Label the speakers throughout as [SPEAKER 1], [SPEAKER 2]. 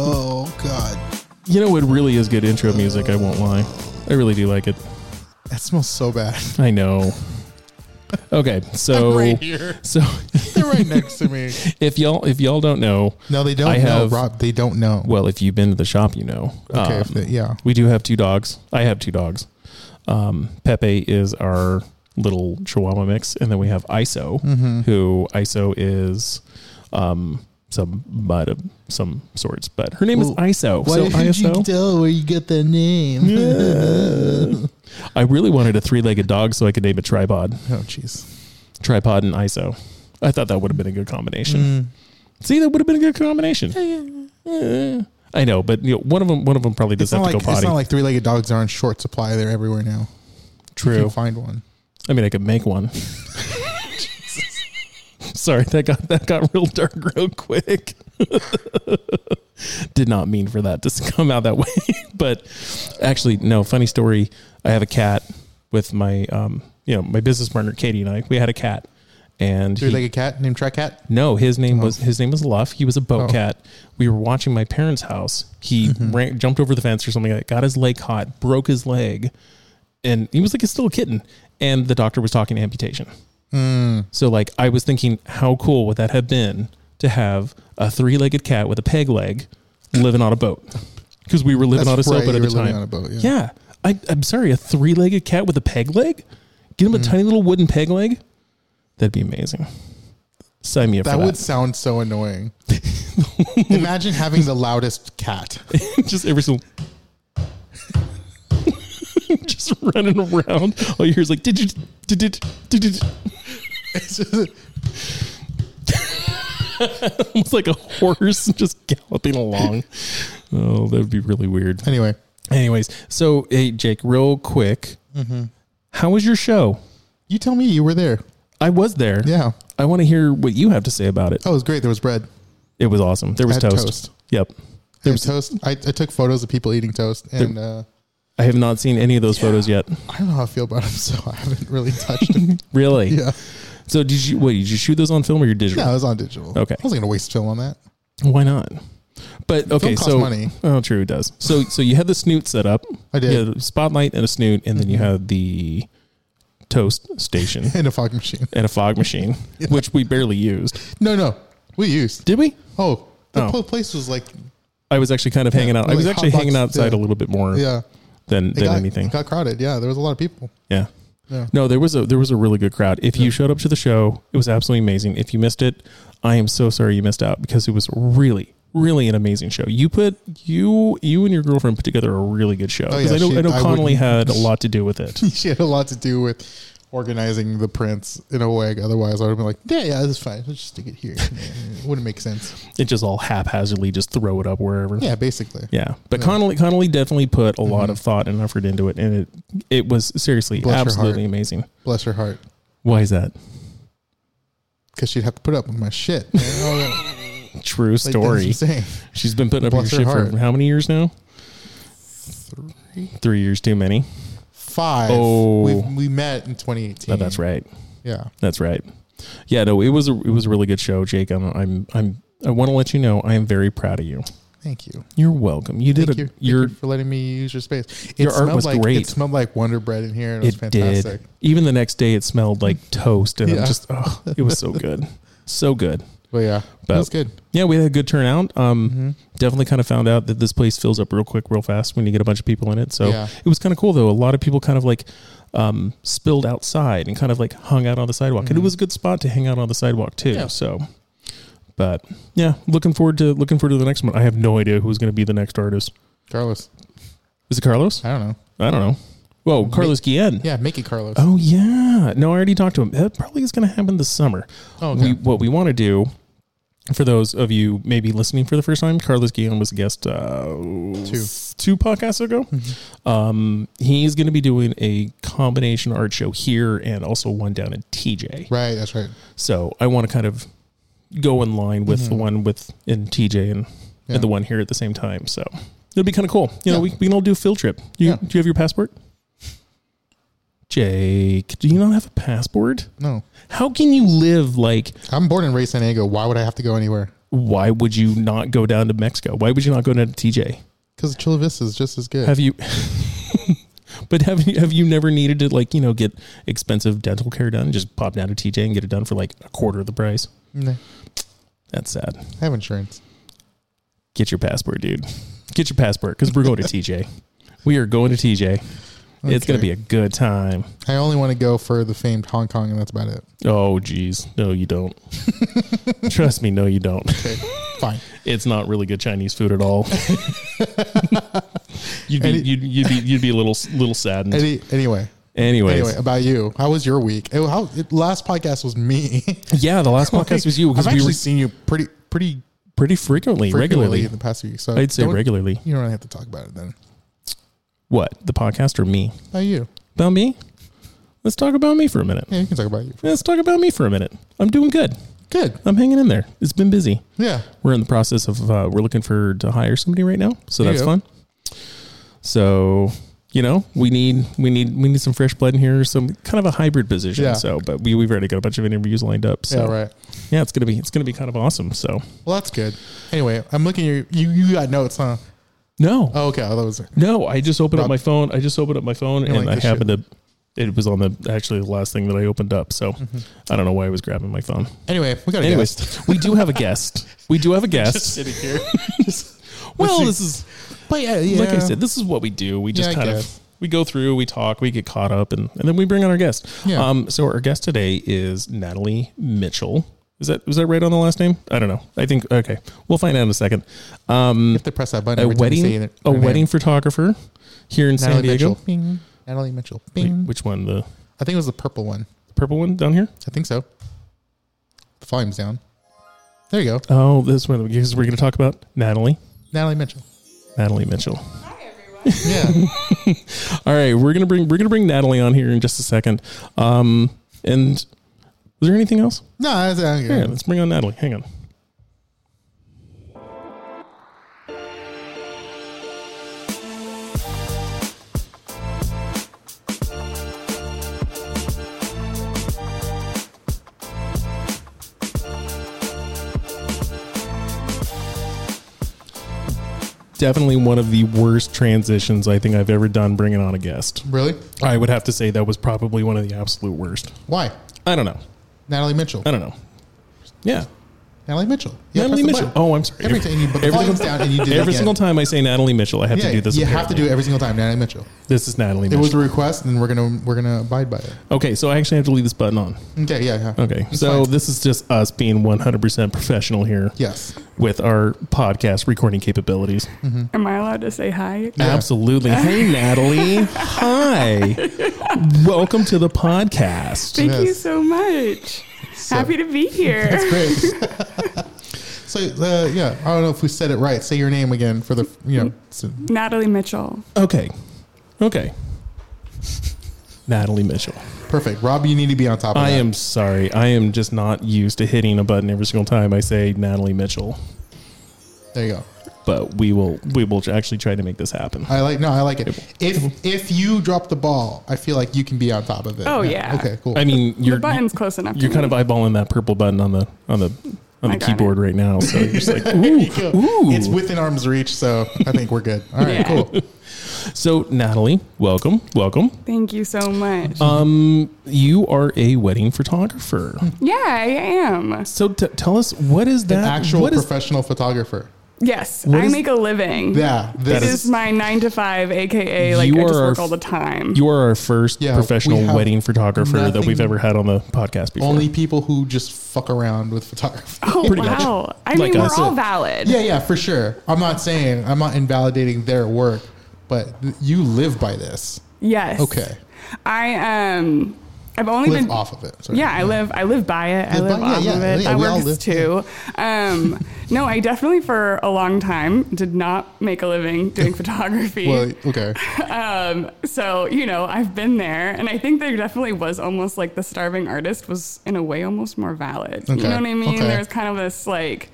[SPEAKER 1] Oh God,
[SPEAKER 2] You know, it really is good intro music. I won't lie. I really do like it.
[SPEAKER 1] that smells so bad.
[SPEAKER 2] I know. Okay, so
[SPEAKER 1] right here,
[SPEAKER 2] so
[SPEAKER 1] they're right next to me.
[SPEAKER 2] if y'all if y'all don't know,
[SPEAKER 1] No, they don't
[SPEAKER 2] I
[SPEAKER 1] know,
[SPEAKER 2] have-
[SPEAKER 1] Rob. They don't know.
[SPEAKER 2] well, if you've been to the shop, you know.
[SPEAKER 1] okay,
[SPEAKER 2] Um,
[SPEAKER 1] if they, yeah.
[SPEAKER 2] we do have two dogs. I have two dogs. Um, Pepe is our little Chihuahua mix, and then we have ISO,
[SPEAKER 1] Hmm. Mm-hmm.
[SPEAKER 2] who ISO is um, some bud of some sorts, but her name
[SPEAKER 1] Well,
[SPEAKER 2] is ISO. So ISO.
[SPEAKER 1] tell where you get the name?
[SPEAKER 2] I really wanted a three-legged dog so I could name a tripod.
[SPEAKER 1] Oh, jeez.
[SPEAKER 2] tripod and ISO. I thought that would have been a good
[SPEAKER 1] Mm.
[SPEAKER 2] combination. See, that would have been a good combination. Yeah. I know, but you know, one of them, one of them probably does
[SPEAKER 1] It's not, like,
[SPEAKER 2] have to go potty.
[SPEAKER 1] it's not like three-legged dogs are in short supply. They're everywhere now. You
[SPEAKER 2] True.
[SPEAKER 1] can find one.
[SPEAKER 2] I mean, I could make one. Sorry, that got that got real dark real quick. Did not mean for that to come out that way, but actually, no. Funny story. I have a cat with my, um, you know, my business partner Katie and I. We had a cat, and he-
[SPEAKER 1] Three-legged cat named Track Cat.
[SPEAKER 2] No, his name was his name was Luff. He was a boat
[SPEAKER 1] Oh. Mm-hmm.
[SPEAKER 2] cat. We were watching my parents' house. He ran, jumped over the fence or something like that, got his leg caught, broke his leg, and he was like a still a kitten. And the doctor was talking amputation. So like I was thinking, how cool would that have been to have a three-legged cat with a peg leg living on a boat? Because we were living
[SPEAKER 1] That's
[SPEAKER 2] on a
[SPEAKER 1] right,
[SPEAKER 2] sailboat
[SPEAKER 1] you
[SPEAKER 2] at
[SPEAKER 1] were
[SPEAKER 2] the
[SPEAKER 1] living
[SPEAKER 2] time.
[SPEAKER 1] on a boat, yeah.
[SPEAKER 2] yeah. I, I'm sorry, a three-legged cat with a peg leg.
[SPEAKER 1] Mm.
[SPEAKER 2] Get him a tiny little wooden peg leg. That'd be amazing. Sign me up
[SPEAKER 1] That
[SPEAKER 2] for that.
[SPEAKER 1] would sound so annoying. Imagine having the loudest cat.
[SPEAKER 2] just every single just running around all you hear is like did you did it did it almost like a horse just galloping along oh that would be really weird
[SPEAKER 1] anyway,
[SPEAKER 2] anyways so hey jake real quick
[SPEAKER 1] Mm-hmm.
[SPEAKER 2] how was your show
[SPEAKER 1] you tell me you were there.
[SPEAKER 2] i was there
[SPEAKER 1] Yeah.
[SPEAKER 2] i want to hear what you have to say about it
[SPEAKER 1] Oh, it was great. There was bread.
[SPEAKER 2] it was awesome there was
[SPEAKER 1] I had
[SPEAKER 2] toast.
[SPEAKER 1] toast.
[SPEAKER 2] yep
[SPEAKER 1] There
[SPEAKER 2] There
[SPEAKER 1] was
[SPEAKER 2] was-
[SPEAKER 1] toast. I, I took photos of people eating toast, and uh,
[SPEAKER 2] i have not seen any of those photos yet
[SPEAKER 1] I don't know how I feel about them, so I haven't really touched them.
[SPEAKER 2] really
[SPEAKER 1] yeah.
[SPEAKER 2] so did you what did you shoot those on film or your digital
[SPEAKER 1] Yeah, I was on digital.
[SPEAKER 2] Okay.
[SPEAKER 1] I wasn't going to waste film on that.
[SPEAKER 2] Why not? But okay,
[SPEAKER 1] costs
[SPEAKER 2] so
[SPEAKER 1] money.
[SPEAKER 2] oh, true, it does. So so you had the snoot set up.
[SPEAKER 1] I did. Mm-hmm.
[SPEAKER 2] You had a spotlight and a snoot, and then you had the toast station
[SPEAKER 1] In a fog machine.
[SPEAKER 2] and a fog machine, which we barely used.
[SPEAKER 1] No, no. We used.
[SPEAKER 2] Did we?
[SPEAKER 1] Oh, the
[SPEAKER 2] Oh.
[SPEAKER 1] whole place was like,
[SPEAKER 2] I was actually kind of hanging out. I
[SPEAKER 1] like
[SPEAKER 2] was actually
[SPEAKER 1] hot
[SPEAKER 2] hanging
[SPEAKER 1] box,
[SPEAKER 2] outside
[SPEAKER 1] yeah.
[SPEAKER 2] a little bit more
[SPEAKER 1] yeah.
[SPEAKER 2] than
[SPEAKER 1] It
[SPEAKER 2] than
[SPEAKER 1] got,
[SPEAKER 2] anything.
[SPEAKER 1] It got crowded. Yeah, there was a lot of people.
[SPEAKER 2] Yeah.
[SPEAKER 1] Yeah.
[SPEAKER 2] No, there was a there was a really good crowd. If you showed up to the show, it was absolutely amazing. If you missed it, I am so sorry you missed out because it was really really an amazing show. You put you you and your girlfriend put together a really good show because
[SPEAKER 1] Oh, yeah,
[SPEAKER 2] I know
[SPEAKER 1] she-
[SPEAKER 2] I know
[SPEAKER 1] I
[SPEAKER 2] Connolly
[SPEAKER 1] wouldn't-
[SPEAKER 2] had a lot to do with it.
[SPEAKER 1] she had a lot to do with organizing the prints in a way. Otherwise, I would have been like, yeah, yeah, this is fine. Let's just stick it here. it wouldn't make sense.
[SPEAKER 2] it just all haphazardly just throw it up wherever.
[SPEAKER 1] Yeah, basically.
[SPEAKER 2] Yeah. But Connolly Connolly definitely put a lot of thought and effort into it and it it was seriously
[SPEAKER 1] Bless her
[SPEAKER 2] absolutely
[SPEAKER 1] heart.
[SPEAKER 2] amazing.
[SPEAKER 1] Bless her heart.
[SPEAKER 2] Why is that?
[SPEAKER 1] Because she'd have to put up with my shit. man. Oh, yeah. Like,
[SPEAKER 2] True
[SPEAKER 1] that's
[SPEAKER 2] story.
[SPEAKER 1] what I'm saying.
[SPEAKER 2] She's been putting up
[SPEAKER 1] Bless
[SPEAKER 2] your
[SPEAKER 1] her
[SPEAKER 2] shit for
[SPEAKER 1] heart.
[SPEAKER 2] how many years now? Three. Three years too many.
[SPEAKER 1] Five.
[SPEAKER 2] Oh.
[SPEAKER 1] We've, we met in 2018.
[SPEAKER 2] No, that's right.
[SPEAKER 1] Yeah.
[SPEAKER 2] That's right. Yeah, no, it was a it was a really good show, Jake. I'm I'm, I'm I want to let you know I am very proud of you.
[SPEAKER 1] Thank you.
[SPEAKER 2] You're welcome. You did
[SPEAKER 1] Thank
[SPEAKER 2] a
[SPEAKER 1] you. Thank
[SPEAKER 2] your
[SPEAKER 1] you for letting me use your space. It
[SPEAKER 2] Your art
[SPEAKER 1] smelled
[SPEAKER 2] was
[SPEAKER 1] like,
[SPEAKER 2] great.
[SPEAKER 1] It smelled like Wonder Bread in here. And it, was
[SPEAKER 2] it
[SPEAKER 1] fantastic.
[SPEAKER 2] did. Even the next day, it smelled like toast, and
[SPEAKER 1] Yeah.
[SPEAKER 2] I'm just oh, it was so good, so good.
[SPEAKER 1] But yeah,
[SPEAKER 2] But-
[SPEAKER 1] that was good. Mm-hmm.
[SPEAKER 2] Yeah, we had a good turnout. Um, Definitely kind of found out that this place fills up real quick, real fast when you get a bunch of people in it. So
[SPEAKER 1] Yeah.
[SPEAKER 2] it was kind of cool, though. A lot of people kind of like um, spilled outside and kind of like hung out on the sidewalk. And it was a good spot to hang out on the sidewalk, too.
[SPEAKER 1] Mm-hmm. Yeah.
[SPEAKER 2] So, but yeah, looking forward to looking forward to the next one. I have no idea who's going to be the next artist.
[SPEAKER 1] Carlos,
[SPEAKER 2] Is it Carlos?
[SPEAKER 1] I don't know.
[SPEAKER 2] I don't know. Whoa, Carlos Guillen.
[SPEAKER 1] Yeah, make it Carlos.
[SPEAKER 2] Oh yeah. No, I already talked to him. That probably is going to happen this summer.
[SPEAKER 1] Oh, okay.
[SPEAKER 2] We, what we want to do for those of you maybe listening for the first time, Carlos Guillon was a guest uh,
[SPEAKER 1] Two. Mm-hmm.
[SPEAKER 2] two podcasts ago. Um, he's going to be doing a combination art show here and also one down in TJ.
[SPEAKER 1] Right, that's right.
[SPEAKER 2] So I want to kind of go in line with the one with in TJ and,
[SPEAKER 1] Mm-hmm. Yeah.
[SPEAKER 2] and the one here at the same time. So it'll be kind of cool.
[SPEAKER 1] Yeah.
[SPEAKER 2] You know, we, we can all do a field trip. You,
[SPEAKER 1] Yeah.
[SPEAKER 2] Do you have your passport? Jake, do you not have a passport?
[SPEAKER 1] No,
[SPEAKER 2] How can you live like
[SPEAKER 1] I'm born and raised in San Diego. Why would I have to go anywhere?
[SPEAKER 2] why would you not go down to Mexico? Why would you not go down to TJ?
[SPEAKER 1] Because Chula Vista is just as good.
[SPEAKER 2] Have you? but have you have you never needed to like you know get expensive dental care done? Just pop down to TJ and get it done for like a quarter of the price.
[SPEAKER 1] Nah,
[SPEAKER 2] That's sad.
[SPEAKER 1] Mm, have insurance.
[SPEAKER 2] Get your passport, dude. Get your passport because we're going to TJ. We are going to TJ. It's gonna
[SPEAKER 1] Okay.
[SPEAKER 2] be a good time.
[SPEAKER 1] I only want to go for the famed Hong Kong, and that's about it.
[SPEAKER 2] Oh, geez, no, you don't. Trust me, no, you don't.
[SPEAKER 1] Okay, fine.
[SPEAKER 2] It's not really good Chinese food at all. you'd, be,
[SPEAKER 1] Any-
[SPEAKER 2] you'd, you'd be you'd be a little little saddened.
[SPEAKER 1] Any, anyway,
[SPEAKER 2] Anyways,
[SPEAKER 1] anyway, about you. How was your week? It, how, it, last podcast was me.
[SPEAKER 2] yeah, the last podcast was you
[SPEAKER 1] I've
[SPEAKER 2] because we
[SPEAKER 1] actually
[SPEAKER 2] were
[SPEAKER 1] seen you pretty, pretty
[SPEAKER 2] pretty frequently,
[SPEAKER 1] regularly
[SPEAKER 2] regularly.
[SPEAKER 1] in the past few weeks. So
[SPEAKER 2] I'd say
[SPEAKER 1] don't-
[SPEAKER 2] regularly.
[SPEAKER 1] You don't really have to talk about it then.
[SPEAKER 2] What the podcast or me?
[SPEAKER 1] About you?
[SPEAKER 2] About me? Let's talk about me for a minute.
[SPEAKER 1] Yeah, you can talk about you.
[SPEAKER 2] Let's talk about me for a minute. I'm doing good.
[SPEAKER 1] Good.
[SPEAKER 2] I'm hanging in there. It's been busy.
[SPEAKER 1] Yeah.
[SPEAKER 2] We're in the process of uh, we're looking for to hire somebody right now, so
[SPEAKER 1] There
[SPEAKER 2] that's
[SPEAKER 1] you
[SPEAKER 2] fun. So you know we need we need we need some fresh blood in here, some kind of a hybrid position.
[SPEAKER 1] Yeah.
[SPEAKER 2] So, but we we've already got a bunch of interviews lined up. So
[SPEAKER 1] Yeah. Right.
[SPEAKER 2] yeah, it's gonna be it's gonna be kind of awesome. So
[SPEAKER 1] Well, that's good. Anyway, I'm looking at your, you. You got notes, huh?
[SPEAKER 2] no,
[SPEAKER 1] Oh, okay. Oh, that was
[SPEAKER 2] No, I just opened up
[SPEAKER 1] Rob-
[SPEAKER 2] my phone. I just opened up my phone
[SPEAKER 1] You're
[SPEAKER 2] and
[SPEAKER 1] like,
[SPEAKER 2] I
[SPEAKER 1] this
[SPEAKER 2] happened to. It was on the actually the last thing that I opened up, so
[SPEAKER 1] Mm-hmm.
[SPEAKER 2] I don't know why I was grabbing my phone.
[SPEAKER 1] Anyway, we got a
[SPEAKER 2] Anyways,
[SPEAKER 1] guest.
[SPEAKER 2] we do have a guest. We do have a guest.
[SPEAKER 1] sitting here.
[SPEAKER 2] well,
[SPEAKER 1] see.
[SPEAKER 2] this is
[SPEAKER 1] but yeah, yeah.
[SPEAKER 2] like I said, this is what we do. We just
[SPEAKER 1] Yeah, I
[SPEAKER 2] kind of
[SPEAKER 1] guess.
[SPEAKER 2] we go through, we talk, we get caught up, and, and then we bring on our guest.
[SPEAKER 1] Yeah.
[SPEAKER 2] Um. So our guest today is Natalie Mitchell. Is that was that right on the last name? I don't know. I think okay. We'll find out in a second. Um,
[SPEAKER 1] you have to press that button.
[SPEAKER 2] a
[SPEAKER 1] every time you say
[SPEAKER 2] wedding
[SPEAKER 1] it.
[SPEAKER 2] a
[SPEAKER 1] Her name.
[SPEAKER 2] wedding photographer here in San
[SPEAKER 1] Natalie
[SPEAKER 2] Diego.
[SPEAKER 1] Mitchell. Bing. Natalie Mitchell.
[SPEAKER 2] Wait,
[SPEAKER 1] Bing.
[SPEAKER 2] which one? The
[SPEAKER 1] I think it was the purple one.
[SPEAKER 2] purple one down here?
[SPEAKER 1] I think so. The volume's down. There you go.
[SPEAKER 2] Oh, this one because we're going to talk about Natalie,
[SPEAKER 1] Natalie Mitchell.
[SPEAKER 2] Natalie Mitchell.
[SPEAKER 3] Hi everyone.
[SPEAKER 1] Yeah.
[SPEAKER 2] All right, we're going to bring we're going to bring Natalie on here in just a second. Um, and is there anything else?
[SPEAKER 1] no, that's, uh,
[SPEAKER 2] Here,
[SPEAKER 1] yeah.
[SPEAKER 2] let's bring on Natalie. Hang on. Definitely one of the worst transitions I think I've ever done bringing on a guest.
[SPEAKER 1] really?
[SPEAKER 2] I would have to say that was probably one of the absolute worst.
[SPEAKER 1] Why?
[SPEAKER 2] I don't know.
[SPEAKER 1] Natalie Mitchell.
[SPEAKER 2] I don't know. Yeah.
[SPEAKER 1] Natalie Mitchell. Yeah,
[SPEAKER 2] Uh, Natalie
[SPEAKER 1] press the
[SPEAKER 2] Mitchell.
[SPEAKER 1] button.
[SPEAKER 2] Oh, I'm sorry.
[SPEAKER 1] Every time you put the volume's down and you do it
[SPEAKER 2] Every
[SPEAKER 1] again.
[SPEAKER 2] single time I say Natalie Mitchell, I have
[SPEAKER 1] Yeah,
[SPEAKER 2] to do this.
[SPEAKER 1] you have to do
[SPEAKER 2] apparently.
[SPEAKER 1] it every single time, Natalie Mitchell.
[SPEAKER 2] This is Natalie
[SPEAKER 1] It
[SPEAKER 2] Mitchell.
[SPEAKER 1] was a request, and we're gonna we're gonna abide by it.
[SPEAKER 2] okay, so I actually have to leave this button on.
[SPEAKER 1] Okay, yeah, yeah.
[SPEAKER 2] Mm. Okay,
[SPEAKER 1] It's
[SPEAKER 2] so
[SPEAKER 1] fine.
[SPEAKER 2] this is just us being 100% professional here
[SPEAKER 1] yes,
[SPEAKER 2] with our podcast recording capabilities.
[SPEAKER 1] Mm-hmm.
[SPEAKER 3] Am I allowed to say hi?
[SPEAKER 1] Yeah.
[SPEAKER 2] Absolutely. Hey, Natalie. Hi. Welcome to the podcast.
[SPEAKER 3] Thank you
[SPEAKER 1] Yes.
[SPEAKER 3] so much. Happy to be here.
[SPEAKER 1] great. so uh, yeah, I don't know if we said it right. Say your name again for the you know. so-
[SPEAKER 3] Natalie Mitchell.
[SPEAKER 2] Okay. Okay. Natalie Mitchell.
[SPEAKER 1] perfect, Rob. You need to be on top. of
[SPEAKER 2] I
[SPEAKER 1] that.
[SPEAKER 2] am sorry. I am just not used to hitting a button every single time I say Natalie Mitchell.
[SPEAKER 1] There you go.
[SPEAKER 2] but we will we will actually try to make this happen.
[SPEAKER 1] I like no, I like it. If if you drop the ball, I feel like you can be on top of it.
[SPEAKER 3] Oh, yeah.
[SPEAKER 1] Okay. Cool.
[SPEAKER 2] I mean,
[SPEAKER 3] The
[SPEAKER 2] you're
[SPEAKER 3] button's close enough.
[SPEAKER 2] you're
[SPEAKER 3] to
[SPEAKER 2] kind of
[SPEAKER 3] me.
[SPEAKER 2] eyeballing that purple button on the on the on
[SPEAKER 3] I
[SPEAKER 2] the
[SPEAKER 3] got it.
[SPEAKER 2] keyboard right now, so you're just like, ooh,
[SPEAKER 1] There you go.
[SPEAKER 2] ooh.
[SPEAKER 1] It's within arm's reach, so I think we're good. All right.
[SPEAKER 3] Yeah.
[SPEAKER 1] Cool.
[SPEAKER 2] so Natalie, welcome, welcome.
[SPEAKER 3] Thank you so much.
[SPEAKER 2] Um, you are a wedding photographer.
[SPEAKER 3] yeah, I am.
[SPEAKER 2] So t- tell us what is
[SPEAKER 1] An
[SPEAKER 2] that
[SPEAKER 1] actual
[SPEAKER 2] what is-
[SPEAKER 1] professional photographer.
[SPEAKER 3] Yes,
[SPEAKER 2] What
[SPEAKER 3] I
[SPEAKER 2] is-
[SPEAKER 3] make a living.
[SPEAKER 1] Yeah.
[SPEAKER 3] This
[SPEAKER 1] That
[SPEAKER 3] is, my nine to five, aka like
[SPEAKER 2] You
[SPEAKER 3] I
[SPEAKER 2] are
[SPEAKER 3] just
[SPEAKER 2] our
[SPEAKER 3] work all
[SPEAKER 2] f-
[SPEAKER 3] the time.
[SPEAKER 2] you are our first
[SPEAKER 1] Yeah, we
[SPEAKER 2] professional
[SPEAKER 1] have
[SPEAKER 2] wedding photographer that we've
[SPEAKER 1] nothing-
[SPEAKER 2] ever had on the podcast before.
[SPEAKER 1] only people who just fuck around with photography.
[SPEAKER 3] oh
[SPEAKER 2] pretty much.
[SPEAKER 3] wow! I
[SPEAKER 2] Like
[SPEAKER 3] mean,
[SPEAKER 2] us.
[SPEAKER 3] we're all valid.
[SPEAKER 1] Yeah, yeah, for sure. I'm not saying I'm not invalidating their work, but th- you live by this.
[SPEAKER 3] Yes.
[SPEAKER 1] Okay,
[SPEAKER 3] I um, I've only
[SPEAKER 1] live
[SPEAKER 3] been
[SPEAKER 1] off of it. Sorry.
[SPEAKER 3] Yeah, I live. I live by it. I
[SPEAKER 1] Live
[SPEAKER 3] live
[SPEAKER 1] by- yeah,
[SPEAKER 3] off of
[SPEAKER 1] yeah,
[SPEAKER 3] it.
[SPEAKER 1] yeah,
[SPEAKER 3] that
[SPEAKER 1] we all
[SPEAKER 3] works
[SPEAKER 1] live-
[SPEAKER 3] too. Um, no, I definitely for a long time did not make a living doing photography.
[SPEAKER 1] Well, okay.
[SPEAKER 3] um, so you know, I've been there, and I think there definitely was almost like the starving artist was in a way almost more valid.
[SPEAKER 1] Okay,
[SPEAKER 3] You know what I mean?
[SPEAKER 1] okay.
[SPEAKER 3] There was kind of this like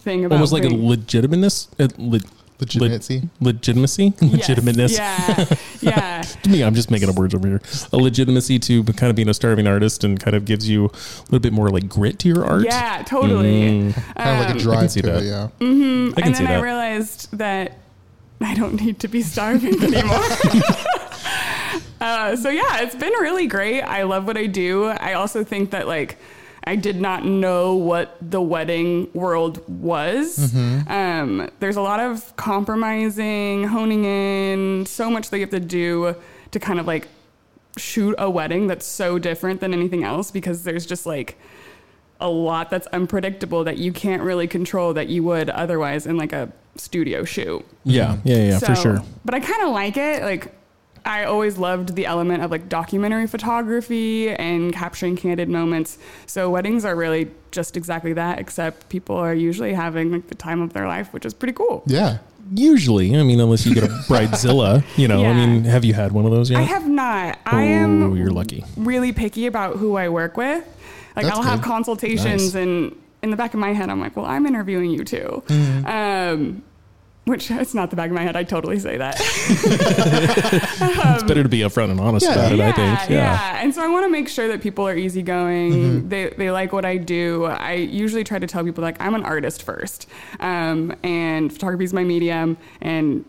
[SPEAKER 3] thing about
[SPEAKER 2] almost like a
[SPEAKER 3] being-
[SPEAKER 2] legitimateness. uh, le-
[SPEAKER 1] legitimacy.
[SPEAKER 2] legitimacy,
[SPEAKER 3] Yes,
[SPEAKER 2] legitimateness.
[SPEAKER 3] Yeah. Yeah.
[SPEAKER 2] To me, I'm just making up words over here. A legitimacy to kind of being a starving artist and kind of gives you a little bit more like grit to your art.
[SPEAKER 3] yeah,
[SPEAKER 1] Mm.
[SPEAKER 3] totally.
[SPEAKER 1] kind of like a
[SPEAKER 2] can
[SPEAKER 1] drive
[SPEAKER 2] see
[SPEAKER 1] to
[SPEAKER 2] that.
[SPEAKER 1] it, yeah.
[SPEAKER 2] I can
[SPEAKER 3] and
[SPEAKER 2] see
[SPEAKER 3] then I
[SPEAKER 2] that.
[SPEAKER 3] realized that I don't need to be starving anymore. uh, so yeah, it's been really great. I love what I do. I also think that like I did not know what the wedding world was.
[SPEAKER 2] Mm-hmm.
[SPEAKER 3] Um, there's a lot of compromising, honing in, so much that you have to do to kind of like shoot a wedding that's so different than anything else because there's just like a lot that's unpredictable that you can't really control that you would otherwise in like a studio shoot.
[SPEAKER 2] yeah, yeah, yeah, for
[SPEAKER 3] So-
[SPEAKER 2] sure.
[SPEAKER 3] But I kind of like it. Like I always loved the element of like documentary photography and capturing candid moments. So weddings are really just exactly that, except people are usually having like the time of their life, which is pretty cool.
[SPEAKER 1] Yeah.
[SPEAKER 2] Usually, I mean, unless you get a bridezilla, you know. I
[SPEAKER 3] Yeah.
[SPEAKER 2] mean, have you had one of those yet?
[SPEAKER 3] I have um, not. I am.
[SPEAKER 2] Oh, you're lucky.
[SPEAKER 3] Really picky about who I work with. Like
[SPEAKER 1] That's
[SPEAKER 3] I'll have
[SPEAKER 1] good.
[SPEAKER 2] Nice.
[SPEAKER 3] consultations, and in the back of my head, I'm like, well, I'm interviewing you too.
[SPEAKER 1] Mm-hmm.
[SPEAKER 3] Um, which it's not the back of my head. I totally say that.
[SPEAKER 2] it's better to be upfront and honest
[SPEAKER 1] yeah.
[SPEAKER 2] about it.
[SPEAKER 3] yeah,
[SPEAKER 2] I think. Yeah.
[SPEAKER 3] And so I want to make sure that people are easygoing. They they like what I do. I usually try to tell people like I'm an artist first, um, and photography is my medium, and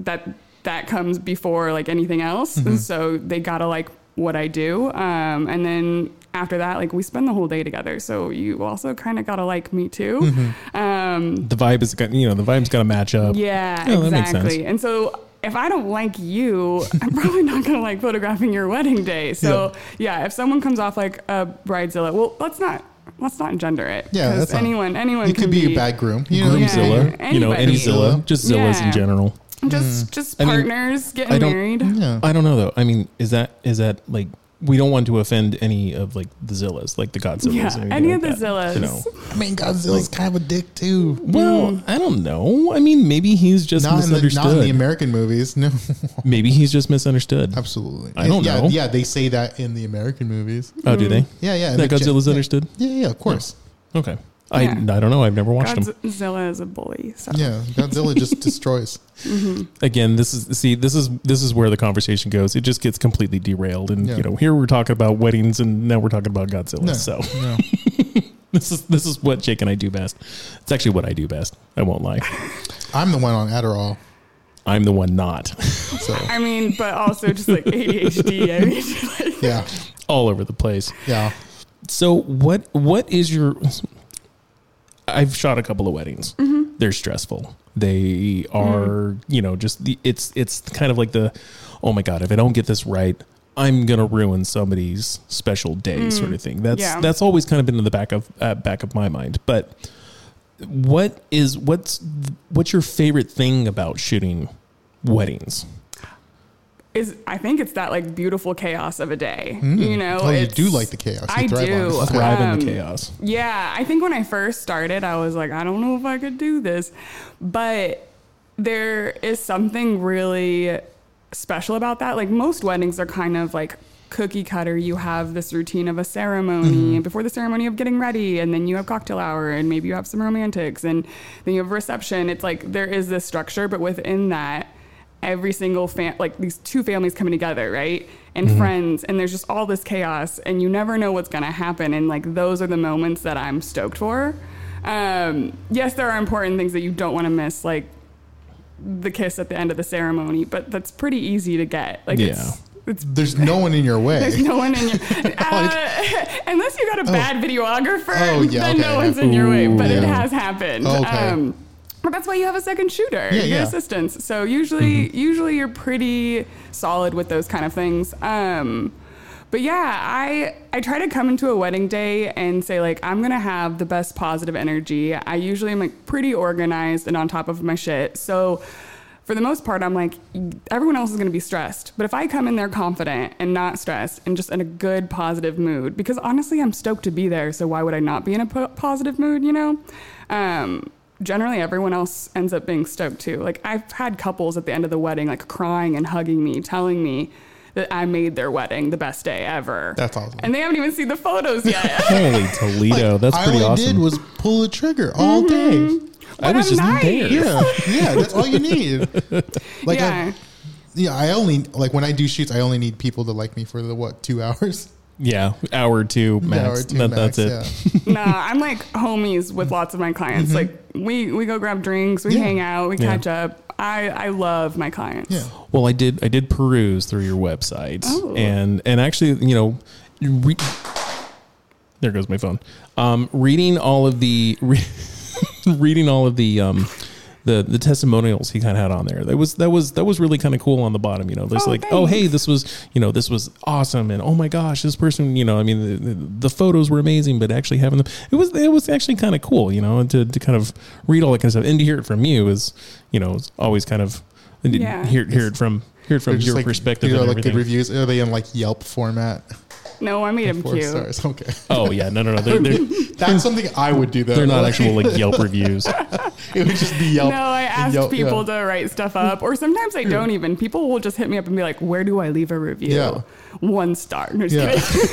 [SPEAKER 3] that that comes before like anything else. And so they gotta like what I do, um, and then. After that, like we spend the whole day together, so you also kind of gotta like me too. Um,
[SPEAKER 2] The vibe is got you know the vibe's got to match up.
[SPEAKER 3] yeah,
[SPEAKER 1] Oh,
[SPEAKER 2] No, that makes sense.
[SPEAKER 3] exactly. And so if I don't like you, I'm probably not going to like photographing your wedding day. So yeah. if someone comes off like a bridezilla, well, let's not let's not engender it.
[SPEAKER 1] Yeah,
[SPEAKER 3] 'cause
[SPEAKER 1] that's not-
[SPEAKER 3] anyone anyone
[SPEAKER 1] You
[SPEAKER 3] can
[SPEAKER 1] could be, a bad groom. You know,
[SPEAKER 2] Groomzilla,
[SPEAKER 3] Yeah,
[SPEAKER 2] you know, any
[SPEAKER 3] anybody.
[SPEAKER 2] Zilla, just Zillas
[SPEAKER 3] Yeah.
[SPEAKER 2] in general.
[SPEAKER 3] just
[SPEAKER 1] Mm.
[SPEAKER 3] just
[SPEAKER 2] I mean,
[SPEAKER 3] partners
[SPEAKER 2] I
[SPEAKER 3] getting
[SPEAKER 2] don't-
[SPEAKER 3] married.
[SPEAKER 1] Yeah.
[SPEAKER 2] I don't know though. I mean, is that is that like we don't want to offend any of like the Zillas, like the Godzillas,
[SPEAKER 3] Yeah,
[SPEAKER 2] or anything
[SPEAKER 3] any
[SPEAKER 2] like
[SPEAKER 3] of the
[SPEAKER 2] that, you
[SPEAKER 3] Zillas.
[SPEAKER 2] know?
[SPEAKER 1] I mean, Godzilla's kind of a dick too.
[SPEAKER 2] Well, I don't know. I mean, maybe he's just
[SPEAKER 1] Hmm. Not in, the,
[SPEAKER 2] misunderstood.
[SPEAKER 1] not in the American movies. No,
[SPEAKER 2] maybe he's just misunderstood.
[SPEAKER 1] absolutely.
[SPEAKER 2] I don't
[SPEAKER 1] yeah,
[SPEAKER 2] know.
[SPEAKER 1] Yeah, they say that in the American movies.
[SPEAKER 2] Oh, do they?
[SPEAKER 1] Yeah, yeah.
[SPEAKER 2] That
[SPEAKER 1] the-
[SPEAKER 2] Godzilla's
[SPEAKER 1] yeah,
[SPEAKER 2] understood.
[SPEAKER 1] Yeah, yeah, of course.
[SPEAKER 2] Okay. I,
[SPEAKER 3] Yeah.
[SPEAKER 2] I don't know. I've never watched them.
[SPEAKER 3] Godzilla is a bully. So
[SPEAKER 1] Yeah, Godzilla just destroys.
[SPEAKER 2] Again, this is see this is this is where the conversation goes. It just gets completely derailed, and
[SPEAKER 1] Yeah.
[SPEAKER 2] you know here we're talking about weddings, and now we're talking about Godzilla.
[SPEAKER 1] No,
[SPEAKER 2] So
[SPEAKER 1] no.
[SPEAKER 2] this is this is what Jake and I do best. It's actually what I do best. I won't lie.
[SPEAKER 1] I'm the one on Adderall.
[SPEAKER 2] I'm the one not
[SPEAKER 1] So
[SPEAKER 3] I mean, but also just like ADHD. I mean, like,
[SPEAKER 1] yeah,
[SPEAKER 2] all over the place.
[SPEAKER 1] yeah.
[SPEAKER 2] So what what is your I've shot a couple of weddings.
[SPEAKER 3] Mm-hmm.
[SPEAKER 2] They're stressful. They are, you know, just the it's it's kind of like the oh my god, if I don't get this right, I'm going to ruin somebody's special day sort of thing. That's
[SPEAKER 3] Mm. Yeah.
[SPEAKER 2] that's always kind of been in the back of uh, back of my mind. But what is what's what's your favorite thing about shooting weddings?
[SPEAKER 3] is I think it's that like beautiful chaos of a day. You know,
[SPEAKER 1] Oh, you
[SPEAKER 3] it's-
[SPEAKER 1] do like the chaos. You
[SPEAKER 3] I
[SPEAKER 1] thrive on it.
[SPEAKER 3] do.
[SPEAKER 1] Okay.
[SPEAKER 2] Thrive in the
[SPEAKER 3] Um,
[SPEAKER 2] chaos.
[SPEAKER 3] Yeah, I think when I first started, I was like, I don't know if I could do this. But there is something really special about that. Like most weddings are kind of like cookie cutter. You have this routine of a ceremony, and before the ceremony of getting ready, and then you have cocktail hour, and maybe you have some romantics, and then you have reception. It's like there is this structure, but within that, every single fam like these two families coming together, right? And friends, and there's just all this chaos, and you never know what's gonna happen. And like those are the moments that I'm stoked for. Um, yes, there are important things that you don't want to miss, like the kiss at the end of the ceremony, but that's pretty easy to get. Like it's, it's
[SPEAKER 1] There's no one in your
[SPEAKER 3] there's
[SPEAKER 1] way.
[SPEAKER 3] no one in your uh, unless you got a bad videographer.
[SPEAKER 1] Oh, yeah,
[SPEAKER 3] then
[SPEAKER 1] okay.
[SPEAKER 3] no one's in your way. But it
[SPEAKER 1] Ooh. Oh,
[SPEAKER 3] has happened. Um,
[SPEAKER 1] Okay.
[SPEAKER 3] but that's why you have a second shooter.
[SPEAKER 1] Yeah,
[SPEAKER 3] you get
[SPEAKER 1] yeah. Mm-hmm.
[SPEAKER 3] assistance. So usually, usually you're pretty solid with those kind of things. Um, but yeah, I I try to come into a wedding day and say like I'm gonna have the best positive energy. I usually am like pretty organized and on top of my shit. So for the most part, I'm like everyone else is gonna be stressed. But if I come in there confident and not stressed and just in a good positive mood, because honestly, I'm stoked to be there. So why would I not be in a po- positive mood? You know. Um, generally everyone else ends up being stoked too. Like I've had couples at the end of the wedding like crying and hugging me, telling me that I made their wedding the best day ever.
[SPEAKER 1] That's awesome.
[SPEAKER 3] And they haven't even seen the photos yet.
[SPEAKER 2] Holy Toledo, that's
[SPEAKER 1] I
[SPEAKER 2] pretty
[SPEAKER 1] only
[SPEAKER 2] awesome. Mm-hmm.
[SPEAKER 1] did was pull the trigger all day.
[SPEAKER 2] I was
[SPEAKER 3] I'm
[SPEAKER 2] just
[SPEAKER 3] nice.
[SPEAKER 2] there.
[SPEAKER 1] Yeah, yeah, that's all you need. Like,
[SPEAKER 3] yeah.
[SPEAKER 1] I, yeah, I only like when I do shoots, I only need people to like me for the what two hours,
[SPEAKER 2] Yeah, hour two max.
[SPEAKER 1] hour two
[SPEAKER 2] That-
[SPEAKER 1] max,
[SPEAKER 2] that's it.
[SPEAKER 1] Yeah.
[SPEAKER 3] nah, I'm like homies with lots of my clients. Like we we go grab drinks, we
[SPEAKER 1] Mm-hmm. Yeah.
[SPEAKER 3] hang out, we
[SPEAKER 2] Yeah.
[SPEAKER 3] catch up. I I love my clients.
[SPEAKER 1] Yeah.
[SPEAKER 2] Well, I did. I did peruse through your website,
[SPEAKER 3] Oh.
[SPEAKER 2] and and actually, you know, you re- there goes my phone. Um, reading all of the, re- reading all of the. Um, the, the testimonials he kind of had on there that was that was that was really kind of cool on the bottom you know there's
[SPEAKER 3] Oh,
[SPEAKER 2] like oh
[SPEAKER 3] thanks.
[SPEAKER 2] hey this was you know this was awesome and oh my gosh this person you know I mean the, the, the photos were amazing but actually having them it was it was actually kind of cool you know and to, to kind of read all that kind of stuff and to hear it from you is you know is always kind of
[SPEAKER 3] Yeah.
[SPEAKER 2] hear hear it from hear it from
[SPEAKER 1] They're just
[SPEAKER 2] your
[SPEAKER 1] like,
[SPEAKER 2] perspective
[SPEAKER 1] These
[SPEAKER 2] and
[SPEAKER 1] are like good
[SPEAKER 2] everything.
[SPEAKER 1] reviews. Are they in like Yelp format?
[SPEAKER 3] No, I made him
[SPEAKER 1] Four
[SPEAKER 3] cute.
[SPEAKER 1] stars. Okay,
[SPEAKER 2] Oh yeah, no, no, no, they're, they're,
[SPEAKER 1] that's something I would do. Though
[SPEAKER 2] they're not
[SPEAKER 1] Like,
[SPEAKER 2] actual like Yelp reviews.
[SPEAKER 1] It would just be Yelp.
[SPEAKER 3] No, I asked
[SPEAKER 1] Yelp, yeah.
[SPEAKER 3] people to write stuff up, or sometimes I don't even. People will just hit me up and be like, "Where do I leave a review?
[SPEAKER 1] Yeah.
[SPEAKER 3] One star." No, just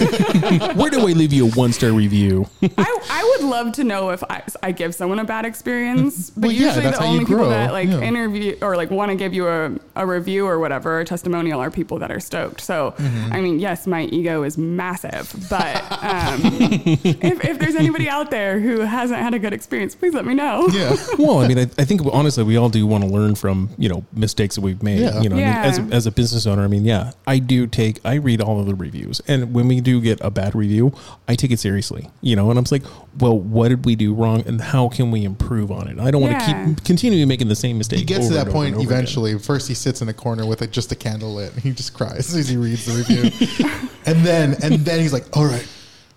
[SPEAKER 1] Yeah.
[SPEAKER 3] kidding.
[SPEAKER 2] Where do I leave you a one star review?
[SPEAKER 3] I, I would love to know if I, I give someone a bad experience, but
[SPEAKER 1] Well, yeah,
[SPEAKER 3] usually
[SPEAKER 1] that's
[SPEAKER 3] the
[SPEAKER 1] how you
[SPEAKER 3] only people
[SPEAKER 1] grow,
[SPEAKER 3] that like
[SPEAKER 1] yeah.
[SPEAKER 3] interview or like want to give you a, a review or whatever, a testimonial, are people that are stoked. So,
[SPEAKER 1] Mm-hmm.
[SPEAKER 3] I mean, yes, my ego is massive, but um, if, if there's anybody out there who hasn't had a good experience, please let me know.
[SPEAKER 1] Yeah.
[SPEAKER 2] well, I mean, I, I think honestly, we all do want to learn from you know mistakes that we've made.
[SPEAKER 1] Yeah.
[SPEAKER 2] You know,
[SPEAKER 3] Yeah.
[SPEAKER 2] I mean, as a, as a business owner, I mean, yeah, I do take I read all of the reviews, and when we do get a bad review, I take it seriously. You know, and I'm just like, well, what did we do wrong, and how can we improve on it? I don't want to
[SPEAKER 3] Yeah.
[SPEAKER 2] keep continuing making the same mistake.
[SPEAKER 1] He gets
[SPEAKER 2] over
[SPEAKER 1] to that
[SPEAKER 2] and over
[SPEAKER 1] point
[SPEAKER 2] and over again.
[SPEAKER 1] eventually. First, he sits in a corner with like just a candle lit, and he just cries as he reads the review. and then, and then he's like, "All right."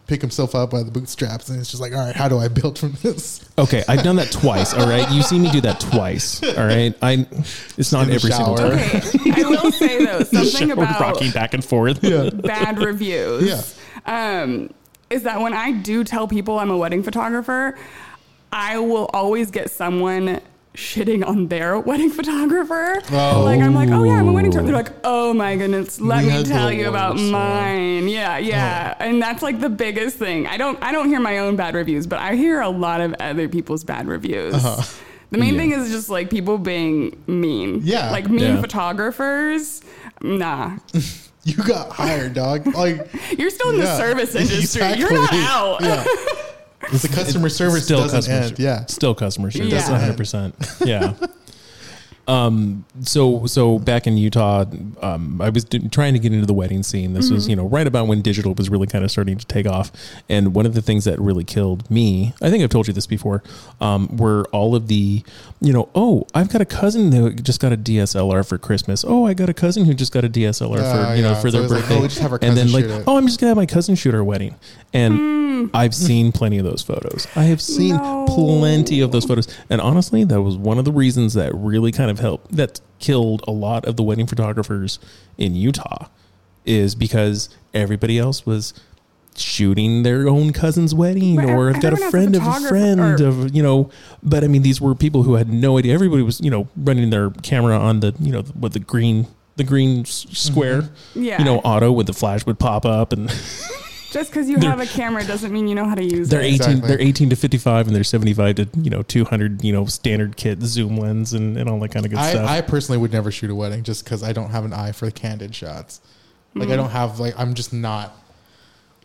[SPEAKER 1] Pick himself up by the bootstraps, and it's just like, all right, how do I build from this?
[SPEAKER 2] Okay, I've done that twice. All right, you've seen me do that twice. All right, I. It's not
[SPEAKER 1] In the
[SPEAKER 2] every single
[SPEAKER 1] shower.
[SPEAKER 2] time.
[SPEAKER 3] Okay, I will say though something
[SPEAKER 2] We're
[SPEAKER 3] about
[SPEAKER 2] rocking back and forth.
[SPEAKER 1] Yeah.
[SPEAKER 3] bad reviews. Um, is that when I do tell people I'm a wedding photographer, I will always get someone shitting on their wedding photographer.
[SPEAKER 1] Oh.
[SPEAKER 3] Like I'm like, oh yeah, I'm a wedding
[SPEAKER 2] Oh.
[SPEAKER 3] photographer. They're like, oh my goodness, let
[SPEAKER 1] We
[SPEAKER 3] me
[SPEAKER 1] had
[SPEAKER 3] tell
[SPEAKER 1] the
[SPEAKER 3] you about
[SPEAKER 1] worst one.
[SPEAKER 3] mine. Yeah, yeah, and that's like the biggest thing. I don't, I don't hear my own bad reviews, but I hear a lot of other people's bad reviews.
[SPEAKER 1] Uh-huh.
[SPEAKER 3] The main
[SPEAKER 2] Yeah.
[SPEAKER 3] thing is just like people being mean.
[SPEAKER 1] Yeah.
[SPEAKER 3] Like mean
[SPEAKER 2] Yeah.
[SPEAKER 3] photographers. Nah.
[SPEAKER 1] You got hired, dog. Like
[SPEAKER 3] You're still in the
[SPEAKER 1] yeah.
[SPEAKER 3] service industry. You're
[SPEAKER 1] Exactly.
[SPEAKER 3] not out.
[SPEAKER 1] Yeah. the customer service doesn't end. Yeah.
[SPEAKER 2] still customer service.
[SPEAKER 3] Yeah.
[SPEAKER 2] That's one hundred percent. Yeah. um. So so back in Utah, um, I was do- trying to get into the wedding scene. This was you know right about when digital was really kind of starting to take off. And one of the things that really killed me, I think I've told you this before, um, were all of the, you know, oh, I've got a cousin who just got a DSLR for Christmas. Oh, I got a cousin who just got a DSLR
[SPEAKER 1] Ah,
[SPEAKER 2] for you know
[SPEAKER 1] yeah.
[SPEAKER 2] for
[SPEAKER 1] It's
[SPEAKER 2] their
[SPEAKER 1] always like,
[SPEAKER 2] birthday.
[SPEAKER 1] oh, we just have our
[SPEAKER 2] and then
[SPEAKER 1] cousin
[SPEAKER 2] like,
[SPEAKER 1] shoot it.
[SPEAKER 2] oh, I'm just gonna have my cousin shoot our wedding. And I've seen plenty of those photos. I have seen
[SPEAKER 3] Hmm. No.
[SPEAKER 2] plenty of those photos. And honestly, that was one of the reasons that really kind of helped that killed a lot of the wedding photographers in Utah is because everybody else was shooting their own cousin's wedding
[SPEAKER 3] But
[SPEAKER 2] or I've got a
[SPEAKER 3] everyone has a
[SPEAKER 2] friend of a
[SPEAKER 3] photographer-
[SPEAKER 2] friend
[SPEAKER 3] or-
[SPEAKER 2] of you know but I mean these were people who had no idea everybody was you know running their camera on the you know with the green the green s- square
[SPEAKER 3] Yeah.
[SPEAKER 2] you know auto with the flash would pop up and
[SPEAKER 3] Just because you have a camera doesn't mean you know how to use
[SPEAKER 2] They're
[SPEAKER 3] it.
[SPEAKER 2] eighteen.
[SPEAKER 1] Exactly.
[SPEAKER 2] They're eighteen to fifty-five, and they're seventy-five to you know two hundred. You know, standard kit zoom lens and, and all that kind of good stuff.
[SPEAKER 1] I, I personally would never shoot a wedding just because I don't have an eye for the candid shots. Like
[SPEAKER 3] Mm-hmm.
[SPEAKER 1] I don't have like I'm just not.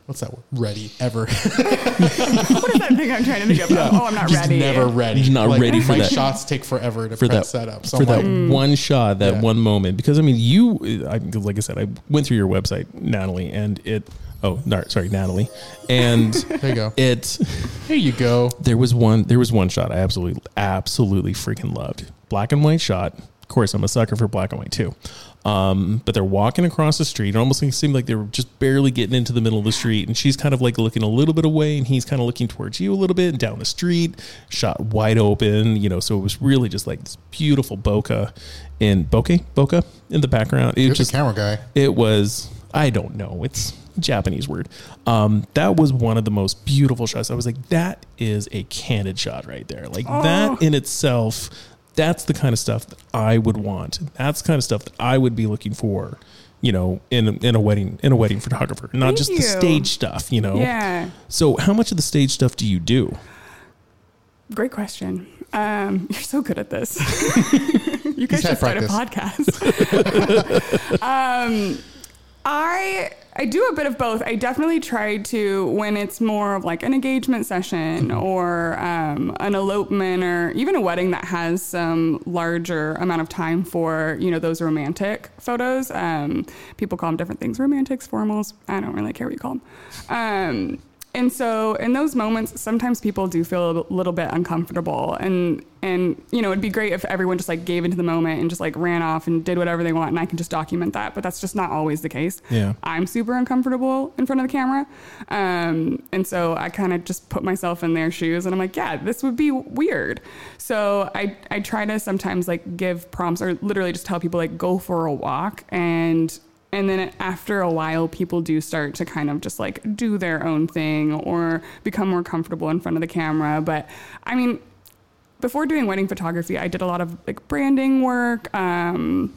[SPEAKER 1] What's that word? Ready ever?
[SPEAKER 3] What is that thing I'm trying to think of? Oh, I'm not
[SPEAKER 1] Just
[SPEAKER 3] ready.
[SPEAKER 1] Never ready.
[SPEAKER 2] He's not
[SPEAKER 1] Like,
[SPEAKER 2] ready for
[SPEAKER 1] my
[SPEAKER 2] that-
[SPEAKER 1] shots take forever to
[SPEAKER 2] for that
[SPEAKER 1] press that up. So
[SPEAKER 2] for
[SPEAKER 1] I'm
[SPEAKER 2] that
[SPEAKER 1] like,
[SPEAKER 2] one shot, that
[SPEAKER 1] Yeah.
[SPEAKER 2] one moment. Because I mean, you, I, like I said, I went through your website, Natalie, and it. Oh, no, sorry, Natalie, and
[SPEAKER 1] there you go.
[SPEAKER 2] it.
[SPEAKER 1] There you go.
[SPEAKER 2] There was one. There was one shot I absolutely, absolutely freaking loved. Black and white shot. Of course, I'm a sucker for black and white too. Um, but they're walking across the street. It almost seemed like they were just barely getting into the middle of the street, and she's kind of like looking a little bit away, and he's kind of looking towards you a little bit, and down the street, shot wide open. You know, so it was really just like this beautiful bokeh in bokeh bokeh in the background. It
[SPEAKER 1] You're
[SPEAKER 2] was just
[SPEAKER 1] the camera guy.
[SPEAKER 2] it was I don't know. It's a Japanese word. Um, that was one of the most beautiful shots. I was like, that is a candid shot right there. Like
[SPEAKER 3] Oh.
[SPEAKER 2] that in itself, that's the kind of stuff that I would want. That's the kind of stuff that I would be looking for. You know, in in a wedding in a wedding photographer, not
[SPEAKER 3] Thank
[SPEAKER 2] just
[SPEAKER 3] you.
[SPEAKER 2] the stage stuff. You know.
[SPEAKER 3] Yeah.
[SPEAKER 2] So, how much of the stage stuff do you do?
[SPEAKER 3] Great question. Um, you're so good at this. you guys
[SPEAKER 1] had
[SPEAKER 3] should start a podcast. um, I I do a bit of both. I definitely try to when it's more of like an engagement session or um, an elopement or even a wedding that has some larger amount of time for you know those romantic photos. Um, people call them different things: romantics, formals. I don't really care what you call them. Um, and so in those moments, sometimes people do feel a little bit uncomfortable and and you know, it'd be great if everyone just like gave into the moment and just like ran off and did whatever they want and I can just document that, but that's just not always the case.
[SPEAKER 2] Yeah.
[SPEAKER 3] I'm super uncomfortable in front of the camera. Um, and so I kind of just put myself in their shoes and I'm like, yeah, this would be weird. So I, I try to sometimes like give prompts or literally just tell people like go for a walk and and then after a while people do start to kind of just like do their own thing or become more comfortable in front of the camera but i mean before doing wedding photography i did a lot of like branding work um,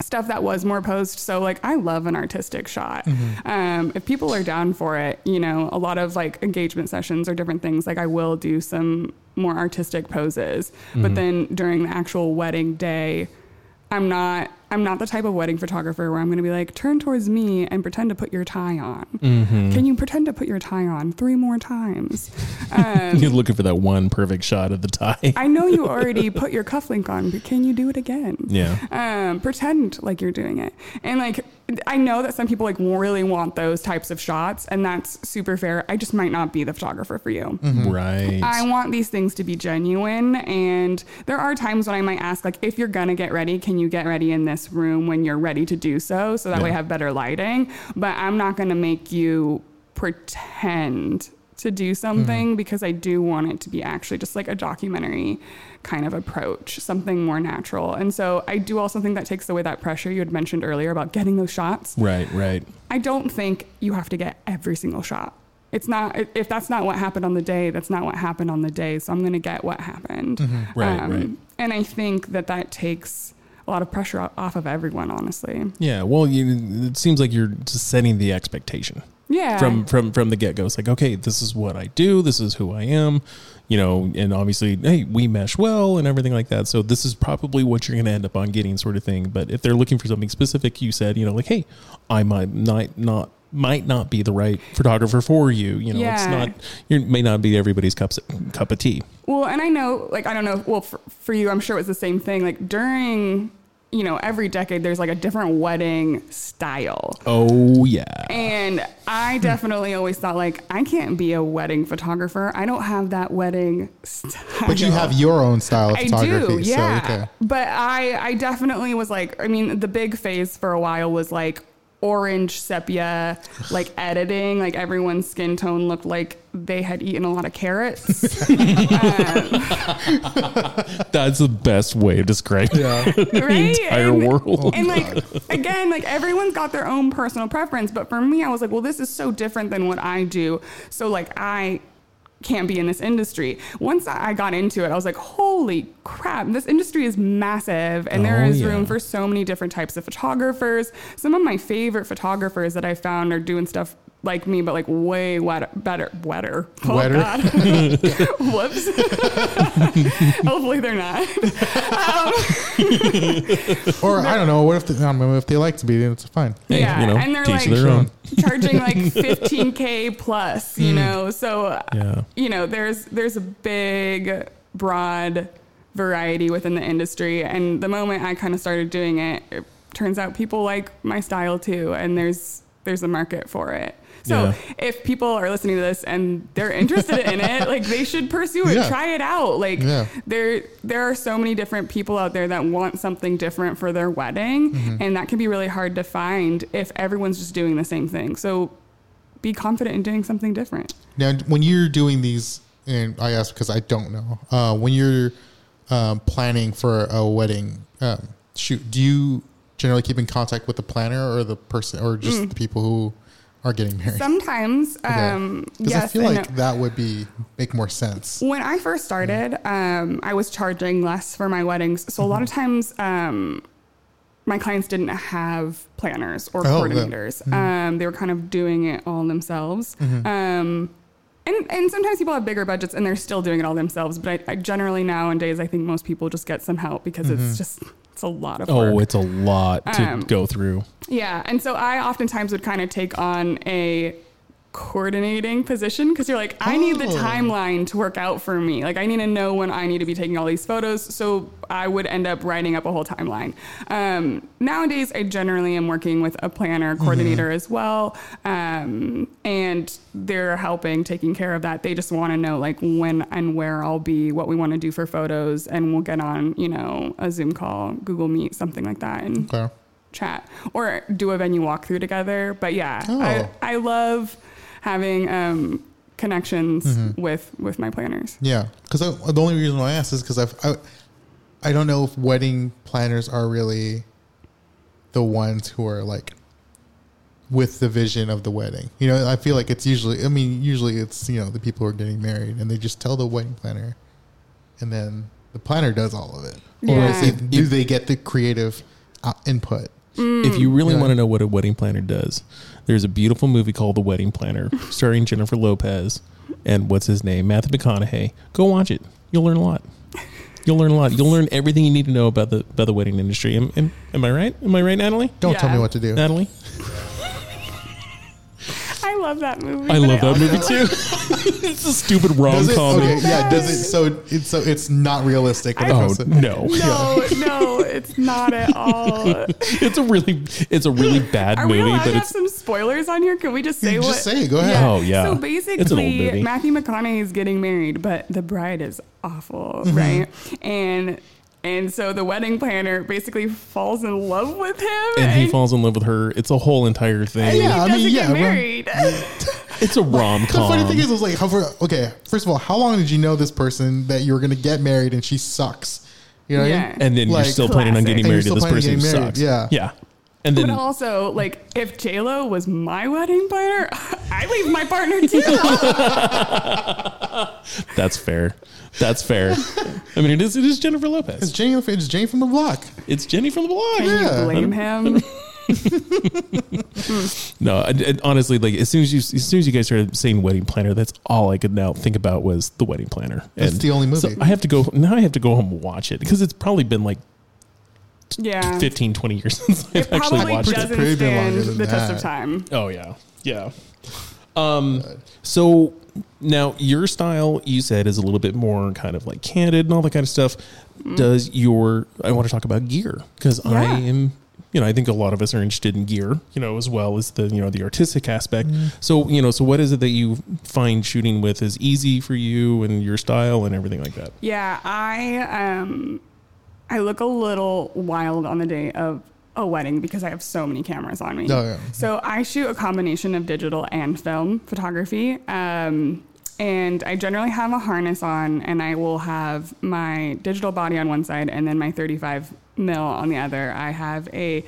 [SPEAKER 3] stuff that was more posed so like i love an artistic shot um, if people are down for it you know a lot of like engagement sessions or different things like i will do some more artistic poses but then during the actual wedding day I'm not I'm not the type of wedding photographer where I'm going to be like turn towards me and pretend to put your tie on. Can you pretend to put your tie on three more times? Um,
[SPEAKER 2] You're looking for that one perfect shot of the tie.
[SPEAKER 3] I know you already put your cufflink on, but can you do it again?
[SPEAKER 2] yeah.
[SPEAKER 3] Um, pretend like you're doing it, and like I know that some people like really want those types of shots, and that's super fair. I just might not be the photographer for you.
[SPEAKER 2] Right.
[SPEAKER 3] I want these things to be genuine. And there are times when I might ask, like, if you're going to get ready, can you get ready in this room when you're ready to do so? So that way I
[SPEAKER 2] Yeah.
[SPEAKER 3] have better lighting. But I'm not going to make you pretend to do something
[SPEAKER 2] Mm-hmm.
[SPEAKER 3] because I do want it to be actually just like a documentary kind of approach, something more natural. And so I do also think that takes away that pressure you had mentioned earlier about getting those shots.
[SPEAKER 2] right, right.
[SPEAKER 3] I don't think you have to get every single shot. It's not i- if that's not what happened on the day, that's not what happened on the day. So I'm going to get what happened. Um,
[SPEAKER 2] Right, right.
[SPEAKER 3] And I think that that takes a lot of pressure o- off of everyone, honestly.
[SPEAKER 2] Yeah. Well, you, it seems like you're just setting the expectation.
[SPEAKER 3] Yeah.
[SPEAKER 2] from from from the get go. It's like, okay, this is what I do. This is who I am, you know. And obviously, hey, we mesh well and everything like that. So this is probably what you're going to end up on getting, sort of thing. But if they're looking for something specific, you said, you know, like, hey, I might not not might not be the right photographer for you. You know, it's
[SPEAKER 3] Yeah.
[SPEAKER 2] not you may not be everybody's cups cup of tea.
[SPEAKER 3] Well, and I know, like, I don't know. Well, for, for you, I'm sure it was the same thing. Like during, you know, every decade, there's like a different wedding style.
[SPEAKER 2] Oh yeah,
[SPEAKER 3] And I definitely always thought like I can't be a wedding photographer. I don't have that wedding style.
[SPEAKER 1] But you have your own style of
[SPEAKER 3] I
[SPEAKER 1] photography.
[SPEAKER 3] do, yeah.
[SPEAKER 1] So, okay.
[SPEAKER 3] But I, I definitely was like, I mean, the big phase for a while was like orange sepia, like editing, like everyone's skin tone looked like they had eaten a lot of carrots.
[SPEAKER 2] that's the best way to describe it.
[SPEAKER 1] Yeah.
[SPEAKER 3] right?
[SPEAKER 2] entire world.
[SPEAKER 3] And like again, like everyone's got their own personal preference, but for me, I was like, well, this is so different than what I do. So like I can't be in this industry. Once I I got into it, I was like, holy crap, this industry is massive and there
[SPEAKER 2] Oh,
[SPEAKER 3] is
[SPEAKER 2] yeah.
[SPEAKER 3] room for so many different types of photographers. Some of my favorite photographers that I found are doing stuff like me, but like way wet, better, wetter. Oh
[SPEAKER 1] Wetter.
[SPEAKER 3] God. Whoops. Hopefully they're not.
[SPEAKER 1] Or I don't know. What if they, I don't know, if they like to be? Then it's fine.
[SPEAKER 2] Hey,
[SPEAKER 3] yeah,
[SPEAKER 2] you know,
[SPEAKER 3] and they're
[SPEAKER 2] to each
[SPEAKER 3] like
[SPEAKER 2] their own. Hmm.
[SPEAKER 3] charging like 15k plus, you know. So uh,
[SPEAKER 2] Yeah.
[SPEAKER 3] you know, there's there's a big broad variety within the industry, and the moment I kind of started doing it, it turns out people like my style too, and there's there's a market for it. So
[SPEAKER 2] Yeah.
[SPEAKER 3] if people are listening to this and they're interested in it, like they should pursue it,
[SPEAKER 1] Yeah.
[SPEAKER 3] try it out. Like
[SPEAKER 1] Yeah.
[SPEAKER 3] there there are so many different people out there that want something different for their wedding and that can be really hard to find if everyone's just doing the same thing so be confident in doing something different
[SPEAKER 1] Now, when you're doing these, and I ask because I don't know, uh, when you're um, planning for a wedding um, shoot, do you generally keep in contact with the planner or the person, or just the people who are getting married?
[SPEAKER 3] sometimes
[SPEAKER 1] Okay.
[SPEAKER 3] um
[SPEAKER 1] 'Cause
[SPEAKER 3] yes
[SPEAKER 1] I feel
[SPEAKER 3] and
[SPEAKER 1] like
[SPEAKER 3] no.
[SPEAKER 1] that would be make more sense.
[SPEAKER 3] When I first started, um, I was charging less for my weddings. So a lot of
[SPEAKER 1] Mm-hmm.
[SPEAKER 3] times, um, my clients didn't have planners or
[SPEAKER 1] Oh, yeah. Mm-hmm.
[SPEAKER 3] coordinators. Um, they were kind of doing it all themselves. Um, and and sometimes people have bigger budgets and they're still doing it all themselves. But I, I generally nowadays I think most people just get some help because
[SPEAKER 1] Mm-hmm.
[SPEAKER 3] it's just it's a lot of work.
[SPEAKER 2] Oh, it's a lot to
[SPEAKER 3] Um,
[SPEAKER 2] go through.
[SPEAKER 3] Yeah. And so I oftentimes would kind of take on a coordinating position because you're like, I need the
[SPEAKER 1] Oh.
[SPEAKER 3] timeline to work out for me. Like, I need to know when I need to be taking all these photos. So I would end up writing up a whole timeline. Um, nowadays, I generally am working with a planner coordinator as well. Um, and they're helping taking care of that. They just want to know, like, when and where I'll be, what we want to do for photos. And we'll get on, you know, a Zoom call, Google Meet, something like that. And
[SPEAKER 1] Okay.
[SPEAKER 3] chat or do a venue walkthrough together. But yeah,
[SPEAKER 1] Oh.
[SPEAKER 3] I, I love having um, connections
[SPEAKER 1] Mm-hmm.
[SPEAKER 3] with with my planners.
[SPEAKER 1] Yeah, because the only reason why I asked is because I've I, I don't know if wedding planners are really the ones who are like with the vision of the wedding. You know, I feel like it's usually I mean usually it's you know the people who are getting married and they just tell the wedding planner, and then the planner does all of it. Or
[SPEAKER 3] Yeah.
[SPEAKER 1] is it, do they get the creative uh, input?
[SPEAKER 2] If you really
[SPEAKER 1] Mm. Yeah.
[SPEAKER 2] want to know what a wedding planner does, there's a beautiful movie called The Wedding Planner starring Jennifer Lopez and what's his name? Matthew McConaughey. Go watch it. You'll learn a lot. You'll learn a lot. You'll learn everything you need to know about the about the wedding industry. Am, am, am I right? Am I right, Natalie?
[SPEAKER 1] Don't tell me
[SPEAKER 3] Yeah.
[SPEAKER 1] what to do.
[SPEAKER 2] Natalie?
[SPEAKER 3] I love that movie.
[SPEAKER 2] I
[SPEAKER 3] but
[SPEAKER 2] love that
[SPEAKER 3] also-
[SPEAKER 2] movie too. it's a stupid rom
[SPEAKER 1] Does it,
[SPEAKER 2] com.
[SPEAKER 1] okay, yeah, does it? So it's so it's not realistic. When it
[SPEAKER 2] Oh
[SPEAKER 1] comes to,
[SPEAKER 2] no.
[SPEAKER 3] No, no, it's not at all.
[SPEAKER 2] It's a really it's a really bad
[SPEAKER 3] Are we
[SPEAKER 2] movie,
[SPEAKER 3] allowed
[SPEAKER 2] but
[SPEAKER 3] to have
[SPEAKER 2] it's
[SPEAKER 3] some spoilers on here? Can we just say
[SPEAKER 1] just
[SPEAKER 3] what?
[SPEAKER 1] say it. Go ahead.
[SPEAKER 2] Oh, yeah.
[SPEAKER 3] So
[SPEAKER 2] It's an
[SPEAKER 3] basically,
[SPEAKER 2] old movie.
[SPEAKER 3] Matthew McConaughey is getting married, but the bride is awful,
[SPEAKER 1] Mm-hmm.
[SPEAKER 3] right? And and so the wedding planner basically falls in love with him,
[SPEAKER 2] and he falls in love with her. It's a whole entire thing.
[SPEAKER 3] and
[SPEAKER 1] Yeah, I mean,
[SPEAKER 3] he doesn't
[SPEAKER 1] yeah,
[SPEAKER 3] get
[SPEAKER 1] well-
[SPEAKER 3] married.
[SPEAKER 2] It's a rom
[SPEAKER 1] The funny thing
[SPEAKER 2] com.
[SPEAKER 1] is, I was like, how for, okay, first of all, how long did you know this person that you were going to get married and she sucks? You know what I mean?
[SPEAKER 3] Yeah.
[SPEAKER 2] And then
[SPEAKER 1] Like-
[SPEAKER 2] you're still planning on getting
[SPEAKER 3] Classic.
[SPEAKER 1] And
[SPEAKER 2] married to
[SPEAKER 1] you're
[SPEAKER 2] this
[SPEAKER 1] still
[SPEAKER 2] person
[SPEAKER 1] planning
[SPEAKER 2] who
[SPEAKER 1] on getting
[SPEAKER 2] sucks.
[SPEAKER 1] married,
[SPEAKER 2] Yeah. And then
[SPEAKER 3] But also, like, if J Lo was my wedding planner, I leave my partner too.
[SPEAKER 2] that's fair. That's fair. I mean it is it is Jennifer
[SPEAKER 1] It's
[SPEAKER 2] Lopez.
[SPEAKER 1] Jane, it's Jane from the block.
[SPEAKER 2] It's Jenny from the block.
[SPEAKER 1] Yeah.
[SPEAKER 3] Blame him.
[SPEAKER 2] No, I, I- honestly, like as soon as you as soon as you guys started saying wedding planner, that's all I could now think about was the wedding planner.
[SPEAKER 1] That's the only
[SPEAKER 2] so
[SPEAKER 1] movie.
[SPEAKER 2] I have to go now. I have to go home and watch it because it's probably been like
[SPEAKER 3] Yeah.
[SPEAKER 2] 15, 20 years since I've
[SPEAKER 3] It
[SPEAKER 2] actually
[SPEAKER 3] probably
[SPEAKER 2] watched it.
[SPEAKER 1] It's
[SPEAKER 3] doesn't
[SPEAKER 1] pretty been
[SPEAKER 3] stand
[SPEAKER 1] longer than
[SPEAKER 3] the test
[SPEAKER 1] that.
[SPEAKER 3] of time.
[SPEAKER 2] Oh yeah, yeah. Um, so now your style, you said, is a little bit more kind of like candid and all that kind of stuff. Does your I want to talk about gear because I
[SPEAKER 3] Yeah.
[SPEAKER 2] am, you know, I think a lot of us are interested in gear, you know, as well as the you know the artistic aspect. So you know, so what is it that you find shooting with is easy for you and your style and everything like that?
[SPEAKER 3] Yeah, I um, I look a little wild on the day of a wedding because I have so many cameras on me.
[SPEAKER 1] Oh, yeah.
[SPEAKER 3] So I shoot a combination of digital and film photography. Um, and I generally have a harness on, and I will have my digital body on one side and then my 35 mil on the other. I have a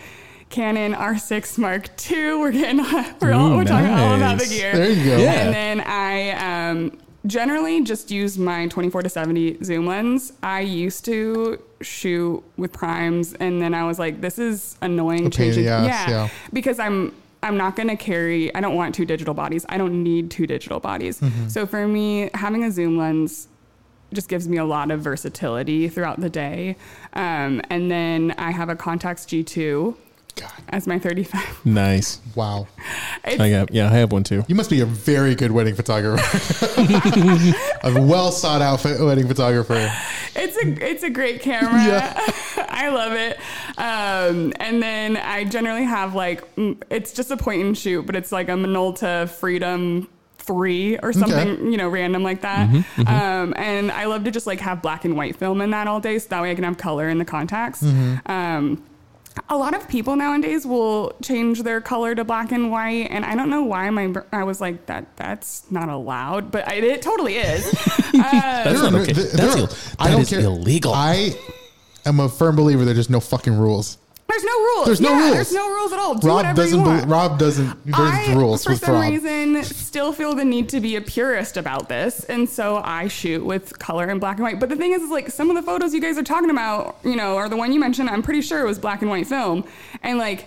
[SPEAKER 3] Canon R6 Mark II. We're getting we're, all,
[SPEAKER 2] Ooh,
[SPEAKER 3] we're talking all about the
[SPEAKER 2] nice.
[SPEAKER 3] gear.
[SPEAKER 1] There you go.
[SPEAKER 2] Yeah.
[SPEAKER 3] And then I um, generally just use my 24 to 70 zoom lens. I used to shoot with primes, and then I was like, this is annoying.
[SPEAKER 1] A pain in the
[SPEAKER 3] changing-
[SPEAKER 1] ass, yeah.
[SPEAKER 3] because I'm I'm not going to carry. I don't want two digital bodies. I don't need two digital bodies.
[SPEAKER 1] Mm-hmm.
[SPEAKER 3] So for me, having a zoom lens just gives me a lot of versatility throughout the day. Um, and then I have a Contax G2
[SPEAKER 1] God,
[SPEAKER 3] as my 35.
[SPEAKER 2] Nice.
[SPEAKER 1] wow.
[SPEAKER 3] It's
[SPEAKER 2] I got yeah, I have one too.
[SPEAKER 1] You must be a very good wedding photographer. a well sought out pho- wedding photographer.
[SPEAKER 3] It's a it's a great camera.
[SPEAKER 1] Yeah.
[SPEAKER 3] I love it. Um, and then I generally have like mm, it's just a point and shoot, but it's like a Minolta Freedom three or something, you know, random like that. Um, and I love to just like have black and white film in that all day, so that way I can have color in the contacts. Um, a lot of people nowadays will change their color to black and white, and I don't know why my br- I was like that. That's not allowed, but I, it totally is.
[SPEAKER 2] That's
[SPEAKER 1] There
[SPEAKER 2] not
[SPEAKER 1] are no-
[SPEAKER 2] okay.
[SPEAKER 1] th-
[SPEAKER 2] That's,
[SPEAKER 1] there are-
[SPEAKER 2] Ill,
[SPEAKER 1] I
[SPEAKER 2] that
[SPEAKER 1] don't
[SPEAKER 2] is
[SPEAKER 1] care.
[SPEAKER 2] illegal.
[SPEAKER 1] I am a firm believer that there's no fucking rules.
[SPEAKER 3] There's no rules.
[SPEAKER 1] There's no
[SPEAKER 3] Yeah,
[SPEAKER 1] rules.
[SPEAKER 3] There's no rules at all. Do
[SPEAKER 1] Rob
[SPEAKER 3] whatever
[SPEAKER 1] doesn't.
[SPEAKER 3] you
[SPEAKER 1] bel
[SPEAKER 3] want.
[SPEAKER 1] Rob doesn't. There's
[SPEAKER 3] I,
[SPEAKER 1] rules
[SPEAKER 3] for
[SPEAKER 1] with
[SPEAKER 3] some
[SPEAKER 1] Rob.
[SPEAKER 3] reason, still feel the need to be a purist about this, and so I shoot with color and black and white. But the thing is, is like some of the photos you guys are talking about, you know, or the one you mentioned, I'm pretty sure it was black and white film, and like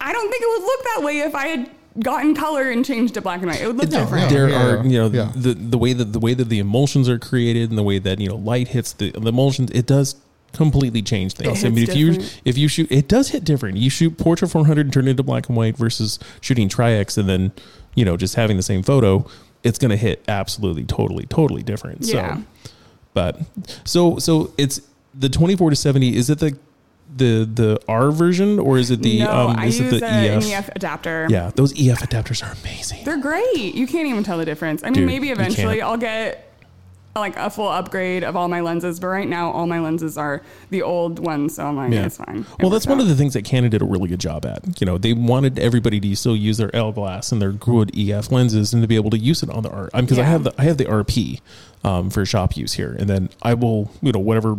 [SPEAKER 3] I don't think it would look that way if I had gotten color and changed to black and white. It would look
[SPEAKER 1] No,
[SPEAKER 3] different.
[SPEAKER 1] yeah.
[SPEAKER 2] there are you know
[SPEAKER 1] yeah.
[SPEAKER 2] the the way that the way that the emulsions are created and the way that you know light hits the, the emulsions it does completely change things.
[SPEAKER 3] It
[SPEAKER 2] I mean,
[SPEAKER 3] hits
[SPEAKER 2] if you
[SPEAKER 3] different.
[SPEAKER 2] if you shoot, it does hit different. You shoot portrait 400 and turn it into black and white versus shooting tri-x and then you know just having the same photo, it's going to hit absolutely totally totally different.
[SPEAKER 3] Yeah.
[SPEAKER 2] So, but so so it's the 24 to 70. Is it the the the R version or is it the
[SPEAKER 3] no,
[SPEAKER 2] um
[SPEAKER 3] I
[SPEAKER 2] is
[SPEAKER 3] use
[SPEAKER 2] it the
[SPEAKER 3] a E
[SPEAKER 2] EF?
[SPEAKER 3] NEF adapter.
[SPEAKER 2] Yeah, those EF adapters are amazing.
[SPEAKER 3] They're great. You can't even tell the difference. I mean,
[SPEAKER 2] Dude,
[SPEAKER 3] maybe
[SPEAKER 2] you
[SPEAKER 3] eventually
[SPEAKER 2] can't.
[SPEAKER 3] I'll get like a full upgrade of all my lenses, but right now all my lenses are the old ones, so I'm like, it's fine. It
[SPEAKER 2] Well, that's
[SPEAKER 3] works
[SPEAKER 2] one
[SPEAKER 3] out.
[SPEAKER 2] of the things that Canon did a really good job at. You know, they wanted everybody to still use their L glass and their good EF lenses and to be able to use it on the art. Because I
[SPEAKER 3] Yeah.
[SPEAKER 2] have the I have the RP um, for shop use here, and then I will you know whatever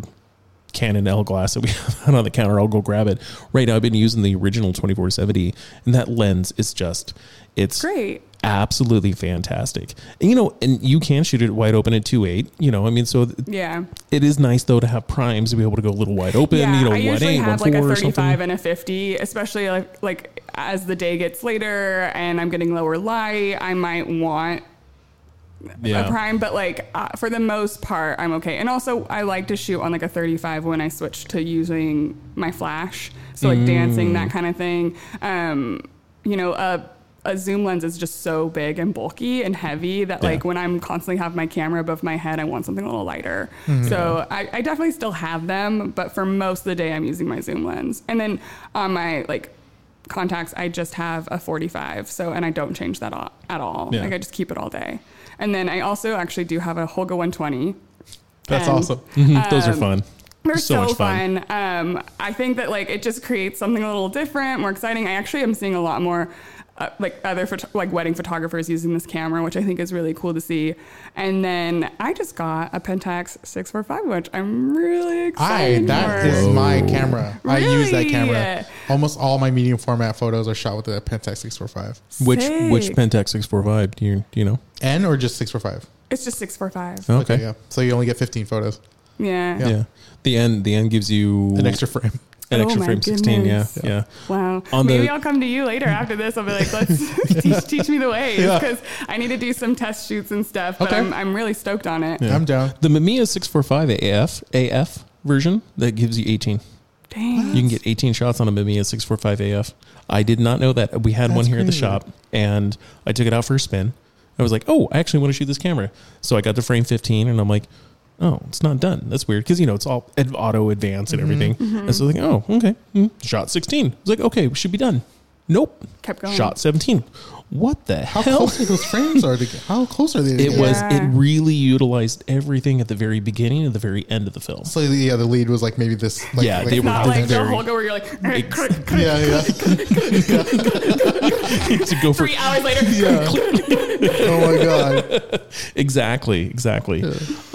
[SPEAKER 2] Canon L glass that we have out on the counter, I'll go grab it. Right now, I've been using the original twenty four seventy, and that lens is just it's
[SPEAKER 3] great.
[SPEAKER 2] absolutely fantastic. And, you know, and you can shoot it wide open at two eight. You know, I mean, so th-
[SPEAKER 3] Yeah.
[SPEAKER 2] it is nice though to have primes to be able to go a little wide open.
[SPEAKER 3] yeah,
[SPEAKER 2] you know,
[SPEAKER 3] I
[SPEAKER 2] wide
[SPEAKER 3] usually
[SPEAKER 2] eight, one
[SPEAKER 3] have like a
[SPEAKER 2] four or something.
[SPEAKER 3] 35 and a 50, especially like like as the day gets later and I'm getting lower light, I might want a prime, but like uh, for the most part, I'm okay. And also, I like to shoot on like a 35 when I switch to using my flash, so like dancing that kind of thing. Um, you know, a a zoom lens is just so big and bulky and heavy that like
[SPEAKER 2] Yeah.
[SPEAKER 3] when I'm constantly have my camera above my head, I want something a little lighter.
[SPEAKER 2] Hmm.
[SPEAKER 3] So I, I definitely still have them, but for most of the day, I'm using my zoom lens. And then on my like contacts, I just have a 45. So and I don't change that all, at all.
[SPEAKER 2] Yeah.
[SPEAKER 3] Like I just keep it all day. And then I also actually do have a Holga 120.
[SPEAKER 1] That's
[SPEAKER 3] And
[SPEAKER 1] awesome.
[SPEAKER 2] Mhm, Those are fun.
[SPEAKER 3] um, They're
[SPEAKER 2] So
[SPEAKER 3] so,
[SPEAKER 2] much fun.
[SPEAKER 3] fun. Um, I think that like it just creates something a little different, more exciting. I actually am seeing a lot more uh, like other photo- like wedding photographers using this camera, which I think is really cool to see. And then I just got a Pentax 645, which I'm really
[SPEAKER 1] I
[SPEAKER 3] excited
[SPEAKER 1] that
[SPEAKER 3] for.
[SPEAKER 1] is my camera. I use that
[SPEAKER 3] Really?
[SPEAKER 1] camera. Almost all my medium format photos are shot with the Pentax six four five.
[SPEAKER 2] Which which
[SPEAKER 3] Sick.
[SPEAKER 2] Pentax six four five? Do you do you know?
[SPEAKER 1] N or just six four five.
[SPEAKER 3] It's just 645.
[SPEAKER 2] Okay.
[SPEAKER 1] yeah. So you only get fifteen photos,
[SPEAKER 3] Yeah.
[SPEAKER 2] Oh. yeah. The end the end gives you
[SPEAKER 1] an extra frame.
[SPEAKER 2] an
[SPEAKER 3] Oh
[SPEAKER 2] extra
[SPEAKER 3] my
[SPEAKER 2] frame sixteen. Yeah,
[SPEAKER 3] goodness.
[SPEAKER 2] yeah.
[SPEAKER 3] Wow.
[SPEAKER 2] On
[SPEAKER 3] Maybe
[SPEAKER 2] the-
[SPEAKER 3] I'll come to you later after this. I'll be like, let's teach, teach me the ways
[SPEAKER 1] Yeah.
[SPEAKER 3] because I need to do some test shoots and stuff. But
[SPEAKER 1] Okay.
[SPEAKER 3] I'm, I'm really stoked on it.
[SPEAKER 2] Yeah.
[SPEAKER 1] I'm down.
[SPEAKER 2] The Mamiya six four five AF AF version that gives you eighteen.
[SPEAKER 3] Dang.
[SPEAKER 2] You can get eighteen shots on a Mamiya six four five AF. I did not know that. We had one
[SPEAKER 1] That's
[SPEAKER 2] here at the
[SPEAKER 1] crazy.
[SPEAKER 2] shop, and I took it out for a spin. I was like, oh, I actually want to shoot this camera. So I got to frame fifteen, and I'm like. Oh, it's not done. That's weird because you know it's all ad- auto advance
[SPEAKER 3] Mm-hmm.
[SPEAKER 2] and everything. And so like, oh, okay, mm. shot sixteen. I was like, okay, we should be done. Nope,
[SPEAKER 3] Kept going.
[SPEAKER 2] Shot 17. What the
[SPEAKER 1] How
[SPEAKER 2] hell?
[SPEAKER 1] close are those frames are? To, how close are they?
[SPEAKER 2] It
[SPEAKER 1] together?
[SPEAKER 2] was. It
[SPEAKER 3] Yeah.
[SPEAKER 2] really utilized everything at the very beginning and the very end of the film.
[SPEAKER 1] So yeah, the lead was like maybe this. Like,
[SPEAKER 2] Yeah,
[SPEAKER 1] like
[SPEAKER 2] they were
[SPEAKER 3] Not like the
[SPEAKER 1] very-
[SPEAKER 3] whole go where you're like,
[SPEAKER 1] Yeah, yeah.
[SPEAKER 2] to go for
[SPEAKER 3] three hours later.
[SPEAKER 1] Oh my god,
[SPEAKER 2] exactly, exactly.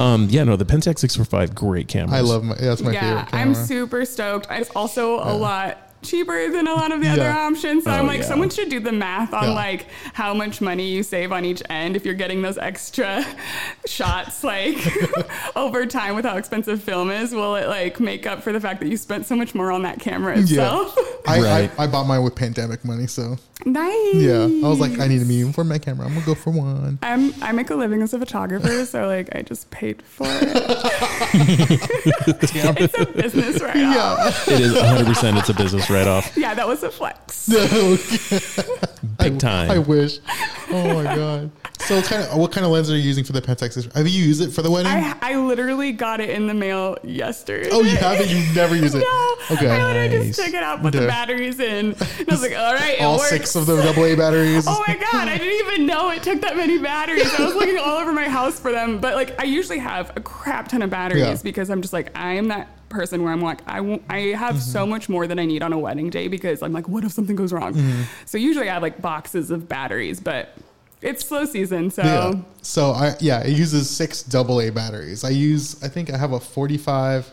[SPEAKER 2] Um, yeah, no, the Pentax six four five, great camera.
[SPEAKER 1] I love my. That's my
[SPEAKER 3] yeah.
[SPEAKER 1] favorite camera.
[SPEAKER 3] I'm super stoked. It's also a lot cheaper than a lot of the other
[SPEAKER 1] Yeah.
[SPEAKER 3] options. So
[SPEAKER 2] Oh,
[SPEAKER 3] I'm like,
[SPEAKER 2] yeah.
[SPEAKER 3] someone should do the math on
[SPEAKER 1] Yeah.
[SPEAKER 3] like how much money you save on each end if you're getting those extra shots like over time with how expensive film is. Will it like make up for the fact that you spent so much more on that camera
[SPEAKER 1] yeah,
[SPEAKER 3] itself?
[SPEAKER 1] I,
[SPEAKER 2] Right.
[SPEAKER 1] I I bought mine with pandemic money, so
[SPEAKER 3] nice.
[SPEAKER 1] yeah. I was like, I need a medium format camera. I'm gonna go for one.
[SPEAKER 3] I'm, I make a living as a photographer, so like I just paid for it. it's a business right yeah.
[SPEAKER 1] Yeah,
[SPEAKER 2] It is one hundred percent. It's a business write off,
[SPEAKER 3] yeah, that was a flex.
[SPEAKER 2] big time.
[SPEAKER 1] I wish. Oh my god. So it's kind of what kind of lens are you using for the Pentax? Have you used it for the wedding?
[SPEAKER 3] I, I literally got it in the mail yesterday.
[SPEAKER 1] oh, you haven't. You never use it.
[SPEAKER 3] No,
[SPEAKER 1] Okay.
[SPEAKER 3] I literally
[SPEAKER 2] Nice.
[SPEAKER 3] just took it out, put
[SPEAKER 1] Okay.
[SPEAKER 3] the batteries in, and I was like, all right, it
[SPEAKER 1] All
[SPEAKER 3] works.
[SPEAKER 1] six of the AA batteries.
[SPEAKER 3] Oh my god, I didn't even know it took that many batteries. I was looking all over my house for them, but like I usually have a crap ton of batteries
[SPEAKER 1] Yeah.
[SPEAKER 3] because I'm just like I am that person where I'm like I won't- I have
[SPEAKER 1] Mm-hmm.
[SPEAKER 3] so much more than I need on a wedding day because I'm like what if something goes wrong?
[SPEAKER 1] Mm-hmm.
[SPEAKER 3] So usually I have like boxes of batteries, but it's slow season, so
[SPEAKER 1] Yeah. So I yeah, it uses six AA batteries. I use I think I have a 45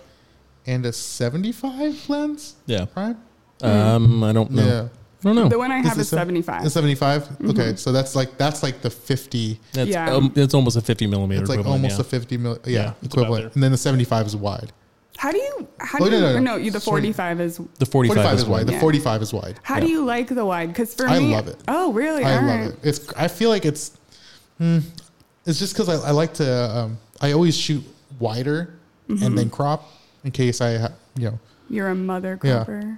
[SPEAKER 1] and a 75 lens.
[SPEAKER 2] Yeah.
[SPEAKER 1] Right?
[SPEAKER 2] Um, I don't know.
[SPEAKER 1] Mm. Yeah.
[SPEAKER 2] I don't know.
[SPEAKER 3] the one I have Mm-hmm.
[SPEAKER 1] This
[SPEAKER 3] is
[SPEAKER 1] sev-
[SPEAKER 3] 75.
[SPEAKER 1] A 75? Okay. So that's like that's like the 50.
[SPEAKER 2] That's,
[SPEAKER 3] Yeah.
[SPEAKER 2] um, it's almost a fifty millimeter.
[SPEAKER 1] It's like
[SPEAKER 2] equivalent,
[SPEAKER 1] almost
[SPEAKER 2] yeah.
[SPEAKER 1] a 50 mil, yeah,
[SPEAKER 2] Yeah, it's about
[SPEAKER 1] equivalent.
[SPEAKER 2] there.
[SPEAKER 1] And then the 75 is wide.
[SPEAKER 3] How do you? How
[SPEAKER 1] Oh,
[SPEAKER 3] do
[SPEAKER 1] no,
[SPEAKER 3] you?
[SPEAKER 1] no,
[SPEAKER 3] No,
[SPEAKER 1] no.
[SPEAKER 3] you, the
[SPEAKER 1] Sorry.
[SPEAKER 3] forty-five is.
[SPEAKER 2] The 45,
[SPEAKER 1] 45 is
[SPEAKER 2] is
[SPEAKER 1] wide.
[SPEAKER 2] one.
[SPEAKER 1] The
[SPEAKER 3] Yeah.
[SPEAKER 1] 45 is wide.
[SPEAKER 3] How
[SPEAKER 2] Yeah.
[SPEAKER 3] do you like the wide? Because for
[SPEAKER 1] I
[SPEAKER 3] me,
[SPEAKER 1] love it.
[SPEAKER 3] Oh, really?
[SPEAKER 1] I
[SPEAKER 3] All
[SPEAKER 1] love
[SPEAKER 3] right.
[SPEAKER 1] it. It's. I feel like it's. hmm, it's just because I, I like to. Um, I always shoot wider and
[SPEAKER 3] Mm-hmm.
[SPEAKER 1] then crop in case I, ha- you know,
[SPEAKER 3] You're a mother
[SPEAKER 1] Yeah.
[SPEAKER 3] cropper.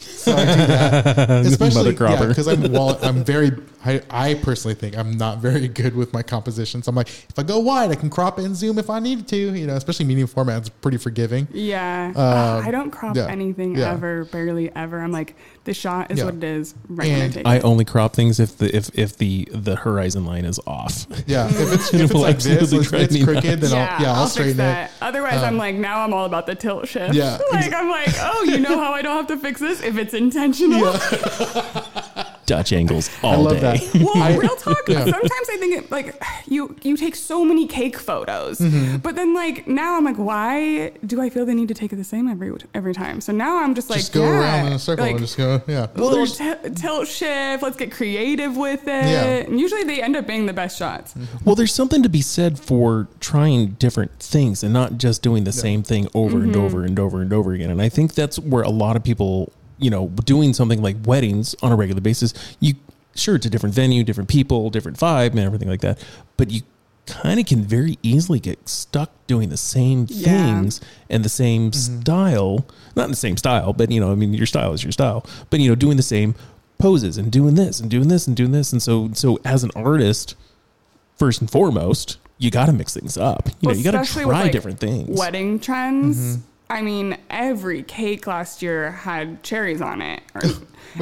[SPEAKER 1] so I do that. Especially
[SPEAKER 2] Uh, Mother cropper.
[SPEAKER 1] because I'm well, I'm very. I, I personally think I'm not very good with my compositions. I'm like, if I go wide, I can crop it and zoom if I need to. You know, especially medium format is pretty forgiving.
[SPEAKER 3] Yeah.
[SPEAKER 1] Um,
[SPEAKER 3] I don't crop
[SPEAKER 1] yeah.
[SPEAKER 3] anything
[SPEAKER 1] Yeah.
[SPEAKER 3] ever, barely ever. I'm like, the shot is
[SPEAKER 1] Yeah.
[SPEAKER 3] what it is. Right
[SPEAKER 1] And
[SPEAKER 3] when I take
[SPEAKER 2] I
[SPEAKER 3] it.
[SPEAKER 2] only crop things if the if if the the horizon line is off.
[SPEAKER 1] Yeah, if it's, if it's
[SPEAKER 2] Will
[SPEAKER 1] like this,
[SPEAKER 2] absolutely
[SPEAKER 1] if
[SPEAKER 2] drive me
[SPEAKER 1] it's crooked,
[SPEAKER 2] nuts.
[SPEAKER 1] then I'll, yeah, I'll, straighten
[SPEAKER 3] fix
[SPEAKER 1] it. Um,
[SPEAKER 3] that. Otherwise, I'm like, now I'm all about the tilt shift.
[SPEAKER 1] Yeah,
[SPEAKER 3] like, I'm like, oh, you know how I don't have to fix this if it's intentional?
[SPEAKER 2] Dutch angles all
[SPEAKER 1] I love
[SPEAKER 2] day.
[SPEAKER 1] that.
[SPEAKER 3] Well,
[SPEAKER 1] I-
[SPEAKER 3] real talk.
[SPEAKER 1] Yeah.
[SPEAKER 3] Sometimes I think it, like you you take so many cake photos,
[SPEAKER 1] Mm-hmm.
[SPEAKER 3] but then like now I'm like, why do I feel the need to take it the same every every time? So now I'm just like,
[SPEAKER 1] just go
[SPEAKER 3] yeah,
[SPEAKER 1] around in a circle
[SPEAKER 3] like,
[SPEAKER 1] and just go. Yeah.
[SPEAKER 3] little t- tilt shift. Let's get creative with it. And usually they end up being the best shots.
[SPEAKER 1] Mm-hmm.
[SPEAKER 2] Well, there's something to be said for trying different things and not just doing the same thing over and over and over and over again. And I think that's where a lot of people, you know, doing something like weddings on a regular basis, you sure it's a different venue, different people, different vibe, and everything like that. But you kind of can very easily get stuck doing the same
[SPEAKER 3] Yeah.
[SPEAKER 2] things and the same style. Not the same style, but you know, I mean, your style is your style. But you know, doing the same poses and doing this and doing this and doing this and so so as an artist first and foremost, you got to mix things up. You know,
[SPEAKER 3] Well,
[SPEAKER 2] you got to
[SPEAKER 3] especially
[SPEAKER 2] try
[SPEAKER 3] with, like,
[SPEAKER 2] different things.
[SPEAKER 3] Wedding trends.
[SPEAKER 1] Mm-hmm.
[SPEAKER 3] I mean, every cake last year had cherries on it, or,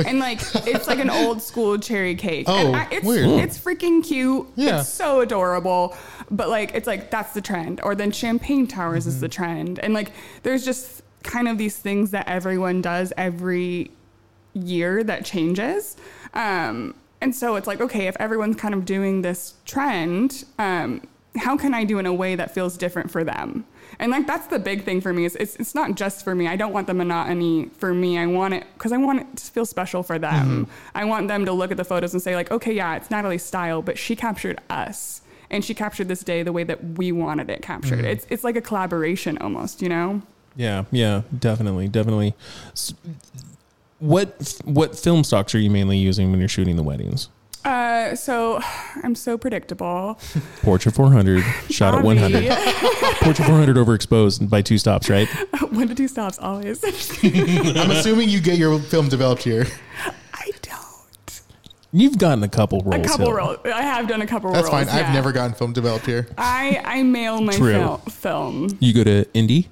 [SPEAKER 3] and like it's like an old school cherry cake.
[SPEAKER 1] Oh,
[SPEAKER 3] and I, it's,
[SPEAKER 1] weird.
[SPEAKER 2] Hmm.
[SPEAKER 3] It's freaking cute.
[SPEAKER 1] Yeah.
[SPEAKER 3] It's so adorable. But like, it's like that's the trend. Or then champagne towers
[SPEAKER 1] Mm-hmm.
[SPEAKER 3] is the trend, and like there's just kind of these things that everyone does every year that changes. Um, and so it's like, okay, if everyone's kind of doing this trend, um, how can I do in a way that feels different for them? And like that's the big thing for me is it's, it's not just for me. I don't want the monotony for me. I want it because I want it to feel special for them. I want them to look at the photos and say like, okay, yeah, it's Natalie's style, but she captured us and she captured this day the way that we wanted it captured. It's it's like a collaboration almost, you know?
[SPEAKER 2] Yeah, yeah, definitely, definitely. S- What what film stocks are you mainly using when you're shooting the weddings?
[SPEAKER 3] Uh, so I'm so predictable.
[SPEAKER 2] Portrait 400, shot at 100.
[SPEAKER 3] Obvi.
[SPEAKER 2] Portrait 400 overexposed by two stops, right?
[SPEAKER 3] One to two stops always.
[SPEAKER 1] I'm assuming you get your film developed here.
[SPEAKER 3] I don't.
[SPEAKER 2] You've gotten a couple rolls.
[SPEAKER 3] A couple
[SPEAKER 2] Hill.
[SPEAKER 3] rolls. I have done a couple
[SPEAKER 1] That's
[SPEAKER 3] rolls.
[SPEAKER 1] fine. I've
[SPEAKER 3] yeah.
[SPEAKER 1] never gotten film developed here.
[SPEAKER 3] I I mail my
[SPEAKER 2] True.
[SPEAKER 3] fil- film.
[SPEAKER 2] You go to indie.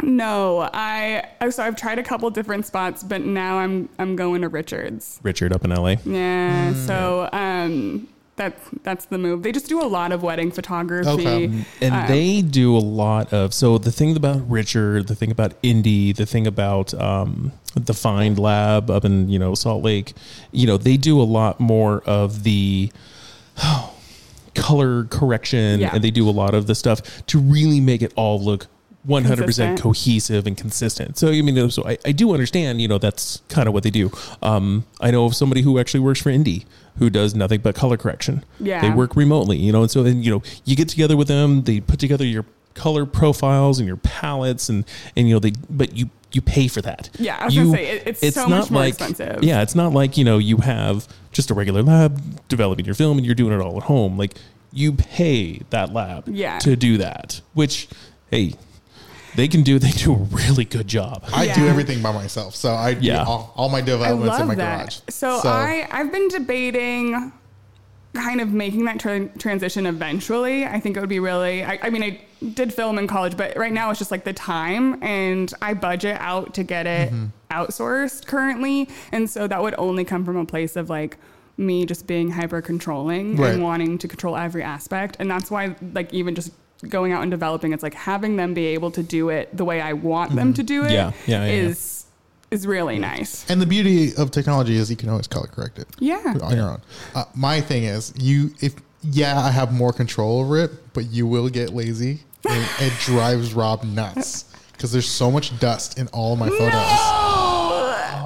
[SPEAKER 3] No, I. oh, So I've tried a couple different spots, but now I'm I'm going to Richards.
[SPEAKER 2] Richard up in LA.
[SPEAKER 3] Yeah.
[SPEAKER 1] Mm.
[SPEAKER 3] So um, that's that's the move. They just do a lot of wedding photography.
[SPEAKER 1] Okay.
[SPEAKER 2] And
[SPEAKER 3] Um,
[SPEAKER 2] they do a lot of so the thing about Richard, the thing about Indy, the thing about um, the Find Lab up in you know Salt Lake, you know they do a lot more of the color correction
[SPEAKER 3] Yeah.
[SPEAKER 2] and they do a lot of the stuff to really make it all look 100%
[SPEAKER 3] Consistent.
[SPEAKER 2] cohesive and consistent. So I mean so I, I do understand, you know, that's kind of what they do. Um, I know of somebody who actually works for Indy who does nothing but color correction.
[SPEAKER 3] Yeah.
[SPEAKER 2] They work remotely, you know, and so and you know, you get together with them, they put together your color profiles and your palettes and and you know they but you you pay for that.
[SPEAKER 3] Yeah, I was
[SPEAKER 2] You-
[SPEAKER 3] gonna say, it- it's so much more
[SPEAKER 2] like,
[SPEAKER 3] expensive.
[SPEAKER 2] Yeah, it's not like, you know, you have just a regular lab developing your film and you're doing it all at home. Like you pay that lab
[SPEAKER 3] Yeah.
[SPEAKER 2] to do that, which hey, they can do they do a really good job.
[SPEAKER 1] I do
[SPEAKER 3] Yeah.
[SPEAKER 1] everything by myself, so I do
[SPEAKER 2] Yeah.
[SPEAKER 1] all, all my
[SPEAKER 3] I
[SPEAKER 1] developments in
[SPEAKER 3] love
[SPEAKER 1] my
[SPEAKER 3] that.
[SPEAKER 1] garage.
[SPEAKER 3] So, I I've been debating kind of making that tra- transition eventually. I think it would be really. I, I mean, I did film in college, but right now it's just like the time, and I budget out to get it
[SPEAKER 1] Mm-hmm.
[SPEAKER 3] outsourced currently, and so that would only come from a place of like me just being hyper controlling
[SPEAKER 1] Right.
[SPEAKER 3] and wanting to control every aspect, and that's why like even just going out and developing it's like having them be able to do it the way I want
[SPEAKER 1] Mm-hmm.
[SPEAKER 3] them to do it is
[SPEAKER 2] Yeah. Yeah, yeah, yeah.
[SPEAKER 3] is really nice.
[SPEAKER 1] and the beauty of technology is you can always color correct it.
[SPEAKER 3] Yeah.
[SPEAKER 1] on your own. Uh, my thing is, you if yeah, I have more control over it, but you will get lazy, and it drives Rob nuts because there's so much dust in all my photos.
[SPEAKER 3] No!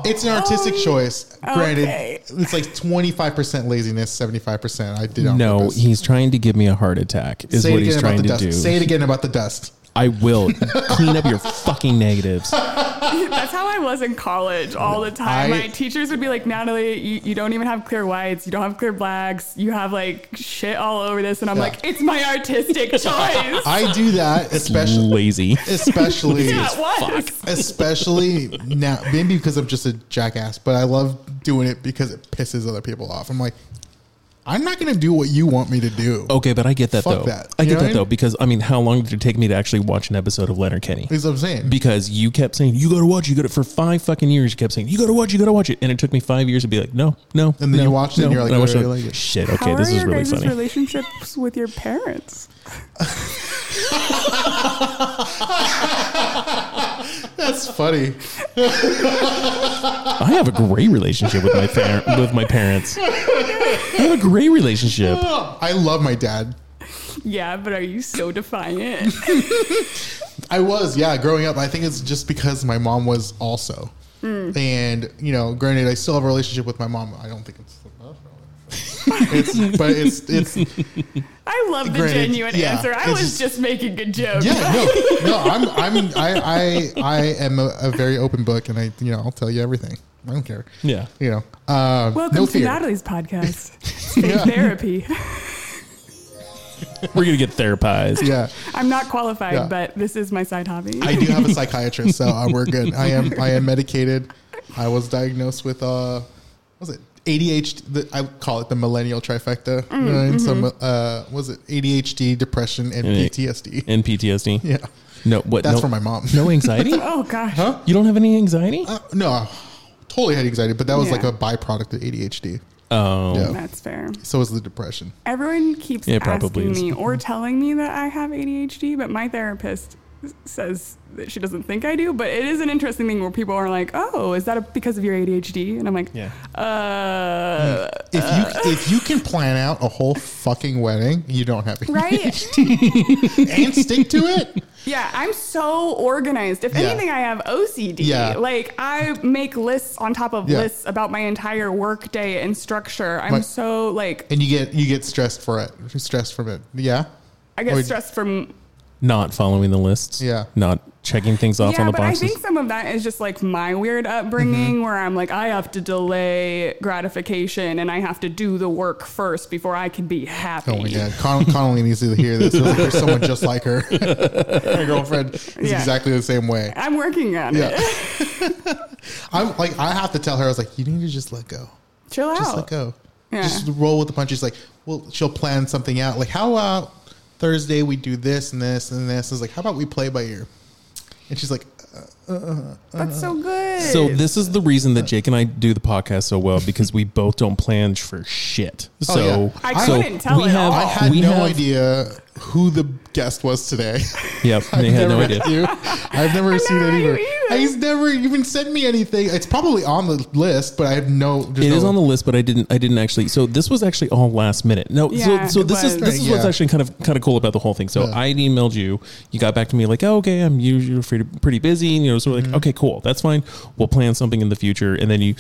[SPEAKER 1] It's an artistic
[SPEAKER 3] Um,
[SPEAKER 1] choice. Granted,
[SPEAKER 3] okay.
[SPEAKER 1] it's like 25% laziness, 75% I did on
[SPEAKER 2] No,
[SPEAKER 1] purpose.
[SPEAKER 2] he's trying to give me a heart attack is
[SPEAKER 1] Say it
[SPEAKER 2] what
[SPEAKER 1] again
[SPEAKER 2] he's
[SPEAKER 1] about
[SPEAKER 2] trying
[SPEAKER 1] the
[SPEAKER 2] to
[SPEAKER 1] dust.
[SPEAKER 2] do.
[SPEAKER 1] Say it again about the dust.
[SPEAKER 2] I will clean up your fucking negatives.
[SPEAKER 3] That's how I was in college all the time.
[SPEAKER 1] I-
[SPEAKER 3] My teachers would be like, Natalie, you, you don't even have clear whites. You don't have clear blacks. You have like shit all over this. And I'm
[SPEAKER 1] Yeah.
[SPEAKER 3] like, it's my artistic choice. yeah,
[SPEAKER 1] I do that, especially,
[SPEAKER 2] Lazy.
[SPEAKER 1] especially,
[SPEAKER 3] it was.
[SPEAKER 1] especially now. Maybe because I'm just a jackass, but I love doing it because it pisses other people off. I'm like, I'm not gonna do what you want me to do.
[SPEAKER 2] Okay, but I get that
[SPEAKER 1] Fuck
[SPEAKER 2] though.
[SPEAKER 1] that.
[SPEAKER 2] I
[SPEAKER 1] You know
[SPEAKER 2] get that
[SPEAKER 1] what I
[SPEAKER 2] though
[SPEAKER 1] mean?
[SPEAKER 2] because I mean, how long did it take me to actually watch an episode of Leonard Kenny?
[SPEAKER 1] That's what I'm saying.
[SPEAKER 2] Because you kept saying you got to watch, you got to for five fucking years. You kept saying you got to watch, you got to watch it, and it took me five years to be like, no, no.
[SPEAKER 1] And then
[SPEAKER 2] no,
[SPEAKER 1] you watched it
[SPEAKER 2] no.
[SPEAKER 1] and you're like, "Oh,
[SPEAKER 2] I watched
[SPEAKER 1] I
[SPEAKER 2] it,
[SPEAKER 1] really like it.
[SPEAKER 2] Shit.
[SPEAKER 3] How
[SPEAKER 2] Okay,
[SPEAKER 3] are
[SPEAKER 2] this is
[SPEAKER 3] your
[SPEAKER 2] really
[SPEAKER 3] guys'
[SPEAKER 2] funny.
[SPEAKER 3] relationships with your parents?
[SPEAKER 1] That's funny.
[SPEAKER 2] I have a great relationship with my par- with my parents. I have a great relationship.
[SPEAKER 1] I love my dad.
[SPEAKER 3] Yeah, but are you so defiant?
[SPEAKER 1] I was, yeah, growing up. I think it's just because my mom was also. And, you know, granted, I still have a relationship with my mom. I don't think it's the best. it's, but it's, it's,
[SPEAKER 3] I love the
[SPEAKER 1] Granted,
[SPEAKER 3] genuine
[SPEAKER 1] yeah,
[SPEAKER 3] answer. I
[SPEAKER 1] it's
[SPEAKER 3] was
[SPEAKER 1] just-
[SPEAKER 3] just making a joke.
[SPEAKER 1] yeah, no, no, I'm, I'm, I, I, I am a, a very open book and I, you know, I'll tell you everything. I don't care.
[SPEAKER 2] Yeah.
[SPEAKER 1] You know, um,
[SPEAKER 3] Welcome
[SPEAKER 1] no
[SPEAKER 3] to
[SPEAKER 1] fear.
[SPEAKER 3] Natalie's podcast. It's fake
[SPEAKER 1] Yeah.
[SPEAKER 3] therapy.
[SPEAKER 2] We're gonna get therapized.
[SPEAKER 1] Yeah.
[SPEAKER 3] I'm not qualified,
[SPEAKER 1] Yeah.
[SPEAKER 3] but this is my side hobby.
[SPEAKER 1] I do have a psychiatrist, so uh, we're good. I am, I am medicated. I was diagnosed with, uh, what was it? ADHD, the, I call it the millennial trifecta.
[SPEAKER 3] Mm,
[SPEAKER 1] you know, and some,
[SPEAKER 3] mm-hmm.
[SPEAKER 1] uh, was it ADHD, depression, and
[SPEAKER 2] And it-
[SPEAKER 1] PTSD?
[SPEAKER 2] And PTSD.
[SPEAKER 1] Yeah,
[SPEAKER 2] No. What?
[SPEAKER 1] that's
[SPEAKER 2] no,
[SPEAKER 1] for my mom.
[SPEAKER 2] No anxiety.
[SPEAKER 3] oh gosh.
[SPEAKER 2] You don't have any anxiety?
[SPEAKER 1] Uh, no, I totally had anxiety, but that was
[SPEAKER 3] Yeah.
[SPEAKER 1] like a byproduct of ADHD.
[SPEAKER 2] Oh.
[SPEAKER 1] Yeah.
[SPEAKER 3] That's fair.
[SPEAKER 1] So was the depression.
[SPEAKER 3] Everyone keeps
[SPEAKER 2] Yeah, it probably
[SPEAKER 3] asking
[SPEAKER 2] is.
[SPEAKER 3] me or telling me that I have ADHD, but my therapist s- says that she doesn't think I do. But it is an interesting thing where people are like, "Oh, is that a, because of your ADHD?" And I'm like,
[SPEAKER 2] Yeah.
[SPEAKER 3] "Uh,
[SPEAKER 1] If you if you can plan out a whole fucking wedding, you don't have ADHD
[SPEAKER 3] right."
[SPEAKER 1] and stick to it.
[SPEAKER 3] Yeah, I'm so organized. If
[SPEAKER 1] Yeah.
[SPEAKER 3] anything, I have OCD.
[SPEAKER 1] Yeah.
[SPEAKER 3] Like I make lists on top of
[SPEAKER 1] Yeah.
[SPEAKER 3] lists about my entire workday and structure. I'm
[SPEAKER 1] My-
[SPEAKER 3] so like
[SPEAKER 1] And you get you get stressed for it. Stressed from it. Yeah.
[SPEAKER 3] I get
[SPEAKER 1] Or-
[SPEAKER 3] stressed from
[SPEAKER 2] Not following the lists.
[SPEAKER 1] Yeah.
[SPEAKER 2] Not checking things off
[SPEAKER 3] yeah,
[SPEAKER 2] on the
[SPEAKER 3] but I
[SPEAKER 2] boxes. Mm-hmm.
[SPEAKER 3] think some of that is just like my weird upbringing where I'm like I have to delay gratification and I have to do the work first before I can be happy.
[SPEAKER 1] Oh my god. Con- Connolly needs to hear this. There's someone just like her. my girlfriend is
[SPEAKER 3] Yeah.
[SPEAKER 1] exactly the same way.
[SPEAKER 3] I'm working on
[SPEAKER 1] Yeah.
[SPEAKER 3] it.
[SPEAKER 1] I'm like I have to tell her. I was like, you need to just let go.
[SPEAKER 3] Chill out.
[SPEAKER 1] just let go.
[SPEAKER 3] Oh. Yeah.
[SPEAKER 1] Just roll with the punches. Like, well, she'll plan something out. Like, how about Thursday we do this and this and this? I was like, how about we play by ear? And she's like,
[SPEAKER 3] That's so good.
[SPEAKER 2] uh-huh. so this is the reason that Jake and I do the podcast so well because we both don't plan for shit. So
[SPEAKER 1] Oh, yeah.
[SPEAKER 3] I
[SPEAKER 2] so
[SPEAKER 3] couldn't tell
[SPEAKER 2] we
[SPEAKER 3] at
[SPEAKER 2] have,
[SPEAKER 3] all.
[SPEAKER 1] I had
[SPEAKER 2] Oh, we
[SPEAKER 1] no
[SPEAKER 2] have-
[SPEAKER 1] idea who the guest was today.
[SPEAKER 2] Yep, they had no
[SPEAKER 1] Never
[SPEAKER 2] idea.
[SPEAKER 1] met you. I've never seen
[SPEAKER 3] never
[SPEAKER 1] any.
[SPEAKER 3] knew
[SPEAKER 1] of her.
[SPEAKER 3] either.
[SPEAKER 1] He's never even sent me anything. It's probably on the list, but I have no.
[SPEAKER 2] It is on the list, but I didn't. I didn't actually. So this was actually all last minute. No,
[SPEAKER 3] Yeah,
[SPEAKER 2] so so
[SPEAKER 3] it
[SPEAKER 2] this is
[SPEAKER 3] was.
[SPEAKER 2] this is what's
[SPEAKER 1] Yeah.
[SPEAKER 2] actually kind of kind of cool about the whole thing. So
[SPEAKER 1] Yeah.
[SPEAKER 2] I emailed you. You got back to me like, oh, okay, I'm usually pretty, pretty busy, and you know, sort
[SPEAKER 1] Mm-hmm.
[SPEAKER 2] of like, okay, cool, that's fine. We'll plan something in the future, and then you,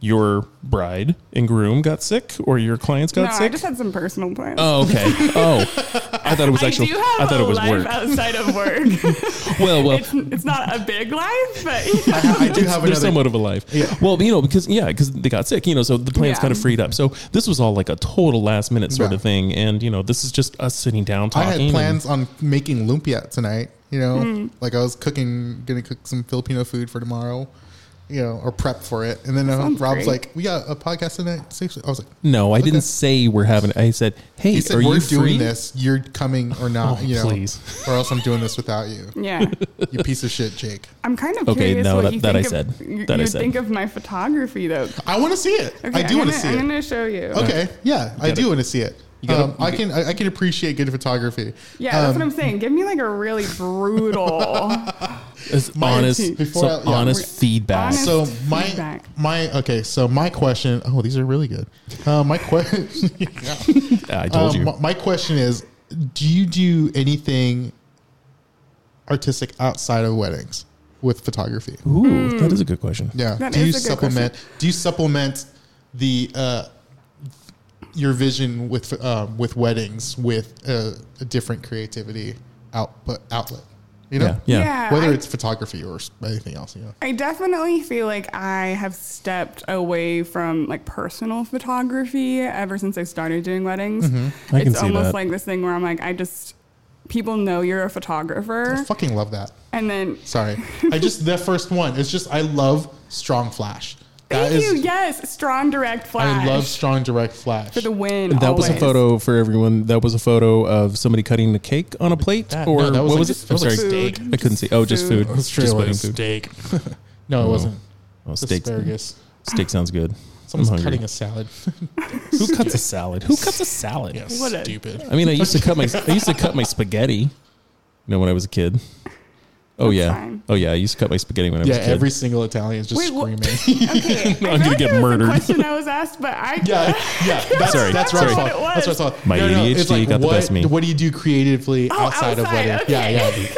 [SPEAKER 2] your bride and groom got sick, or your clients
[SPEAKER 3] no,
[SPEAKER 2] got
[SPEAKER 3] I
[SPEAKER 2] sick.
[SPEAKER 3] just had some personal plans.
[SPEAKER 2] Oh, okay. Oh, I thought it was
[SPEAKER 3] I
[SPEAKER 2] actually.
[SPEAKER 3] do have
[SPEAKER 2] I thought
[SPEAKER 3] a
[SPEAKER 2] it was
[SPEAKER 3] life
[SPEAKER 2] work.
[SPEAKER 3] outside of work.
[SPEAKER 2] Well, well,
[SPEAKER 3] it's, it's not a big life, but
[SPEAKER 1] I, ha- I do have
[SPEAKER 2] they're
[SPEAKER 1] another.
[SPEAKER 2] somewhat of a life.
[SPEAKER 1] Yeah.
[SPEAKER 2] Well, you know, because yeah, because they got sick, you know, so the plan's
[SPEAKER 3] Yeah.
[SPEAKER 2] kind of freed up. So this was all like a total last minute sort
[SPEAKER 1] Yeah.
[SPEAKER 2] of thing, and you know, this is just us sitting down
[SPEAKER 1] I
[SPEAKER 2] talking. Hmm.
[SPEAKER 1] had
[SPEAKER 2] and-
[SPEAKER 1] plans on making lumpia tonight. You know, like I was cooking, gonna cook some Filipino food for tomorrow. You know, or prep for it. And then uh,
[SPEAKER 3] Sounds
[SPEAKER 1] Rob's
[SPEAKER 3] great.
[SPEAKER 1] like, "We got a podcast tonight." Six- I was like,
[SPEAKER 2] no, I
[SPEAKER 1] Okay.
[SPEAKER 2] didn't say we're having. I said, hey,
[SPEAKER 1] "He said
[SPEAKER 2] are
[SPEAKER 1] we're
[SPEAKER 2] you free?
[SPEAKER 1] doing this. You're coming or not?
[SPEAKER 2] Oh,
[SPEAKER 1] you know,
[SPEAKER 2] please.
[SPEAKER 1] or else I'm doing this without you.
[SPEAKER 3] yeah.
[SPEAKER 1] You piece of shit, Jake.
[SPEAKER 3] I'm kind of
[SPEAKER 2] Okay,
[SPEAKER 3] curious
[SPEAKER 2] no,
[SPEAKER 3] what
[SPEAKER 2] that-
[SPEAKER 3] you
[SPEAKER 2] that
[SPEAKER 3] think
[SPEAKER 2] I
[SPEAKER 3] of,
[SPEAKER 2] said.
[SPEAKER 3] you,
[SPEAKER 2] That I
[SPEAKER 3] you
[SPEAKER 2] said.
[SPEAKER 3] think of my photography though.
[SPEAKER 1] I want to see it.
[SPEAKER 3] Okay,
[SPEAKER 1] I do
[SPEAKER 3] I'm
[SPEAKER 1] want to
[SPEAKER 3] gonna-
[SPEAKER 1] see
[SPEAKER 3] I'm
[SPEAKER 1] it.
[SPEAKER 3] gonna show you.
[SPEAKER 1] Okay, yeah, I
[SPEAKER 2] gotta-
[SPEAKER 1] do want to see it.
[SPEAKER 2] gotta-
[SPEAKER 1] um, I can I, I can appreciate good photography.
[SPEAKER 3] Yeah, that's
[SPEAKER 1] Um,
[SPEAKER 3] what I'm saying. Give me like a really brutal.
[SPEAKER 2] It's honest,
[SPEAKER 1] Before
[SPEAKER 2] some
[SPEAKER 1] I- yeah.
[SPEAKER 2] honest feedback.
[SPEAKER 3] Honest-
[SPEAKER 1] So my
[SPEAKER 3] Feedback.
[SPEAKER 1] my okay. So my question. Oh, these are really good. Uh, my question.
[SPEAKER 2] I told you.
[SPEAKER 1] Um, my, my question is: Do you do anything artistic outside of weddings with photography?
[SPEAKER 2] Ooh,
[SPEAKER 1] Hmm.
[SPEAKER 2] that is a good question.
[SPEAKER 1] Yeah.
[SPEAKER 3] That
[SPEAKER 1] do you
[SPEAKER 3] is a good
[SPEAKER 1] supplement? Do you supplement the uh, your vision with um, with weddings with uh, a different creativity output outlet? You know,
[SPEAKER 2] Yeah.
[SPEAKER 1] whether
[SPEAKER 3] I-
[SPEAKER 1] it's photography or s- anything else. You know,
[SPEAKER 3] I definitely feel like I have stepped away from like personal photography ever since I started doing weddings.
[SPEAKER 2] Mm-hmm. I can
[SPEAKER 3] it's
[SPEAKER 2] see
[SPEAKER 3] almost
[SPEAKER 2] that.
[SPEAKER 3] like this thing where I'm like, I just people know you're a photographer,
[SPEAKER 1] I fucking love that.
[SPEAKER 3] and then
[SPEAKER 1] Sorry, I just that first one. It's just I love strong flash. That
[SPEAKER 3] thank you,
[SPEAKER 1] is-
[SPEAKER 3] yes, strong direct
[SPEAKER 1] I
[SPEAKER 3] flash
[SPEAKER 1] love strong direct flash.
[SPEAKER 3] for the win.
[SPEAKER 2] That was a
[SPEAKER 3] always.
[SPEAKER 2] photo for everyone. That was a photo of somebody cutting a cake on a plate,
[SPEAKER 1] That-
[SPEAKER 2] or
[SPEAKER 1] no, that was
[SPEAKER 2] what
[SPEAKER 1] like
[SPEAKER 2] was
[SPEAKER 1] just-
[SPEAKER 2] it?
[SPEAKER 1] that
[SPEAKER 2] I'm
[SPEAKER 1] was like
[SPEAKER 2] sorry,
[SPEAKER 1] steak.
[SPEAKER 2] I couldn't see. Oh, just food.
[SPEAKER 3] Food.
[SPEAKER 1] That's
[SPEAKER 2] Just
[SPEAKER 1] really
[SPEAKER 2] putting food.
[SPEAKER 1] steak. no, it wasn't.
[SPEAKER 2] Oh, steak.
[SPEAKER 1] Asparagus.
[SPEAKER 2] Steak sounds good.
[SPEAKER 1] Someone's
[SPEAKER 2] I'm hungry.
[SPEAKER 1] cutting a salad.
[SPEAKER 2] Who cuts a salad? Who cuts a salad?
[SPEAKER 1] Yeah,
[SPEAKER 3] What a-
[SPEAKER 1] stupid.
[SPEAKER 2] I mean, I used to cut my I used to cut my spaghetti. You know, when I was a kid. Oh yeah.
[SPEAKER 3] fine.
[SPEAKER 2] Oh yeah. I used to cut my spaghetti when I
[SPEAKER 1] yeah,
[SPEAKER 2] was a kid.
[SPEAKER 1] every single Italian is just
[SPEAKER 3] Wait, what-
[SPEAKER 1] screaming.
[SPEAKER 3] Okay, I'm
[SPEAKER 2] gonna get murdered.
[SPEAKER 3] The question I was asked, but I
[SPEAKER 1] yeah, yeah. That's
[SPEAKER 2] Sorry,
[SPEAKER 1] that's
[SPEAKER 2] sorry.
[SPEAKER 1] what I saw.
[SPEAKER 3] That's what
[SPEAKER 1] That's
[SPEAKER 3] it was.
[SPEAKER 1] what I saw.
[SPEAKER 2] My ADHD got the
[SPEAKER 1] what,
[SPEAKER 2] best of me.
[SPEAKER 1] What do you do creatively
[SPEAKER 3] Oh,
[SPEAKER 1] outside, of
[SPEAKER 3] outside,
[SPEAKER 1] wedding? Yeah, yeah. dude.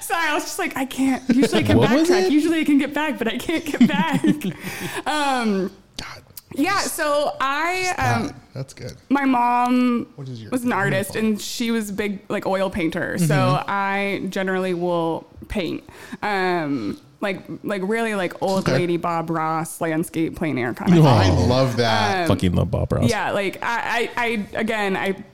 [SPEAKER 3] Sorry, I was just like, I can't. Usually I can
[SPEAKER 2] What was
[SPEAKER 3] backtrack.
[SPEAKER 2] it?
[SPEAKER 3] Usually I can get back, but I can't get back. um, yeah, so I, um,
[SPEAKER 1] That's good.
[SPEAKER 3] my mom
[SPEAKER 1] What is your-
[SPEAKER 3] was an artist and she was a big like oil painter.
[SPEAKER 1] Mm-hmm.
[SPEAKER 3] So I generally will paint. Um, like like really like old
[SPEAKER 1] Okay.
[SPEAKER 3] lady Bob Ross landscape plain air kind of.
[SPEAKER 2] Oh.
[SPEAKER 1] I love that.
[SPEAKER 2] Fucking love Bob Ross.
[SPEAKER 3] Yeah, like I, I, I again, I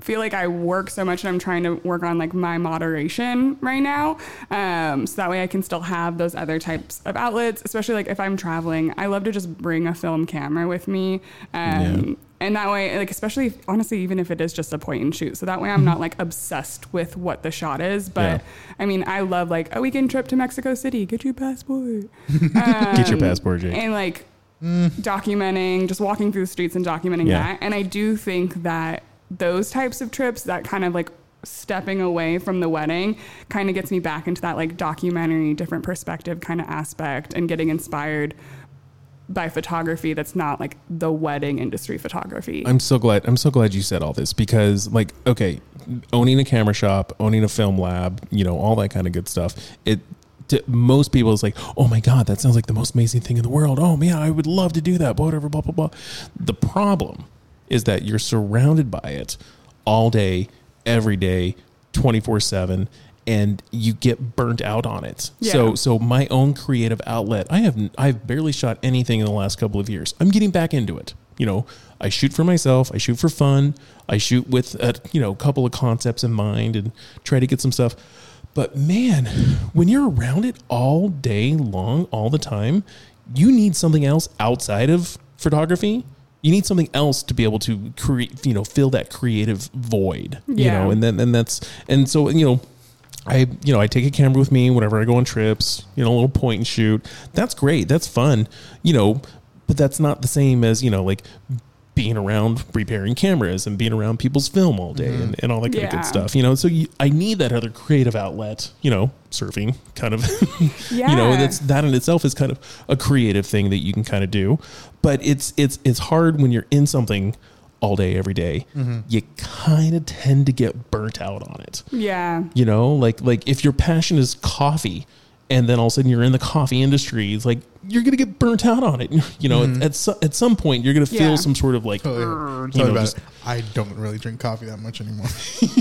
[SPEAKER 3] feel like I work so much, and I'm trying to work on like my moderation right now, um, so that way I can still have those other types of outlets. Especially like if I'm traveling, I love to just bring a film camera with me. Um,
[SPEAKER 2] Yeah.
[SPEAKER 3] And that way, like, especially if, honestly, even if it is just a point and shoot. So that way I'm not like obsessed with what the shot is. But I mean, I love like a weekend trip to Mexico City, get your passport.
[SPEAKER 2] Get your passport, Jake.
[SPEAKER 3] And like documenting, just walking through the streets and documenting
[SPEAKER 2] Yeah.
[SPEAKER 3] that. And I do think that those types of trips, that kind of like stepping away from the wedding, kind of gets me back into that like documentary, different perspective kind of aspect and getting inspired by photography that's not like the wedding industry photography.
[SPEAKER 2] I'm so glad. I'm so glad you said all this because, like, okay, owning a camera shop, owning a film lab, you know, all that kind of good stuff. It to most people is like, oh my god, that sounds like the most amazing thing in the world. Oh man, I would love to do that. Whatever, blah blah blah. The problem is that you're surrounded by it all day, every day, twenty four seven. And you get burnt out on it. So,
[SPEAKER 3] Yeah.
[SPEAKER 2] so my own creative outlet. I have I've barely shot anything in the last couple of years. I'm getting back into it. You know, I shoot for myself. I shoot for fun. I shoot with a you know couple of concepts in mind and try to get some stuff. But man, when you're around it all day long, all the time, you need something else outside of photography. You need something else to be able to create, you know, fill that creative void. You
[SPEAKER 3] Yeah.
[SPEAKER 2] know, and then and that's and so you know, I you know I take a camera with me whenever I go on trips. You know, a little point and shoot. That's great. That's fun. You know, but that's not the same as you know like being around repairing cameras and being around people's film all day and, and all that kind of
[SPEAKER 3] Yeah.
[SPEAKER 2] good stuff. You know, so you, I need that other creative outlet. You know, surfing kind of. You know,
[SPEAKER 3] Yeah.
[SPEAKER 2] that's that in itself is kind of a creative thing that you can kind of do, but it's it's it's hard when you're in something all day every day.
[SPEAKER 1] Mm-hmm.
[SPEAKER 2] You kind of tend to get burnt out on it
[SPEAKER 3] yeah.
[SPEAKER 2] you know like like if your passion is coffee and then all of a sudden you're in the coffee industry it's like you're gonna get burnt out on it you know at, at, so, at some point you're gonna feel
[SPEAKER 3] Yeah.
[SPEAKER 2] some sort of
[SPEAKER 3] Uh,
[SPEAKER 2] like
[SPEAKER 1] Mm-hmm. Totally.
[SPEAKER 2] "Urgh,"
[SPEAKER 1] Totally
[SPEAKER 2] you know,
[SPEAKER 1] about
[SPEAKER 2] just-
[SPEAKER 1] it. I don't really drink coffee that much anymore.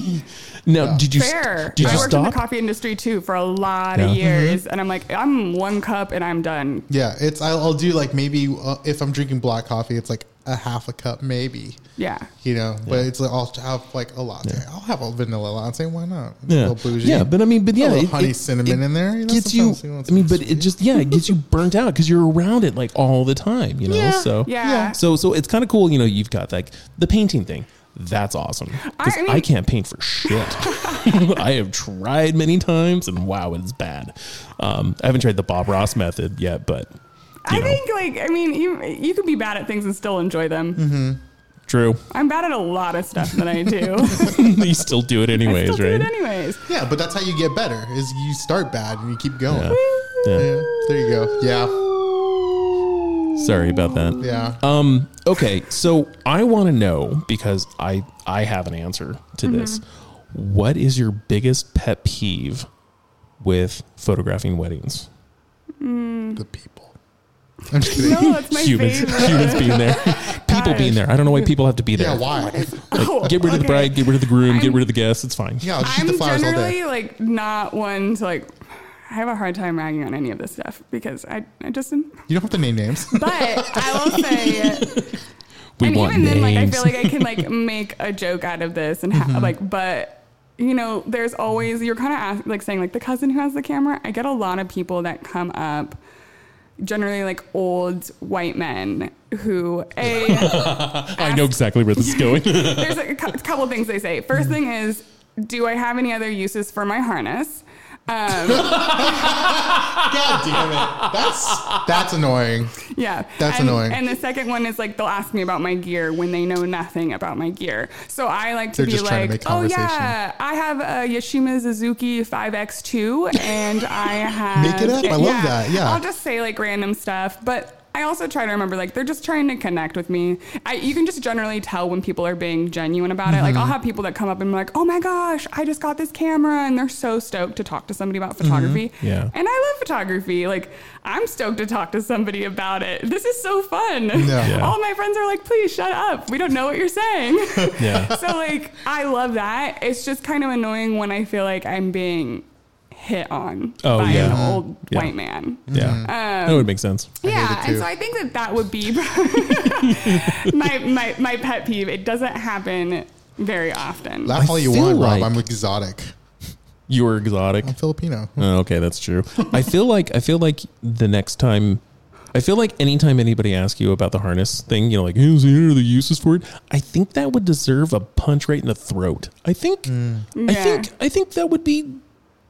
[SPEAKER 2] now did you
[SPEAKER 3] Fair.
[SPEAKER 2] did
[SPEAKER 3] I
[SPEAKER 2] you
[SPEAKER 3] worked in the
[SPEAKER 2] stop
[SPEAKER 3] coffee industry too for a lot
[SPEAKER 2] Yeah.
[SPEAKER 3] of years, and I'm like, I'm one cup and I'm done.
[SPEAKER 1] yeah, it's I'll, I'll do like maybe uh, if I'm drinking black coffee, it's like a half a cup maybe.
[SPEAKER 3] Yeah.
[SPEAKER 1] You know, but it's like I'll have like a latte. I'll have a vanilla latte. Why not? A
[SPEAKER 2] yeah.
[SPEAKER 1] little bougie.
[SPEAKER 2] yeah, but I mean, but yeah,
[SPEAKER 1] little honey cinnamon in there, you know,
[SPEAKER 2] gets you.
[SPEAKER 1] sometimes you want
[SPEAKER 2] I mean,
[SPEAKER 1] some
[SPEAKER 2] but it just yeah, it gets you burnt out because you're around it like all the time, you know.
[SPEAKER 1] Yeah,
[SPEAKER 2] So
[SPEAKER 3] yeah. Yeah.
[SPEAKER 2] so so it's kind of cool, you know. You've got like the painting thing. That's awesome. 'Cause
[SPEAKER 3] I
[SPEAKER 2] I,
[SPEAKER 3] mean-
[SPEAKER 2] can't paint for shit. I have tried many times, and wow, it's bad. Um, I haven't tried the Bob Ross method yet, but
[SPEAKER 3] I
[SPEAKER 2] know.
[SPEAKER 3] think like I mean you you can be bad at things and still enjoy them.
[SPEAKER 2] Mm-hmm. true.
[SPEAKER 3] I'm bad at a lot of stuff that I do.
[SPEAKER 2] you still do it anyways,
[SPEAKER 3] still do
[SPEAKER 2] right?
[SPEAKER 3] it anyways.
[SPEAKER 1] Yeah, but that's how you get better. Is you start bad and you keep going.
[SPEAKER 2] Yeah. yeah.
[SPEAKER 1] Yeah, there you go. Yeah,
[SPEAKER 3] Oh,
[SPEAKER 2] Sorry about that.
[SPEAKER 1] yeah.
[SPEAKER 2] Um, okay, so I want to know because I I have an answer to
[SPEAKER 3] Mm-hmm.
[SPEAKER 2] this. What is your biggest pet peeve with photographing weddings?
[SPEAKER 1] the people. I'm just kidding.
[SPEAKER 3] No, that's my
[SPEAKER 2] humans,
[SPEAKER 3] favorite.
[SPEAKER 2] humans being there. people being there. I don't know why people have to be there.
[SPEAKER 1] Yeah, why?
[SPEAKER 2] Like,
[SPEAKER 3] Oh,
[SPEAKER 2] get rid of the
[SPEAKER 3] okay.
[SPEAKER 2] bride, get rid of the groom, get
[SPEAKER 3] I'm-
[SPEAKER 2] rid of the guests. It's fine.
[SPEAKER 1] Yeah, I'll just eat the
[SPEAKER 3] I'm
[SPEAKER 1] flowers all day.
[SPEAKER 3] generally like not one to like. I have a hard time ragging on any of this stuff because I, I just.
[SPEAKER 1] You don't have to name names.
[SPEAKER 3] But I will say,
[SPEAKER 2] We
[SPEAKER 3] and
[SPEAKER 2] want
[SPEAKER 3] even then, like I
[SPEAKER 2] names. Mm-hmm.
[SPEAKER 3] feel like I can like make a joke out of this and ha- like, but you know, there's always you're kind of ask, like saying like the cousin who has the camera. I get a lot of people that come up, generally like old white men who a
[SPEAKER 2] I know exactly where this is going.
[SPEAKER 3] there's like a cou- couple things they say. First
[SPEAKER 2] Mm-hmm.
[SPEAKER 3] thing is, do I have any other uses for my harness? Um,
[SPEAKER 1] God damn it. That's that's annoying.
[SPEAKER 3] yeah,
[SPEAKER 1] That's
[SPEAKER 3] and,
[SPEAKER 1] annoying.
[SPEAKER 3] And the second one is like they'll ask me about my gear when they know nothing about my gear. So I like to
[SPEAKER 1] They're
[SPEAKER 3] be
[SPEAKER 1] just trying to
[SPEAKER 3] like,
[SPEAKER 1] make
[SPEAKER 3] oh
[SPEAKER 1] conversation.
[SPEAKER 3] yeah, I have a Yoshima Suzuki 5X2, and I have
[SPEAKER 1] Make it up. I love that. Yeah.
[SPEAKER 3] I'll just say like random stuff, but. I also try to remember, like, they're just trying to connect with me. I, you can just generally tell when people are being genuine about it. Like,
[SPEAKER 2] Mm-hmm.
[SPEAKER 3] I'll have people that come up and be like, oh my gosh, I just got this camera. And they're so stoked to talk to somebody about photography.
[SPEAKER 2] Mm-hmm. Yeah.
[SPEAKER 3] And I love photography. Like, I'm stoked to talk to somebody about it. This is so fun.
[SPEAKER 1] Yeah.
[SPEAKER 3] All my friends are like, please shut up. We don't know what you're saying.
[SPEAKER 2] Yeah.
[SPEAKER 3] so, like, I love that. It's just kind of annoying when I feel like I'm being hit on
[SPEAKER 2] Oh,
[SPEAKER 3] by
[SPEAKER 2] yeah.
[SPEAKER 3] an old
[SPEAKER 2] Yeah.
[SPEAKER 3] white man.
[SPEAKER 2] Yeah. that would make sense.
[SPEAKER 3] Yeah,
[SPEAKER 1] it
[SPEAKER 3] and
[SPEAKER 1] too.
[SPEAKER 3] so I think that that would be my, my my pet peeve. It doesn't happen very often.
[SPEAKER 1] Laugh all you
[SPEAKER 2] feel
[SPEAKER 1] want,
[SPEAKER 2] like-
[SPEAKER 1] Rob. I'm exotic.
[SPEAKER 2] You were exotic.
[SPEAKER 1] I'm Filipino.
[SPEAKER 2] Oh, okay, that's true. I feel like I feel like the next time, I feel like anytime anybody asks you about the harness thing, you know, like who's here are the uses for it. I think that would deserve a punch right in the throat. I think. I
[SPEAKER 3] Yeah.
[SPEAKER 2] think. I think that would be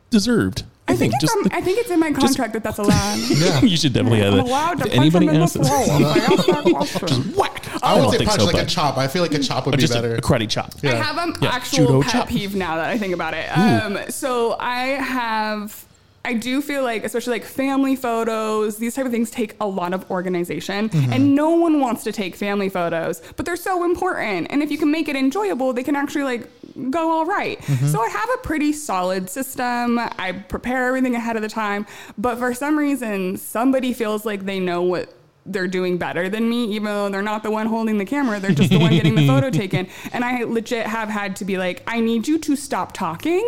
[SPEAKER 2] deserved. I,
[SPEAKER 3] Mm. I think, it's
[SPEAKER 2] just
[SPEAKER 3] on, I think it's in my contract that that's allowed.
[SPEAKER 1] Yeah.
[SPEAKER 2] you should definitely have
[SPEAKER 3] I'm
[SPEAKER 2] that.
[SPEAKER 3] allowed to
[SPEAKER 2] If
[SPEAKER 3] punch him in the
[SPEAKER 2] asks
[SPEAKER 3] throat.
[SPEAKER 2] us-
[SPEAKER 3] I
[SPEAKER 2] whack.
[SPEAKER 1] I
[SPEAKER 2] don't
[SPEAKER 1] would say
[SPEAKER 2] think
[SPEAKER 1] punch
[SPEAKER 2] so,
[SPEAKER 1] like a
[SPEAKER 2] but-
[SPEAKER 1] chop. I feel like a chop would
[SPEAKER 2] but
[SPEAKER 1] be
[SPEAKER 2] just a-
[SPEAKER 1] better.
[SPEAKER 2] a karate chop.
[SPEAKER 1] Yeah.
[SPEAKER 3] have an
[SPEAKER 2] Yeah,
[SPEAKER 3] actual
[SPEAKER 2] judo
[SPEAKER 3] pet
[SPEAKER 2] chop.
[SPEAKER 3] peeve now that I think about it. Um, so I have. I do feel like, especially like family photos, these type of things take a lot of organization,
[SPEAKER 2] Mm-hmm.
[SPEAKER 3] and no one wants to take family photos, but they're so important. And if you can make it enjoyable, they can actually like go all right.
[SPEAKER 2] Mm-hmm.
[SPEAKER 3] So I have a pretty solid system. I prepare everything ahead of the time, but for some reason, somebody feels like they know what they're doing better than me, even though they're not the one holding the camera. They're just the one getting the photo taken. And I legit have had to be like, I need you to stop talking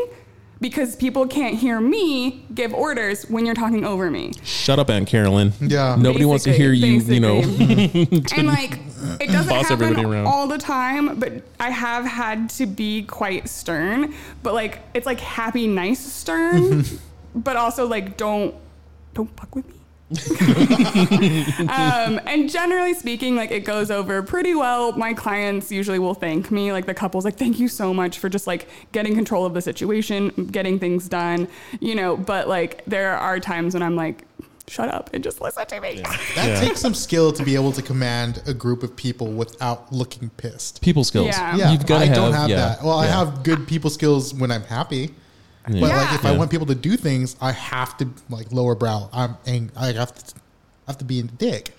[SPEAKER 3] because people can't hear me give orders when you're talking over me.
[SPEAKER 2] Shut up, Aunt Carolyn.
[SPEAKER 1] Yeah.
[SPEAKER 2] Nobody wants to hear you. You know.
[SPEAKER 3] know. and like, it doesn't
[SPEAKER 2] boss
[SPEAKER 3] happen
[SPEAKER 2] everybody around.
[SPEAKER 3] all the time, but I have had to be quite stern. But like, it's like happy, nice stern, but also like, don't don't fuck with me. um, and generally speaking, like it goes over pretty well. My clients usually will thank me. Like the couple's like, thank you so much for just like getting control of the situation, getting things done, you know. But like there are times when I'm like, shut up and just listen to me.
[SPEAKER 1] That
[SPEAKER 2] Yeah.
[SPEAKER 1] takes some skill to be able to command a group of people without looking pissed.
[SPEAKER 2] People skills.
[SPEAKER 3] Yeah.
[SPEAKER 1] Yeah,
[SPEAKER 2] You've got to
[SPEAKER 1] I
[SPEAKER 2] have.
[SPEAKER 1] don't have
[SPEAKER 2] yeah,
[SPEAKER 1] that. Well, I
[SPEAKER 2] yeah.
[SPEAKER 1] have good people skills when I'm happy, but like if I
[SPEAKER 2] Yeah.
[SPEAKER 1] want people to do things, I have to like lower brow. I'm ang- I have to I have to be in the dick.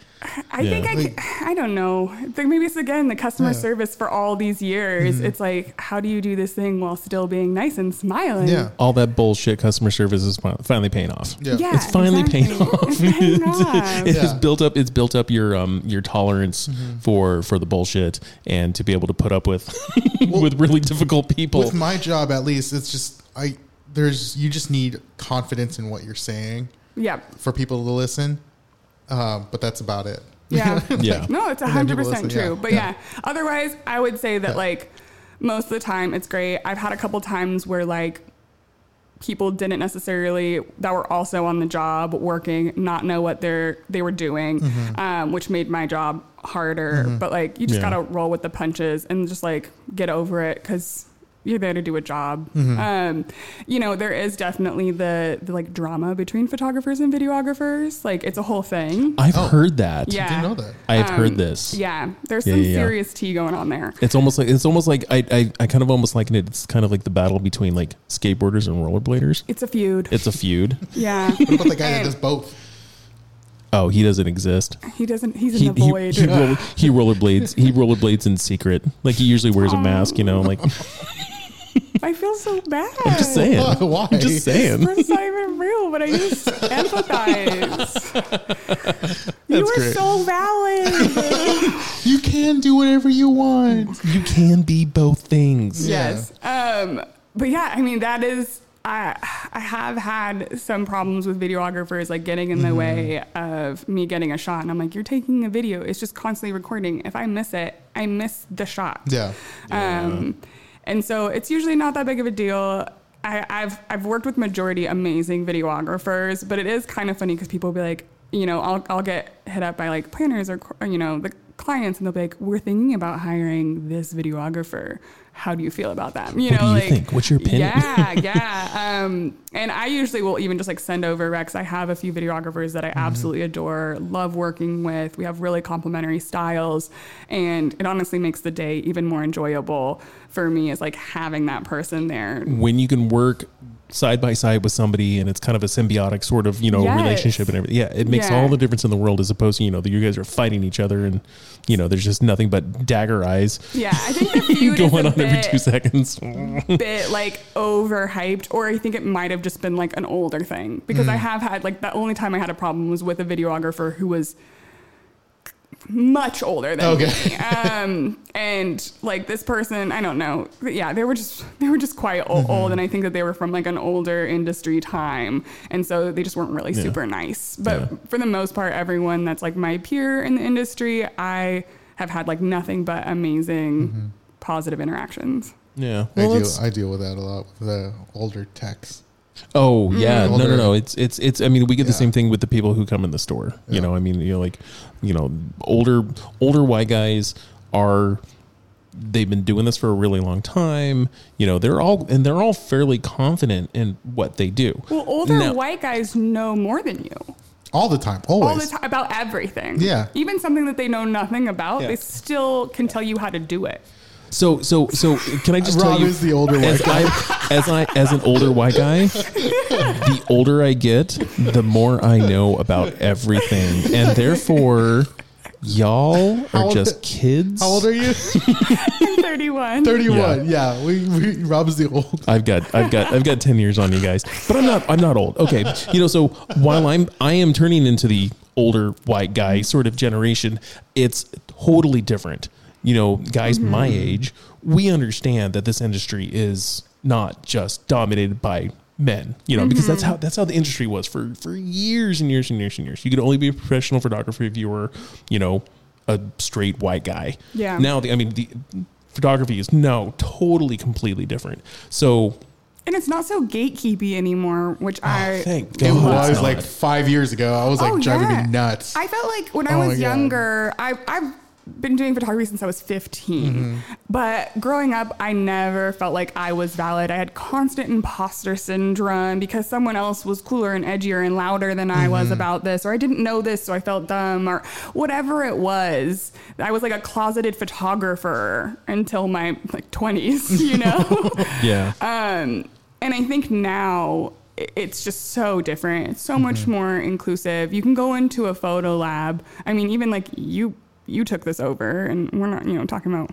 [SPEAKER 3] I
[SPEAKER 2] Yeah.
[SPEAKER 3] think I,
[SPEAKER 1] Like-
[SPEAKER 3] c- I don't know. I think maybe it's again the customer
[SPEAKER 1] Yeah. Mm-hmm.
[SPEAKER 3] service for all these years. It's like, how do you do this thing while still being nice and smiling?
[SPEAKER 1] Yeah,
[SPEAKER 2] All that bullshit customer service is fin- finally paying off.
[SPEAKER 1] yeah.
[SPEAKER 3] Yeah,
[SPEAKER 2] It's finally paying off.
[SPEAKER 3] It's paying off.
[SPEAKER 2] It has
[SPEAKER 1] Yeah.
[SPEAKER 2] built up. It's built up your um your tolerance
[SPEAKER 1] Mm-hmm.
[SPEAKER 2] for for the bullshit and to be able to put up with with really difficult people.
[SPEAKER 1] With my job, at least, it's just I there's you just need confidence in what you're saying
[SPEAKER 3] Yep.
[SPEAKER 1] for people to listen, um, but that's about it.
[SPEAKER 3] Yeah.
[SPEAKER 2] Yeah.
[SPEAKER 3] No, it's
[SPEAKER 1] then people
[SPEAKER 3] 100%
[SPEAKER 1] listen,
[SPEAKER 3] true.
[SPEAKER 1] yeah.
[SPEAKER 3] But
[SPEAKER 1] Yeah.
[SPEAKER 3] yeah. otherwise, I would say that
[SPEAKER 1] Yeah.
[SPEAKER 3] like most of the time it's great. I've had a couple times where like people didn't necessarily that were also on the job working not know what they're they were doing
[SPEAKER 1] Mm-hmm.
[SPEAKER 3] um, which made my job harder but like you just
[SPEAKER 2] Yeah.
[SPEAKER 3] gotta roll with the punches and just like get over it because you're there to do a job
[SPEAKER 1] Mm-hmm.
[SPEAKER 3] um, you know there is definitely the, the like drama between photographers and videographers like it's a whole thing
[SPEAKER 2] I've
[SPEAKER 1] Oh.
[SPEAKER 2] heard that.
[SPEAKER 3] Yeah. Um,
[SPEAKER 1] I didn't know that.
[SPEAKER 2] I've heard this.
[SPEAKER 3] yeah, there's
[SPEAKER 2] Yeah,
[SPEAKER 3] some
[SPEAKER 2] yeah, yeah.
[SPEAKER 3] serious tea going on there.
[SPEAKER 2] It's almost like it's almost like I, I I kind of almost liken it. It's kind of like the battle between like skateboarders and rollerbladers.
[SPEAKER 3] It's a feud.
[SPEAKER 2] It's a feud.
[SPEAKER 3] yeah,
[SPEAKER 1] What about the guy that
[SPEAKER 3] And
[SPEAKER 1] does both?
[SPEAKER 2] Oh, he doesn't exist.
[SPEAKER 3] he doesn't. He's in
[SPEAKER 2] He,
[SPEAKER 3] the
[SPEAKER 2] he,
[SPEAKER 3] void.
[SPEAKER 2] he, roll, he rollerblades. He rollerblades in secret. Like he usually wears a mask. You know, like
[SPEAKER 3] I feel so bad.
[SPEAKER 2] I'm just saying.
[SPEAKER 1] Why?
[SPEAKER 2] I'm just saying.
[SPEAKER 3] It's not even real, but I just empathize. you
[SPEAKER 2] That's
[SPEAKER 3] are
[SPEAKER 2] great.
[SPEAKER 3] so valid.
[SPEAKER 1] You can't can do whatever you want.
[SPEAKER 2] You can be both things.
[SPEAKER 1] Yeah.
[SPEAKER 3] Yes. Um, but yeah, I mean that is I I have had some problems with videographers like getting in the
[SPEAKER 2] Mm-hmm.
[SPEAKER 3] way of me getting a shot and I'm like, You're taking a video, it's just constantly recording. If I miss it, I miss the shot.
[SPEAKER 1] Yeah.
[SPEAKER 3] Um, and so it's usually not that big of a deal. I, I've I've worked with majority amazing videographers, but it is kind of funny because people will be like, you know, I'll I'll get hit up by like planners or cl- or, you know the clients, and they'll be like, we're thinking about hiring this videographer. How do you feel about that? You
[SPEAKER 2] What do
[SPEAKER 3] know,
[SPEAKER 2] you
[SPEAKER 3] like
[SPEAKER 2] think? What's your opinion?
[SPEAKER 3] Yeah, yeah. Um, and I usually will even just like send over Rex. I have a few videographers that I absolutely adore, love working with. We have really complementary styles, and it honestly makes the day even more enjoyable for me. Is like having that person there.
[SPEAKER 2] When you can work side by side with somebody and it's kind of a symbiotic sort of, you know,
[SPEAKER 3] Yes.
[SPEAKER 2] relationship and everything. Yeah, it makes
[SPEAKER 3] Yeah.
[SPEAKER 2] all the difference in the world as opposed to, you know, that you guys are fighting each other and, you know, there's just nothing but dagger eyes
[SPEAKER 3] Yeah, I think the feud is
[SPEAKER 2] going
[SPEAKER 3] a
[SPEAKER 2] on every two
[SPEAKER 3] bit-
[SPEAKER 2] seconds.
[SPEAKER 3] bit like overhyped, or I think it might have just been like an older thing because
[SPEAKER 2] Hmm.
[SPEAKER 3] I have had like the only time I had a problem was with a videographer who was much older than
[SPEAKER 1] Okay.
[SPEAKER 3] me. Um, and like this person, I don't know. But yeah, they were just they were just quite o-
[SPEAKER 2] Mm-hmm.
[SPEAKER 3] old, and I think that they were from like an older industry time, and so they just weren't really
[SPEAKER 2] Yeah.
[SPEAKER 3] super nice. But
[SPEAKER 2] Yeah.
[SPEAKER 3] for the most part, everyone that's like my peer in the industry, I have had like nothing but amazing.
[SPEAKER 2] Mm-hmm.
[SPEAKER 3] Positive interactions.
[SPEAKER 2] Yeah.
[SPEAKER 1] I
[SPEAKER 2] Well,
[SPEAKER 1] deal
[SPEAKER 2] it's-
[SPEAKER 1] I deal with that a lot with the older techs.
[SPEAKER 2] Oh yeah, no, no,
[SPEAKER 1] Mm-hmm. Older.
[SPEAKER 2] no. It's it's it's. I mean, we get the
[SPEAKER 1] Yeah.
[SPEAKER 2] same thing with the people who come in the store.
[SPEAKER 1] Yeah.
[SPEAKER 2] You know, I mean, you know, like, you know, older older white guys are they've been doing this for a really long time. You know, they're all and they're all fairly confident in what they do.
[SPEAKER 3] Well, older
[SPEAKER 2] Now-
[SPEAKER 3] white guys know more than you
[SPEAKER 1] All the time.
[SPEAKER 3] all
[SPEAKER 1] Always.
[SPEAKER 3] the time about everything.
[SPEAKER 1] Yeah.
[SPEAKER 3] Even something that they know nothing about,
[SPEAKER 2] Yeah.
[SPEAKER 3] they still can tell you how to do it.
[SPEAKER 2] So so so can I just
[SPEAKER 1] Rob
[SPEAKER 2] tell you
[SPEAKER 1] is the older
[SPEAKER 2] as
[SPEAKER 1] white guy.
[SPEAKER 2] I as I as an older white guy, the older I get, the more I know about everything. And therefore y'all are
[SPEAKER 1] old-
[SPEAKER 2] just kids.
[SPEAKER 1] How old are you?
[SPEAKER 3] I'm 31.
[SPEAKER 1] 31. Yeah. We, we Rob is the old.
[SPEAKER 2] I've got I've got I've got 10 years on you guys. But I'm not I'm not old. Okay. You know, so while I'm I am turning into the older white guy sort of generation, it's totally different. You know, guys my age, we understand that this industry is not just dominated by men, you know, because that's how that's how the industry was for for years and years and years and years. You could only be a professional photographer if you were, you know, a straight white guy.
[SPEAKER 3] Yeah.
[SPEAKER 2] Now the I mean the photography is no totally completely different. So
[SPEAKER 3] And it's not so gatekeepy anymore, which I
[SPEAKER 2] Oh, thank
[SPEAKER 1] It
[SPEAKER 2] God.
[SPEAKER 1] was
[SPEAKER 2] it's
[SPEAKER 1] like
[SPEAKER 2] not.
[SPEAKER 1] five years ago. I was like driving
[SPEAKER 3] Oh, yeah.
[SPEAKER 1] me nuts.
[SPEAKER 3] I felt like when I
[SPEAKER 1] Oh my
[SPEAKER 3] was
[SPEAKER 1] God.
[SPEAKER 3] younger, I, I've been doing photography since I was 15.
[SPEAKER 1] Mm-hmm.
[SPEAKER 3] But growing up, I never felt like I was valid. I had constant imposter syndrome because someone else was cooler and edgier and louder than I
[SPEAKER 1] Mm-hmm.
[SPEAKER 3] was about this, or I didn't know this, so I felt dumb, or whatever it was. I was like a closeted photographer until my like 20s, you know?
[SPEAKER 2] yeah.
[SPEAKER 3] Um, and I think now i- it's just so different. It's so
[SPEAKER 2] Mm-hmm.
[SPEAKER 3] much more inclusive. You can go into a photo lab. I mean, even like you you took this over, and we're not you know talking about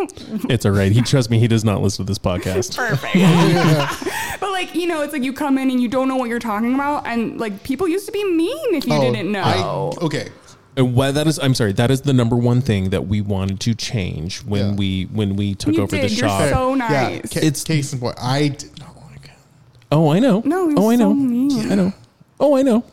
[SPEAKER 2] it's all right. He trust me. He does not listen to this podcast.
[SPEAKER 3] perfect. but like you know, it's like you come in and you don't know what you're talking about, and like people used to be mean if you
[SPEAKER 1] Oh,
[SPEAKER 3] didn't know.
[SPEAKER 1] I, okay.
[SPEAKER 2] And why that is, I'm sorry. That is the number one thing that we wanted to change when
[SPEAKER 1] Yeah.
[SPEAKER 2] we when we took
[SPEAKER 3] You
[SPEAKER 2] over
[SPEAKER 3] did.
[SPEAKER 2] the
[SPEAKER 3] You're
[SPEAKER 2] shop.
[SPEAKER 3] so
[SPEAKER 1] Yeah.
[SPEAKER 3] nice.
[SPEAKER 1] Ca-
[SPEAKER 2] It's-
[SPEAKER 1] case in point. I did not like him.
[SPEAKER 2] oh, I know.
[SPEAKER 3] No, you're
[SPEAKER 2] oh, I
[SPEAKER 3] so
[SPEAKER 2] know.
[SPEAKER 3] mean.
[SPEAKER 2] I know. Oh, I know.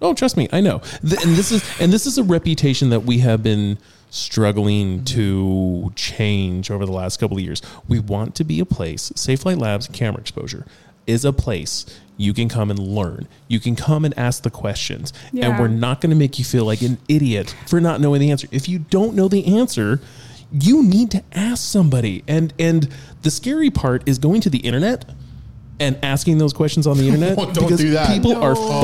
[SPEAKER 2] Oh, trust me, I know. Th- and this is and this is a reputation that we have been struggling to change over the last couple of years. We want to be a place. Safe Flight Labs Camera Exposure is a place you can come and learn. You can come and ask the questions, and
[SPEAKER 3] Yeah.
[SPEAKER 2] we're not going to make you feel like an idiot for not knowing the answer. If you don't know the answer. You need to ask somebody, and and the scary part is going to the internet and asking those questions on the internet
[SPEAKER 1] Don't do that. Oh
[SPEAKER 2] people are
[SPEAKER 3] No.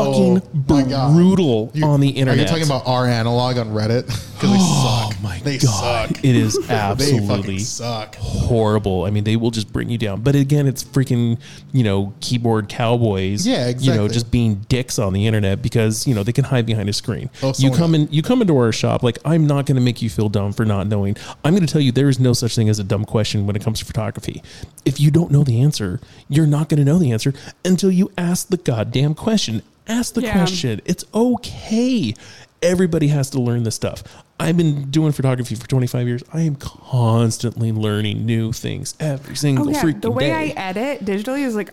[SPEAKER 2] fucking
[SPEAKER 1] my God.
[SPEAKER 2] brutal
[SPEAKER 1] You-
[SPEAKER 2] on the
[SPEAKER 1] Are you
[SPEAKER 2] internet.
[SPEAKER 1] talking about our analog on Reddit? Because they
[SPEAKER 2] Oh
[SPEAKER 1] suck.
[SPEAKER 2] my
[SPEAKER 1] they
[SPEAKER 2] god!
[SPEAKER 1] suck.
[SPEAKER 2] It is
[SPEAKER 1] They fucking
[SPEAKER 2] absolutely
[SPEAKER 1] suck.
[SPEAKER 2] horrible. I mean, they will just bring you down. But again, it's freaking you know keyboard cowboys.
[SPEAKER 1] Yeah,
[SPEAKER 2] You know,
[SPEAKER 1] exactly.
[SPEAKER 2] just being dicks on the internet because you know they can hide behind a screen.
[SPEAKER 1] Oh,
[SPEAKER 2] you
[SPEAKER 1] someone-
[SPEAKER 2] come in, you come into our shop. Like I'm not going to make you feel dumb for not knowing. I'm going to tell you there is no such thing as a dumb question when it comes to photography. If you don't know the answer, you're not going to know the answer until you ask the goddamn question. Ask the
[SPEAKER 3] Yeah.
[SPEAKER 2] question. It's okay. Everybody has to learn this stuff. I've been doing photography for 25 years. I am constantly learning new things every single
[SPEAKER 3] Oh, yeah.
[SPEAKER 2] freaking
[SPEAKER 3] the way
[SPEAKER 2] day.
[SPEAKER 3] I edit digitally is like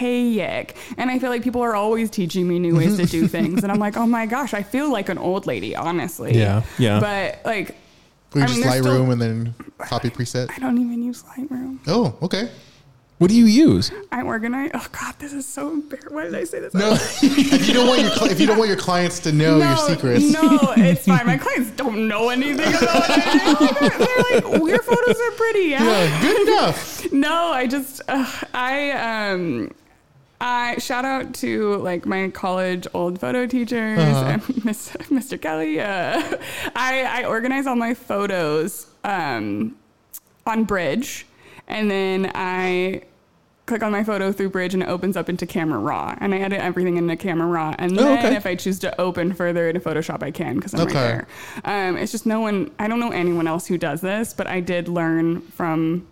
[SPEAKER 3] archaic. And I feel like people are always teaching me new ways to do things. And I'm like, oh my gosh, I feel like an old lady, honestly.
[SPEAKER 2] Yeah, yeah.
[SPEAKER 3] But like,
[SPEAKER 1] We
[SPEAKER 3] I
[SPEAKER 1] just
[SPEAKER 3] mean, there's
[SPEAKER 1] Lightroom
[SPEAKER 3] still-
[SPEAKER 1] and then copy preset.
[SPEAKER 3] I don't even use Lightroom.
[SPEAKER 1] Oh, okay.
[SPEAKER 2] what do you use?
[SPEAKER 3] I organize. Oh God, this is so embarrassing. Why did I say this?
[SPEAKER 1] No, if you don't want your cli- if you don't want your clients to know your secrets,
[SPEAKER 3] No, it's fine. My clients don't know anything about it. They're like, your photos are pretty.
[SPEAKER 1] yeah, good enough.
[SPEAKER 3] no, I just ugh, I um I shout out to like my college old photo teachers,
[SPEAKER 1] Uh-huh.
[SPEAKER 3] and Miss, Mr. Kelly. Uh, I I organize all my photos um on Bridge, and then I. Click on my photo through Bridge and it opens up into Camera Raw, and I edit everything into Camera Raw. And
[SPEAKER 2] Oh,
[SPEAKER 3] then,
[SPEAKER 2] okay.
[SPEAKER 3] if I choose to open further into Photoshop, I can because I'm
[SPEAKER 1] Okay.
[SPEAKER 3] right there. Um, it's just no one. I don't know anyone else who does this, but I did learn from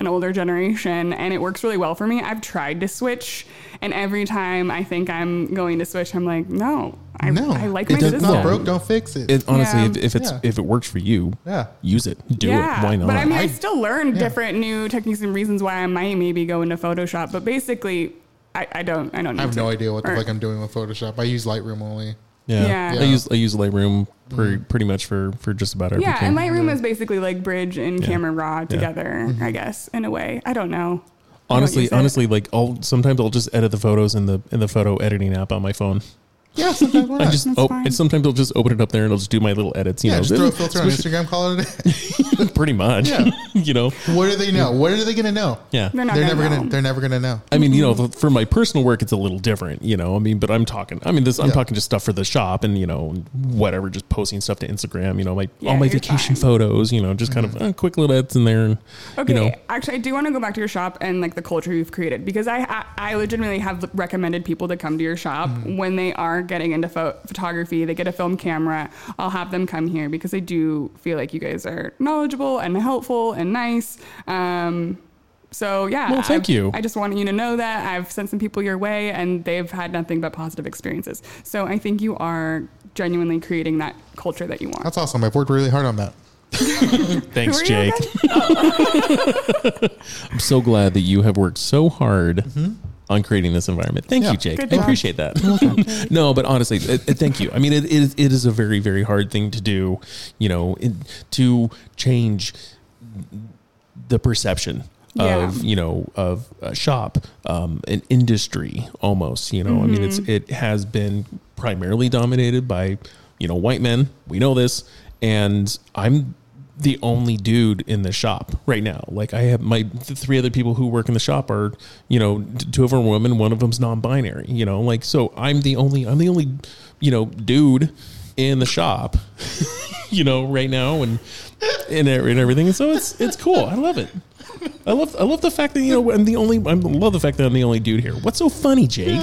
[SPEAKER 3] an older generation and it works really well for me. I've tried to switch and every time I think I'm going to switch, I'm like, no, I,
[SPEAKER 1] No,
[SPEAKER 3] I like my
[SPEAKER 1] it
[SPEAKER 3] system.
[SPEAKER 1] does
[SPEAKER 2] Yeah.
[SPEAKER 1] not broke. Don't fix it.
[SPEAKER 2] It, honestly,
[SPEAKER 3] Yeah.
[SPEAKER 2] if, if it's
[SPEAKER 1] Yeah.
[SPEAKER 2] if it works for you,
[SPEAKER 1] Yeah.
[SPEAKER 2] use it. Do
[SPEAKER 3] yeah,
[SPEAKER 2] it. Why not?
[SPEAKER 3] But I mean, I,
[SPEAKER 1] I-
[SPEAKER 3] still learn
[SPEAKER 1] yeah.
[SPEAKER 3] different new techniques and reasons why I might maybe go into Photoshop. But basically, I, I don't. I don't.
[SPEAKER 1] I have
[SPEAKER 3] need
[SPEAKER 1] no
[SPEAKER 3] to.
[SPEAKER 1] idea what the
[SPEAKER 3] Or-
[SPEAKER 1] fuck I'm doing with Photoshop. I use Lightroom only.
[SPEAKER 2] yeah.
[SPEAKER 3] Yeah.
[SPEAKER 2] I use I use Lightroom
[SPEAKER 1] Mm-hmm.
[SPEAKER 2] pretty, pretty much for for just about everything.
[SPEAKER 3] Yeah, and Lightroom is basically like Bridge and
[SPEAKER 2] Yeah.
[SPEAKER 3] Camera Raw together,
[SPEAKER 1] Mm-hmm.
[SPEAKER 3] I guess, in a way. I don't know. I don't
[SPEAKER 2] honestly,
[SPEAKER 3] use it.
[SPEAKER 2] honestly, like I'll sometimes I'll just edit the photos in the in the photo editing app on my phone.
[SPEAKER 1] Yeah, sometimes why
[SPEAKER 2] I
[SPEAKER 1] not?
[SPEAKER 2] just
[SPEAKER 3] That's
[SPEAKER 2] oh,
[SPEAKER 3] fine.
[SPEAKER 2] and sometimes I'll just open it up there and I'll just do my little edits. You
[SPEAKER 1] yeah,
[SPEAKER 2] know,
[SPEAKER 1] just throw a filter on Instagram. Call it. a day.
[SPEAKER 2] pretty much.
[SPEAKER 1] Yeah.
[SPEAKER 2] you know.
[SPEAKER 1] What do they know? What are they gonna know?
[SPEAKER 2] Yeah.
[SPEAKER 3] They're not
[SPEAKER 1] they're
[SPEAKER 3] gonna
[SPEAKER 1] never gonna.
[SPEAKER 3] know.
[SPEAKER 1] They're never gonna know.
[SPEAKER 2] I mean, you know, for my personal work, it's a little different, you know. I mean, but I'm talking. I mean, this I'm
[SPEAKER 1] Yeah.
[SPEAKER 2] talking just stuff for the shop and you know whatever, just posting stuff to Instagram. You know, my
[SPEAKER 3] Yeah,
[SPEAKER 2] all my
[SPEAKER 3] you're
[SPEAKER 2] vacation
[SPEAKER 3] fine.
[SPEAKER 2] photos. You know, just kind
[SPEAKER 1] Mm-hmm.
[SPEAKER 2] of uh, quick little edits in there. And,
[SPEAKER 3] Okay,
[SPEAKER 2] You know,
[SPEAKER 3] actually, I do want to go back to your shop and like the culture you've created because I I, I legitimately have recommended people to come to your shop
[SPEAKER 2] Mm-hmm.
[SPEAKER 3] when they are getting into pho- photography. They get a film camera. I'll have them come here because I do feel like you guys are knowledgeable and helpful and nice. Um, so yeah,
[SPEAKER 2] Well, thank
[SPEAKER 3] I've-
[SPEAKER 2] you.
[SPEAKER 3] I just want you to know that I've sent some people your way and they've had nothing but positive experiences. So I think you are genuinely creating that culture that you want.
[SPEAKER 1] That's awesome. I've worked really hard on that.
[SPEAKER 2] thanks,
[SPEAKER 3] Who are you
[SPEAKER 2] Jake. I'm so glad that you have worked so hard on creating this environment. Thank
[SPEAKER 1] Mm-hmm. Yeah.
[SPEAKER 2] you, Jake.
[SPEAKER 3] Good
[SPEAKER 2] I
[SPEAKER 3] job.
[SPEAKER 2] appreciate that. no, but honestly, uh, uh, thank you. I mean, it, it, is- it is a very, very hard thing to do, you know, in, to change the perception
[SPEAKER 3] Yeah.
[SPEAKER 2] of, you know, of a shop, um, an industry almost, you know, I mean, it's, it has been primarily dominated by, you know, white men. We know this. And I'm the only dude in the shop right now. Like I have my the three other people who work in the shop are, you know, t- two of them are women, one of them's non-binary, you know, like, so I'm the only, I'm the only, you know, dude in the shop, you know, right now. And, and, e- and everything. And so it's it's cool. I love it. I love I love the fact that you know I'm the only I love the fact that I'm the only dude here. What's so funny, Jake?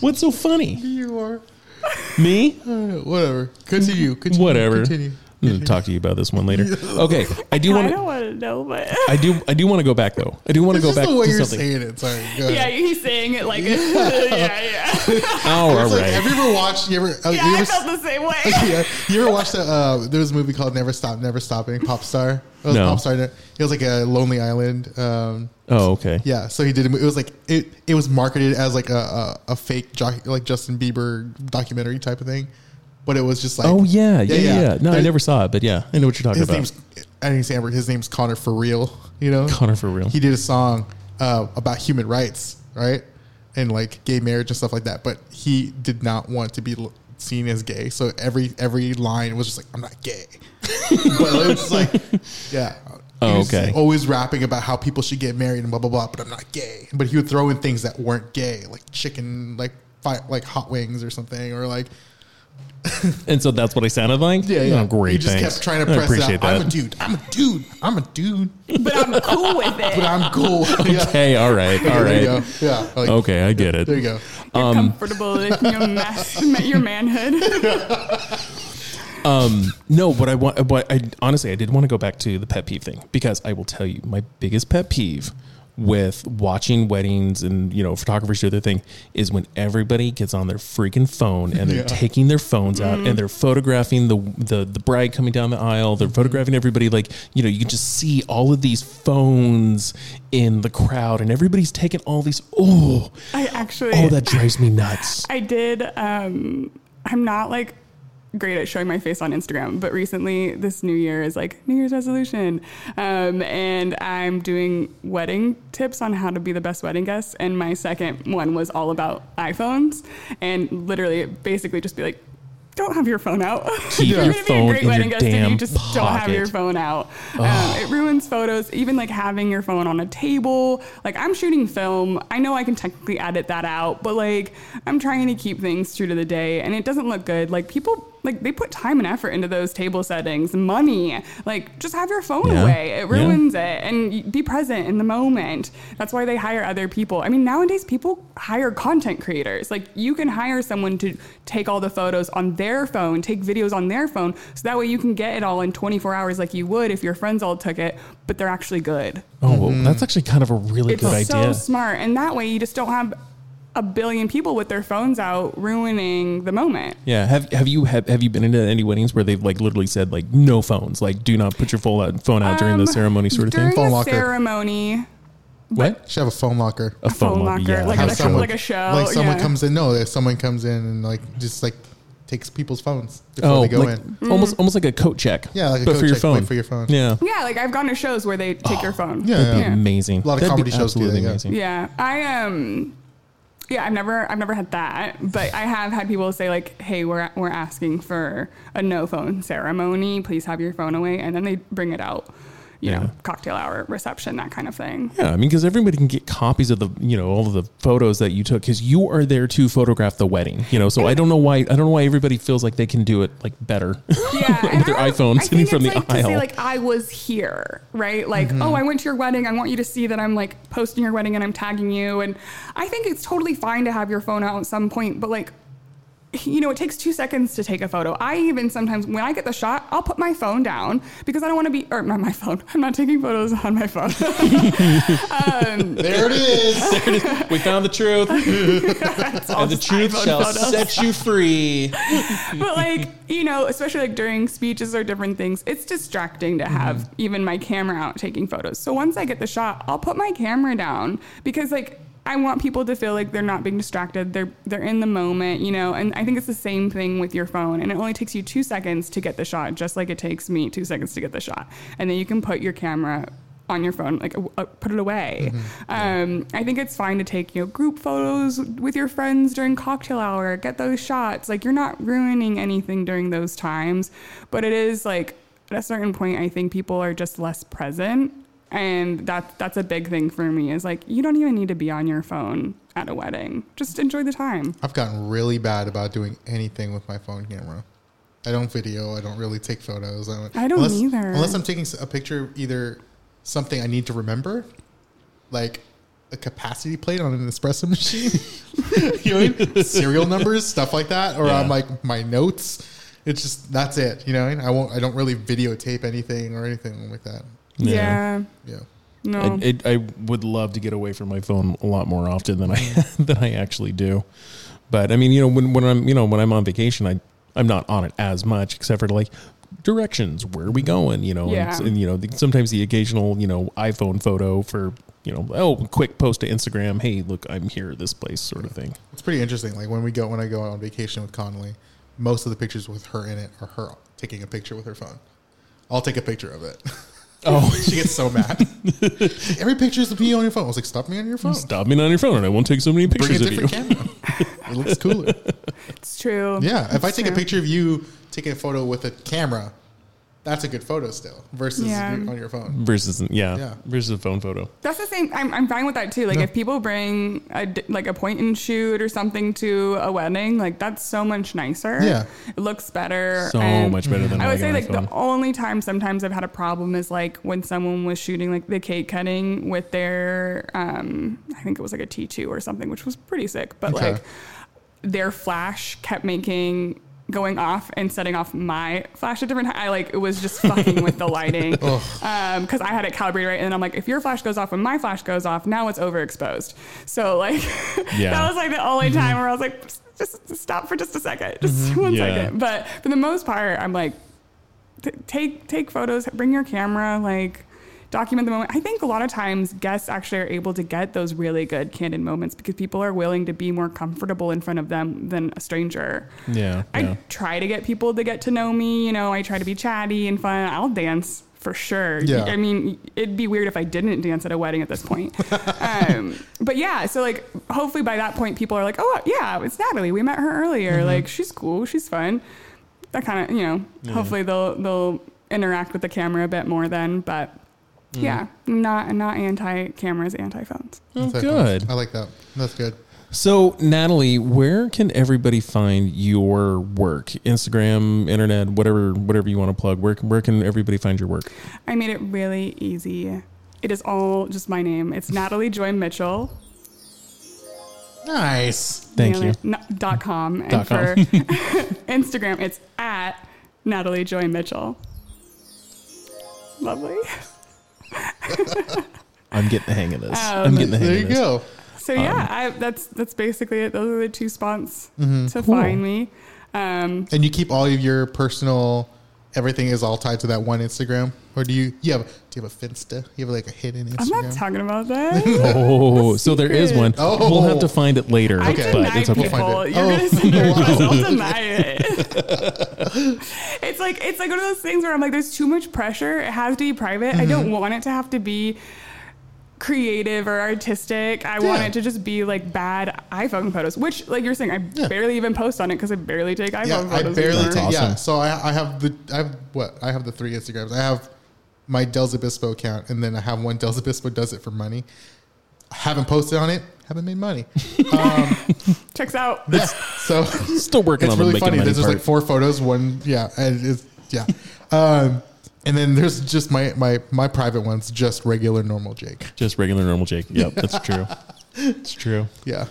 [SPEAKER 2] What's so funny?
[SPEAKER 1] You are.
[SPEAKER 2] Me?
[SPEAKER 1] Uh, whatever. Continue. continue
[SPEAKER 2] Whatever.
[SPEAKER 1] Continue.
[SPEAKER 2] I'm gonna talk to you about this one later. Okay, I do
[SPEAKER 3] I
[SPEAKER 2] want
[SPEAKER 3] don't
[SPEAKER 2] to
[SPEAKER 3] want to know, but.
[SPEAKER 2] I do I do want to go back though. I do want to
[SPEAKER 1] It's
[SPEAKER 2] go
[SPEAKER 1] just
[SPEAKER 2] back
[SPEAKER 1] the way
[SPEAKER 2] to
[SPEAKER 1] you're
[SPEAKER 2] something.
[SPEAKER 1] saying it. Sorry. Go
[SPEAKER 3] Yeah,
[SPEAKER 1] ahead.
[SPEAKER 3] he's saying it like, yeah, yeah.
[SPEAKER 2] Oh, all
[SPEAKER 1] It's like,
[SPEAKER 2] right.
[SPEAKER 1] have you ever watched? You ever? Uh,
[SPEAKER 3] Yeah,
[SPEAKER 1] you
[SPEAKER 3] I
[SPEAKER 1] ever
[SPEAKER 3] felt the same way.
[SPEAKER 1] yeah. You ever watched the, uh, there was a movie called Never Stop, Never Stopping, Pop Star? It was
[SPEAKER 2] No.
[SPEAKER 1] Pop Star. It was like a Lonely Island. Um,
[SPEAKER 2] oh, okay.
[SPEAKER 1] yeah, so he did. a mo- It was like it. It was marketed as like a a, a fake jock, like Justin Bieber documentary type of thing, but it was just like
[SPEAKER 2] Oh yeah, yeah, yeah. No, I
[SPEAKER 1] There-
[SPEAKER 2] never saw it, but yeah, I know what you're talking
[SPEAKER 1] His
[SPEAKER 2] about.
[SPEAKER 1] name's I didn't say Amber. His name's Connor for real. You know,
[SPEAKER 2] Connor for real.
[SPEAKER 1] He did a song uh, about human rights, right, and like gay marriage and stuff like that. But he did not want to be l- seen as gay, so every every line was just like, "I'm not gay," but it was like, yeah.
[SPEAKER 2] Oh,
[SPEAKER 1] He was
[SPEAKER 2] okay.
[SPEAKER 1] Always rapping about how people should get married and blah blah blah, but I'm not gay. But he would throw in things that weren't gay, like chicken, like fi- like hot wings or something, or like
[SPEAKER 2] And so that's what I sounded like.
[SPEAKER 1] yeah, yeah.
[SPEAKER 2] Oh, great.
[SPEAKER 1] He just
[SPEAKER 2] thanks.
[SPEAKER 1] kept trying to
[SPEAKER 2] I
[SPEAKER 1] press it
[SPEAKER 2] appreciate
[SPEAKER 1] out.
[SPEAKER 2] that.
[SPEAKER 1] I'm a dude. I'm a dude. I'm a dude.
[SPEAKER 3] but I'm cool with it.
[SPEAKER 1] But I'm cool. yeah.
[SPEAKER 2] Hey, all right, all
[SPEAKER 1] There you go.
[SPEAKER 2] right. Oh.
[SPEAKER 1] Yeah. Like,
[SPEAKER 2] Okay, I get it.
[SPEAKER 1] There you go.
[SPEAKER 3] You're comfortable in your, mas- your manhood.
[SPEAKER 2] Um, no, what I want, what I honestly, I did want to go back to the pet peeve thing because I will tell you, my biggest pet peeve with watching weddings and you know photographers do their thing is when everybody gets on their freaking phone and they're
[SPEAKER 1] Yeah.
[SPEAKER 2] taking their phones out
[SPEAKER 3] Mm.
[SPEAKER 2] and they're photographing the the the bride coming down the aisle. They're photographing everybody. Like you know, you can just see all of these phones in the crowd, and everybody's taking all these. Oh,
[SPEAKER 3] I actually
[SPEAKER 2] oh, that drives me nuts.
[SPEAKER 3] I did. Um, I'm not like great at showing my face on Instagram, but recently this new year is like New Year's resolution. Um, and I'm doing wedding tips on how to be the best wedding guest. And my second one was all about iPhones and literally basically just be like, don't have your phone out.
[SPEAKER 2] Keep
[SPEAKER 3] You're
[SPEAKER 2] your
[SPEAKER 3] gonna
[SPEAKER 2] phone in your
[SPEAKER 3] if you
[SPEAKER 2] damn
[SPEAKER 3] just don't have your
[SPEAKER 2] pocket.
[SPEAKER 3] phone out. Um, it ruins photos. Even like having your phone on a table. Like I'm shooting film. I know I can technically edit that out, but like I'm trying to keep things true to the day, and it doesn't look good. Like people, like they put time and effort into those table settings, money. Like just have your phone
[SPEAKER 2] Yeah.
[SPEAKER 3] away. It
[SPEAKER 2] Yeah.
[SPEAKER 3] ruins it, and y- be present in the moment. That's why they hire other people. I mean, nowadays people hire content creators. Like you can hire someone to take all the photos on their phone, take videos on their phone, so that way you can get it all in 24 hours, like you would if your friends all took it. But they're actually good.
[SPEAKER 2] Oh, well, that's actually kind of a really
[SPEAKER 3] It's
[SPEAKER 2] good
[SPEAKER 3] so
[SPEAKER 2] idea.
[SPEAKER 3] smart, and that way you just don't have a billion people with their phones out ruining the moment.
[SPEAKER 2] Yeah. Have have you have, have you been into any weddings where they've like literally said like no phones, like do not put your phone out, phone out during the
[SPEAKER 3] Um,
[SPEAKER 2] ceremony sort of thing?
[SPEAKER 3] During
[SPEAKER 1] Phone
[SPEAKER 3] the
[SPEAKER 1] locker.
[SPEAKER 3] ceremony,
[SPEAKER 2] What?
[SPEAKER 1] Should have a phone locker.
[SPEAKER 2] A phone,
[SPEAKER 3] phone
[SPEAKER 2] locker,
[SPEAKER 3] locker,
[SPEAKER 2] yeah.
[SPEAKER 3] like
[SPEAKER 1] Have
[SPEAKER 3] a- like a show,
[SPEAKER 1] Like someone
[SPEAKER 3] yeah.
[SPEAKER 1] comes in. No, if someone comes in and like just like takes people's phones before
[SPEAKER 2] oh,
[SPEAKER 1] they go
[SPEAKER 2] like,
[SPEAKER 1] in.
[SPEAKER 2] almost almost like a coat check.
[SPEAKER 1] Yeah, like a
[SPEAKER 2] but
[SPEAKER 1] coat
[SPEAKER 2] for your
[SPEAKER 1] check,
[SPEAKER 2] phone.
[SPEAKER 1] like for your phone.
[SPEAKER 2] Yeah.
[SPEAKER 3] Mm. yeah, like I've gone to shows where they take your phone.
[SPEAKER 1] Yeah,
[SPEAKER 2] That'd be
[SPEAKER 1] yeah.
[SPEAKER 2] amazing.
[SPEAKER 1] A lot of
[SPEAKER 2] That'd
[SPEAKER 1] comedy
[SPEAKER 2] be
[SPEAKER 1] shows do
[SPEAKER 2] absolutely
[SPEAKER 1] that, yeah.
[SPEAKER 2] amazing.
[SPEAKER 3] Yeah, I um, yeah, I've never, I've never had that, but I have had people say like, "Hey, we're we're asking for a no phone ceremony. Please have your phone away," and then they bring it out. You
[SPEAKER 2] Yeah.
[SPEAKER 3] know, cocktail hour, reception, that kind of thing.
[SPEAKER 2] Yeah, I mean, because everybody can get copies of the, you know, all of the photos that you took, because you are there to photograph the wedding, you know. So I don't know why, I don't know why everybody feels like they can do it like better.
[SPEAKER 3] Yeah,
[SPEAKER 2] With
[SPEAKER 3] and
[SPEAKER 2] their
[SPEAKER 3] I-
[SPEAKER 2] iPhone
[SPEAKER 3] I
[SPEAKER 2] sitting
[SPEAKER 3] think
[SPEAKER 2] from
[SPEAKER 3] it's
[SPEAKER 2] the
[SPEAKER 3] like to say,
[SPEAKER 2] aisle. Mm-hmm.
[SPEAKER 3] like I was here, right? Like, oh, I went to your wedding. I want you to see that I'm like posting your wedding and I'm tagging you. And I think it's totally fine to have your phone out at some point, but like. You know, it takes two seconds to take a photo. I even sometimes, when I get the shot, I'll put my phone down because I don't want to be, or not my phone. I'm not taking photos on my phone.
[SPEAKER 1] There it is.
[SPEAKER 2] we found the truth,
[SPEAKER 3] It's all just iPhone photos.
[SPEAKER 2] you free.
[SPEAKER 3] but like you know especially like during speeches or different things it's distracting to have even my camera out taking photos so once i get the shot i'll put my camera down because like i want people to feel like they're not being distracted they're they're in the moment you know and i think it's the same thing with your phone and it only takes you two seconds to get the shot just like it takes me two seconds to get the shot and then you can put your camera on your phone, like uh, put it away.
[SPEAKER 1] Mm-hmm.
[SPEAKER 3] Um, I think it's fine to take you know group photos with your friends during cocktail hour. Get those shots. Like you're not ruining anything during those times, but it is like at a certain point, I think people are just less present, and that that's a big thing for me. Is like you don't even need to be on your phone at a wedding. Just enjoy the time.
[SPEAKER 1] I've gotten really bad about doing anything with my phone camera. I don't video. I don't really take photos. I don't,
[SPEAKER 3] I don't
[SPEAKER 1] unless,
[SPEAKER 3] either.
[SPEAKER 1] Unless I'm taking a picture of either something I need to remember, like a capacity plate on an espresso machine, you know, what I mean? serial numbers, stuff like that, or
[SPEAKER 2] Yeah.
[SPEAKER 1] I'm like my notes. It's just that's it. You know, what I mean? I won't. I don't really videotape anything or anything like that.
[SPEAKER 2] Yeah.
[SPEAKER 3] Yeah.
[SPEAKER 1] Yeah.
[SPEAKER 3] No.
[SPEAKER 2] I, it, I would love to get away from my phone a lot more often than I than I actually do. But I mean, you know, when, when I'm you know when I'm on vacation, I I'm not on it as much, except for like directions, where are we going? You know,
[SPEAKER 3] Yeah.
[SPEAKER 2] and, and you know the, sometimes the occasional you know iPhone photo for you know oh quick post to Instagram, hey look I'm here at this place sort of thing.
[SPEAKER 1] It's pretty interesting. Like when we go when I go on vacation with Connolly, most of the pictures with her in it are her taking a picture with her phone. I'll take a picture of it.
[SPEAKER 2] Oh.
[SPEAKER 1] she gets so mad. Every picture is me on your phone. I was like, stop me on your phone.
[SPEAKER 2] Stop being on your phone, and I won't take so many
[SPEAKER 1] Bring a
[SPEAKER 2] pictures of you.
[SPEAKER 1] different camera. It looks cooler.
[SPEAKER 3] it's true.
[SPEAKER 1] Yeah. If I
[SPEAKER 3] It's
[SPEAKER 1] take a
[SPEAKER 3] true.
[SPEAKER 1] picture of you taking a photo with a camera, that's a good photo still versus
[SPEAKER 3] Yeah.
[SPEAKER 1] you on your phone.
[SPEAKER 2] Versus, yeah,
[SPEAKER 1] Yeah.
[SPEAKER 2] versus a phone photo.
[SPEAKER 3] That's the same. I'm, I'm fine with that too. Like if people bring a d- like a point and shoot or something to a wedding, like that's so much nicer.
[SPEAKER 1] Yeah.
[SPEAKER 3] it looks better.
[SPEAKER 2] So
[SPEAKER 3] and
[SPEAKER 2] much better than
[SPEAKER 3] I would
[SPEAKER 2] like
[SPEAKER 3] say
[SPEAKER 2] an
[SPEAKER 3] like
[SPEAKER 2] iPhone.
[SPEAKER 3] the only time sometimes I've had a problem is like when someone was shooting like the cake cutting with their um I think it was like a T two or something, which was pretty sick. But
[SPEAKER 1] Okay.
[SPEAKER 3] like their flash kept making going off and setting off my flash at different. ti- I like it was just fucking with the lighting because I had it calibrated right, and then I'm like, if your flash goes off when my flash goes off, now it's overexposed. So
[SPEAKER 4] Yeah.
[SPEAKER 3] like,
[SPEAKER 4] Mm-hmm.
[SPEAKER 3] that was like the only time where I was like, "Just- just stop for just a second, just one second.
[SPEAKER 4] Yeah.
[SPEAKER 3] But for the most part, I'm like, t- take take photos, bring your camera, like document the moment. I think a lot of times guests actually are able to get those really good candid moments because people are willing to be more comfortable in front of them than a stranger.
[SPEAKER 2] Yeah.
[SPEAKER 3] I try to get people to get to know me, you know, I try to be chatty and fun. I'll dance for sure.
[SPEAKER 1] Yeah.
[SPEAKER 3] I mean, it'd be weird if I didn't dance at a wedding at this point. um, but yeah, so like hopefully by that point people are like, "Oh, yeah, it's Natalie. We met her earlier. Like she's cool, she's fun." that kind of you know hopefully they'll they'll interact with the camera a bit more then but yeah not not anti cameras anti phones
[SPEAKER 2] Oh,
[SPEAKER 1] That's
[SPEAKER 2] good.
[SPEAKER 1] I like that. That's good.
[SPEAKER 2] So, Natalie, where can everybody find your work? Instagram, internet, whatever, whatever you want to plug. Where can- where can everybody find your work?
[SPEAKER 3] i made it really easy it is all just my name it's natalie joy mitchell
[SPEAKER 1] Nice.
[SPEAKER 2] Thank
[SPEAKER 3] nailed
[SPEAKER 2] you.
[SPEAKER 3] it, no- dot com and
[SPEAKER 2] Dot
[SPEAKER 3] for
[SPEAKER 2] com.
[SPEAKER 3] instagram it's at natalie joy mitchell lovely
[SPEAKER 2] I'm getting the hang of this.
[SPEAKER 3] Um,
[SPEAKER 2] I'm getting the hang
[SPEAKER 1] There
[SPEAKER 2] of
[SPEAKER 1] you
[SPEAKER 2] this.
[SPEAKER 1] go.
[SPEAKER 3] So
[SPEAKER 2] Um,
[SPEAKER 3] yeah, I, that's that's basically it. Those are the two spots
[SPEAKER 2] Mm-hmm.
[SPEAKER 3] to find me. Um,
[SPEAKER 1] And you keep all of your personal everything is all tied to that one Instagram, or do you? You have do you have a Finsta? You have like a hidden Instagram?
[SPEAKER 3] I'm not talking about that.
[SPEAKER 2] Oh, so there is one.
[SPEAKER 1] Oh.
[SPEAKER 2] We'll have to find it later,
[SPEAKER 3] I
[SPEAKER 1] Okay.
[SPEAKER 2] but
[SPEAKER 3] deny
[SPEAKER 2] it's okay.
[SPEAKER 1] We'll
[SPEAKER 3] people.
[SPEAKER 1] find it.
[SPEAKER 3] You're
[SPEAKER 1] Oh.
[SPEAKER 3] gonna sit there and I'll deny it. it's like it's like one of those things where I'm like, there's too much pressure. It has to be private. I
[SPEAKER 1] Mm-hmm.
[SPEAKER 3] don't want it to have to be creative or artistic. I want
[SPEAKER 1] Yeah.
[SPEAKER 3] it to just be like bad iPhone photos, which like you're saying, I
[SPEAKER 1] Yeah.
[SPEAKER 3] barely even post on it because I barely take iPhone
[SPEAKER 1] yeah, I
[SPEAKER 3] photos.
[SPEAKER 1] barely.
[SPEAKER 3] anymore.
[SPEAKER 1] Take, Yeah,
[SPEAKER 2] awesome.
[SPEAKER 1] so I, I have the I have what I have the three Instagrams. I have my Dels Obispo account, and then I have one Dels Obispo does it for money. I haven't posted on it. Haven't made money.
[SPEAKER 3] Checks out.
[SPEAKER 1] Yeah, so
[SPEAKER 2] Still working
[SPEAKER 1] it's
[SPEAKER 2] on the
[SPEAKER 1] really
[SPEAKER 2] making
[SPEAKER 1] funny.
[SPEAKER 2] money
[SPEAKER 1] There's just like
[SPEAKER 2] part.
[SPEAKER 1] four photos. One, yeah, and it's yeah. um, and then there's just my my my private ones, just regular normal Jake.
[SPEAKER 2] Just regular normal Jake. Yep, that's true. It's true.
[SPEAKER 1] Yeah,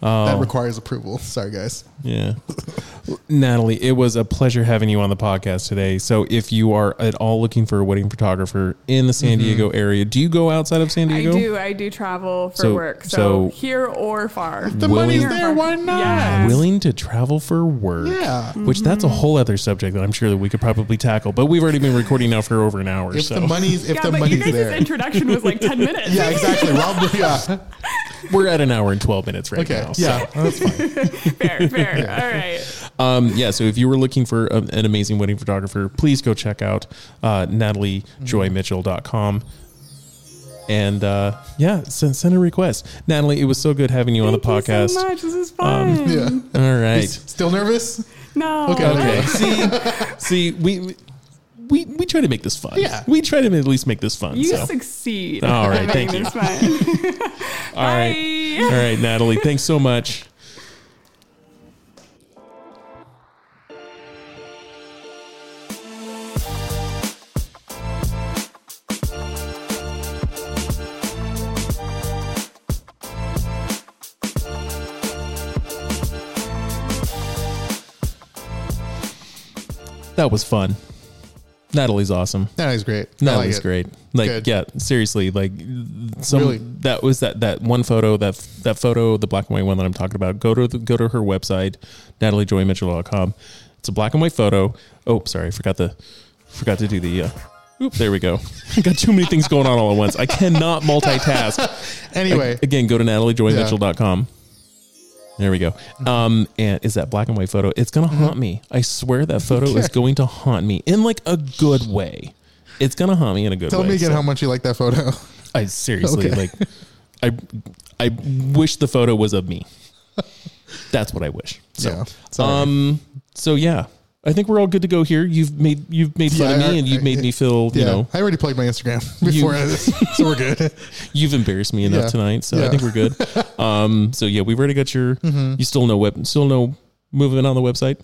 [SPEAKER 2] Um,
[SPEAKER 1] that requires approval. Sorry, guys.
[SPEAKER 2] Yeah. Natalie, it was a pleasure having you on the podcast today. So, if you are at all looking for a wedding photographer in the San Diego area, do you go outside of San
[SPEAKER 3] I
[SPEAKER 2] Diego?
[SPEAKER 3] do. I do travel for
[SPEAKER 2] So-
[SPEAKER 3] work.
[SPEAKER 2] so-
[SPEAKER 3] So, here or far.
[SPEAKER 1] The
[SPEAKER 2] Willing-
[SPEAKER 1] money's there. Why not?
[SPEAKER 3] Yeah.
[SPEAKER 2] Willing to travel for work.
[SPEAKER 1] Yeah. Mm-hmm.
[SPEAKER 2] Which that's a whole other subject that I'm sure that we could probably tackle, but we've already been recording now for over an hour.
[SPEAKER 1] If
[SPEAKER 2] so
[SPEAKER 1] the money's if
[SPEAKER 3] yeah,
[SPEAKER 1] the
[SPEAKER 3] but you
[SPEAKER 1] money's
[SPEAKER 3] guys'
[SPEAKER 1] there.
[SPEAKER 3] introduction was like ten minutes.
[SPEAKER 1] Yeah, exactly. Rob, yeah.
[SPEAKER 2] we're at an hour and 12 minutes right
[SPEAKER 1] Okay.
[SPEAKER 2] now. so-
[SPEAKER 1] Yeah. That's fine.
[SPEAKER 3] fair, fair. All right.
[SPEAKER 2] Um, yeah, so if you were looking for a, an amazing wedding photographer, please go check out uh, nataliejoymitchell.com. And uh, yeah, send, send a request. Natalie, it was so good having you on the
[SPEAKER 3] Thank you
[SPEAKER 2] podcast. Um,
[SPEAKER 3] so much. This is fun.
[SPEAKER 1] Yeah.
[SPEAKER 2] All right.
[SPEAKER 1] Still nervous?
[SPEAKER 3] No.
[SPEAKER 2] Okay. see, see, we, we we try to make this fun.
[SPEAKER 1] Yeah.
[SPEAKER 2] We try to at least make this fun.
[SPEAKER 3] You
[SPEAKER 2] so.
[SPEAKER 3] succeed.
[SPEAKER 2] All right, thank you.
[SPEAKER 3] It's fun.
[SPEAKER 2] All right. All right, Natalie, thanks so much. That was fun. Natalie's awesome.
[SPEAKER 1] That is great. I
[SPEAKER 2] That
[SPEAKER 1] like
[SPEAKER 2] was
[SPEAKER 1] it.
[SPEAKER 2] great. Like,
[SPEAKER 1] Good.
[SPEAKER 2] yeah, seriously, like some
[SPEAKER 1] Really.
[SPEAKER 2] that was that that one photo that that photo, the black and white one that I'm talking about. Go to the, go to her website, nataliejoymitchell.com. It's a black and white photo. Oh, sorry, I forgot the forgot to do the. Uh, oop, there we go. I got too many things going on all at once. I cannot multitask.
[SPEAKER 1] Anyway,
[SPEAKER 2] Ag- again, go to nataliejoymitchell.com. There we go. Um, and is that black and white photo? It's gonna
[SPEAKER 1] Mm-hmm.
[SPEAKER 2] haunt me. I swear that photo is going to haunt me in like a good way. It's gonna haunt me in a good
[SPEAKER 1] tell
[SPEAKER 2] way.
[SPEAKER 1] me again
[SPEAKER 2] so-
[SPEAKER 1] how much you like that photo.
[SPEAKER 2] I seriously
[SPEAKER 1] Okay.
[SPEAKER 2] like. I I wish the photo was of me. That's what I wish. So,
[SPEAKER 1] Yeah. Sorry.
[SPEAKER 2] um, so yeah, I think we're all good to go here. You've made you've made fun of
[SPEAKER 1] Yeah,
[SPEAKER 2] me,
[SPEAKER 1] I-
[SPEAKER 2] and you've made
[SPEAKER 1] I-
[SPEAKER 2] me feel
[SPEAKER 1] yeah,
[SPEAKER 2] you know
[SPEAKER 1] I already plugged my Instagram before this, so we're good.
[SPEAKER 2] you've embarrassed me enough
[SPEAKER 1] Yeah.
[SPEAKER 2] tonight, so I
[SPEAKER 1] Yeah. Mm-hmm.
[SPEAKER 2] think we're good. um, so yeah, we've already got your. You still know web, still know moving on the website.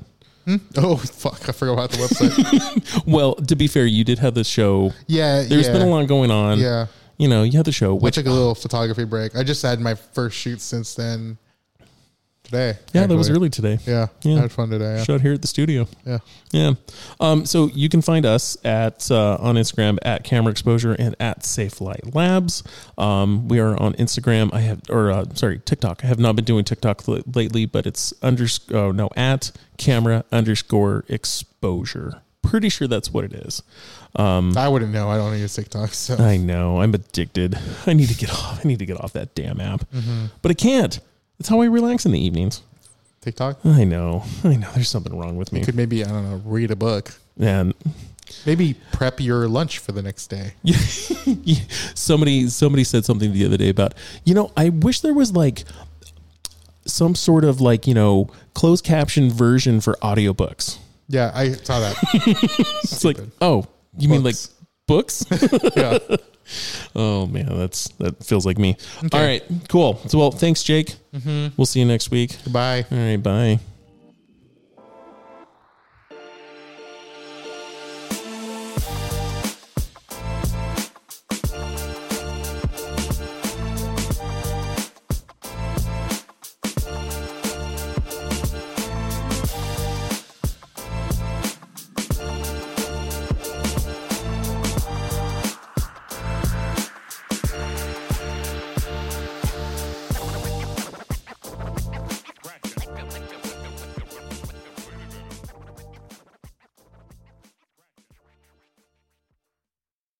[SPEAKER 1] Oh fuck, I forgot about the website.
[SPEAKER 2] Well, to be fair, you did have the show.
[SPEAKER 1] Yeah,
[SPEAKER 2] There's
[SPEAKER 1] yeah,
[SPEAKER 2] been a lot going on.
[SPEAKER 1] Yeah,
[SPEAKER 2] you know, you had the show,
[SPEAKER 1] I
[SPEAKER 2] which
[SPEAKER 1] took a little photography break. I just had my first shoot since then. today.
[SPEAKER 2] Yeah, that was
[SPEAKER 1] actually.
[SPEAKER 2] early today.
[SPEAKER 1] Yeah,
[SPEAKER 2] Yeah.
[SPEAKER 1] I had fun today. Yeah.
[SPEAKER 2] Shot here at the studio.
[SPEAKER 1] yeah.
[SPEAKER 2] Yeah. Um, so you can find us at uh, on Instagram at Camera Exposure and at SafeLight Labs. Um, we are on Instagram. I have or uh, sorry TikTok. I have not been doing TikTok l- lately, but it's under oh, no at Camera underscore Exposure. Pretty sure that's what it is.
[SPEAKER 1] I wouldn't know. I don't use TikTok. So
[SPEAKER 2] I know. I'm addicted. Mm-hmm. I need to get off. I need to get off that damn app. But I can't. That's how I relax in the evenings.
[SPEAKER 1] TikTok,
[SPEAKER 2] I know. I know. There's something wrong with
[SPEAKER 1] you
[SPEAKER 2] me.
[SPEAKER 1] could maybe I don't know read a book.
[SPEAKER 2] And
[SPEAKER 1] Maybe prep your lunch for the next day.
[SPEAKER 2] somebody somebody said something the other day about you know i wish there was like some sort of like you know closed caption version for audiobooks
[SPEAKER 1] Yeah, I saw that.
[SPEAKER 2] it's like oh you mean like
[SPEAKER 1] Books.
[SPEAKER 2] books
[SPEAKER 1] yeah.
[SPEAKER 2] oh man that's that feels like me all right cool so well thanks jake we'll see you next week
[SPEAKER 1] Bye.
[SPEAKER 2] all right bye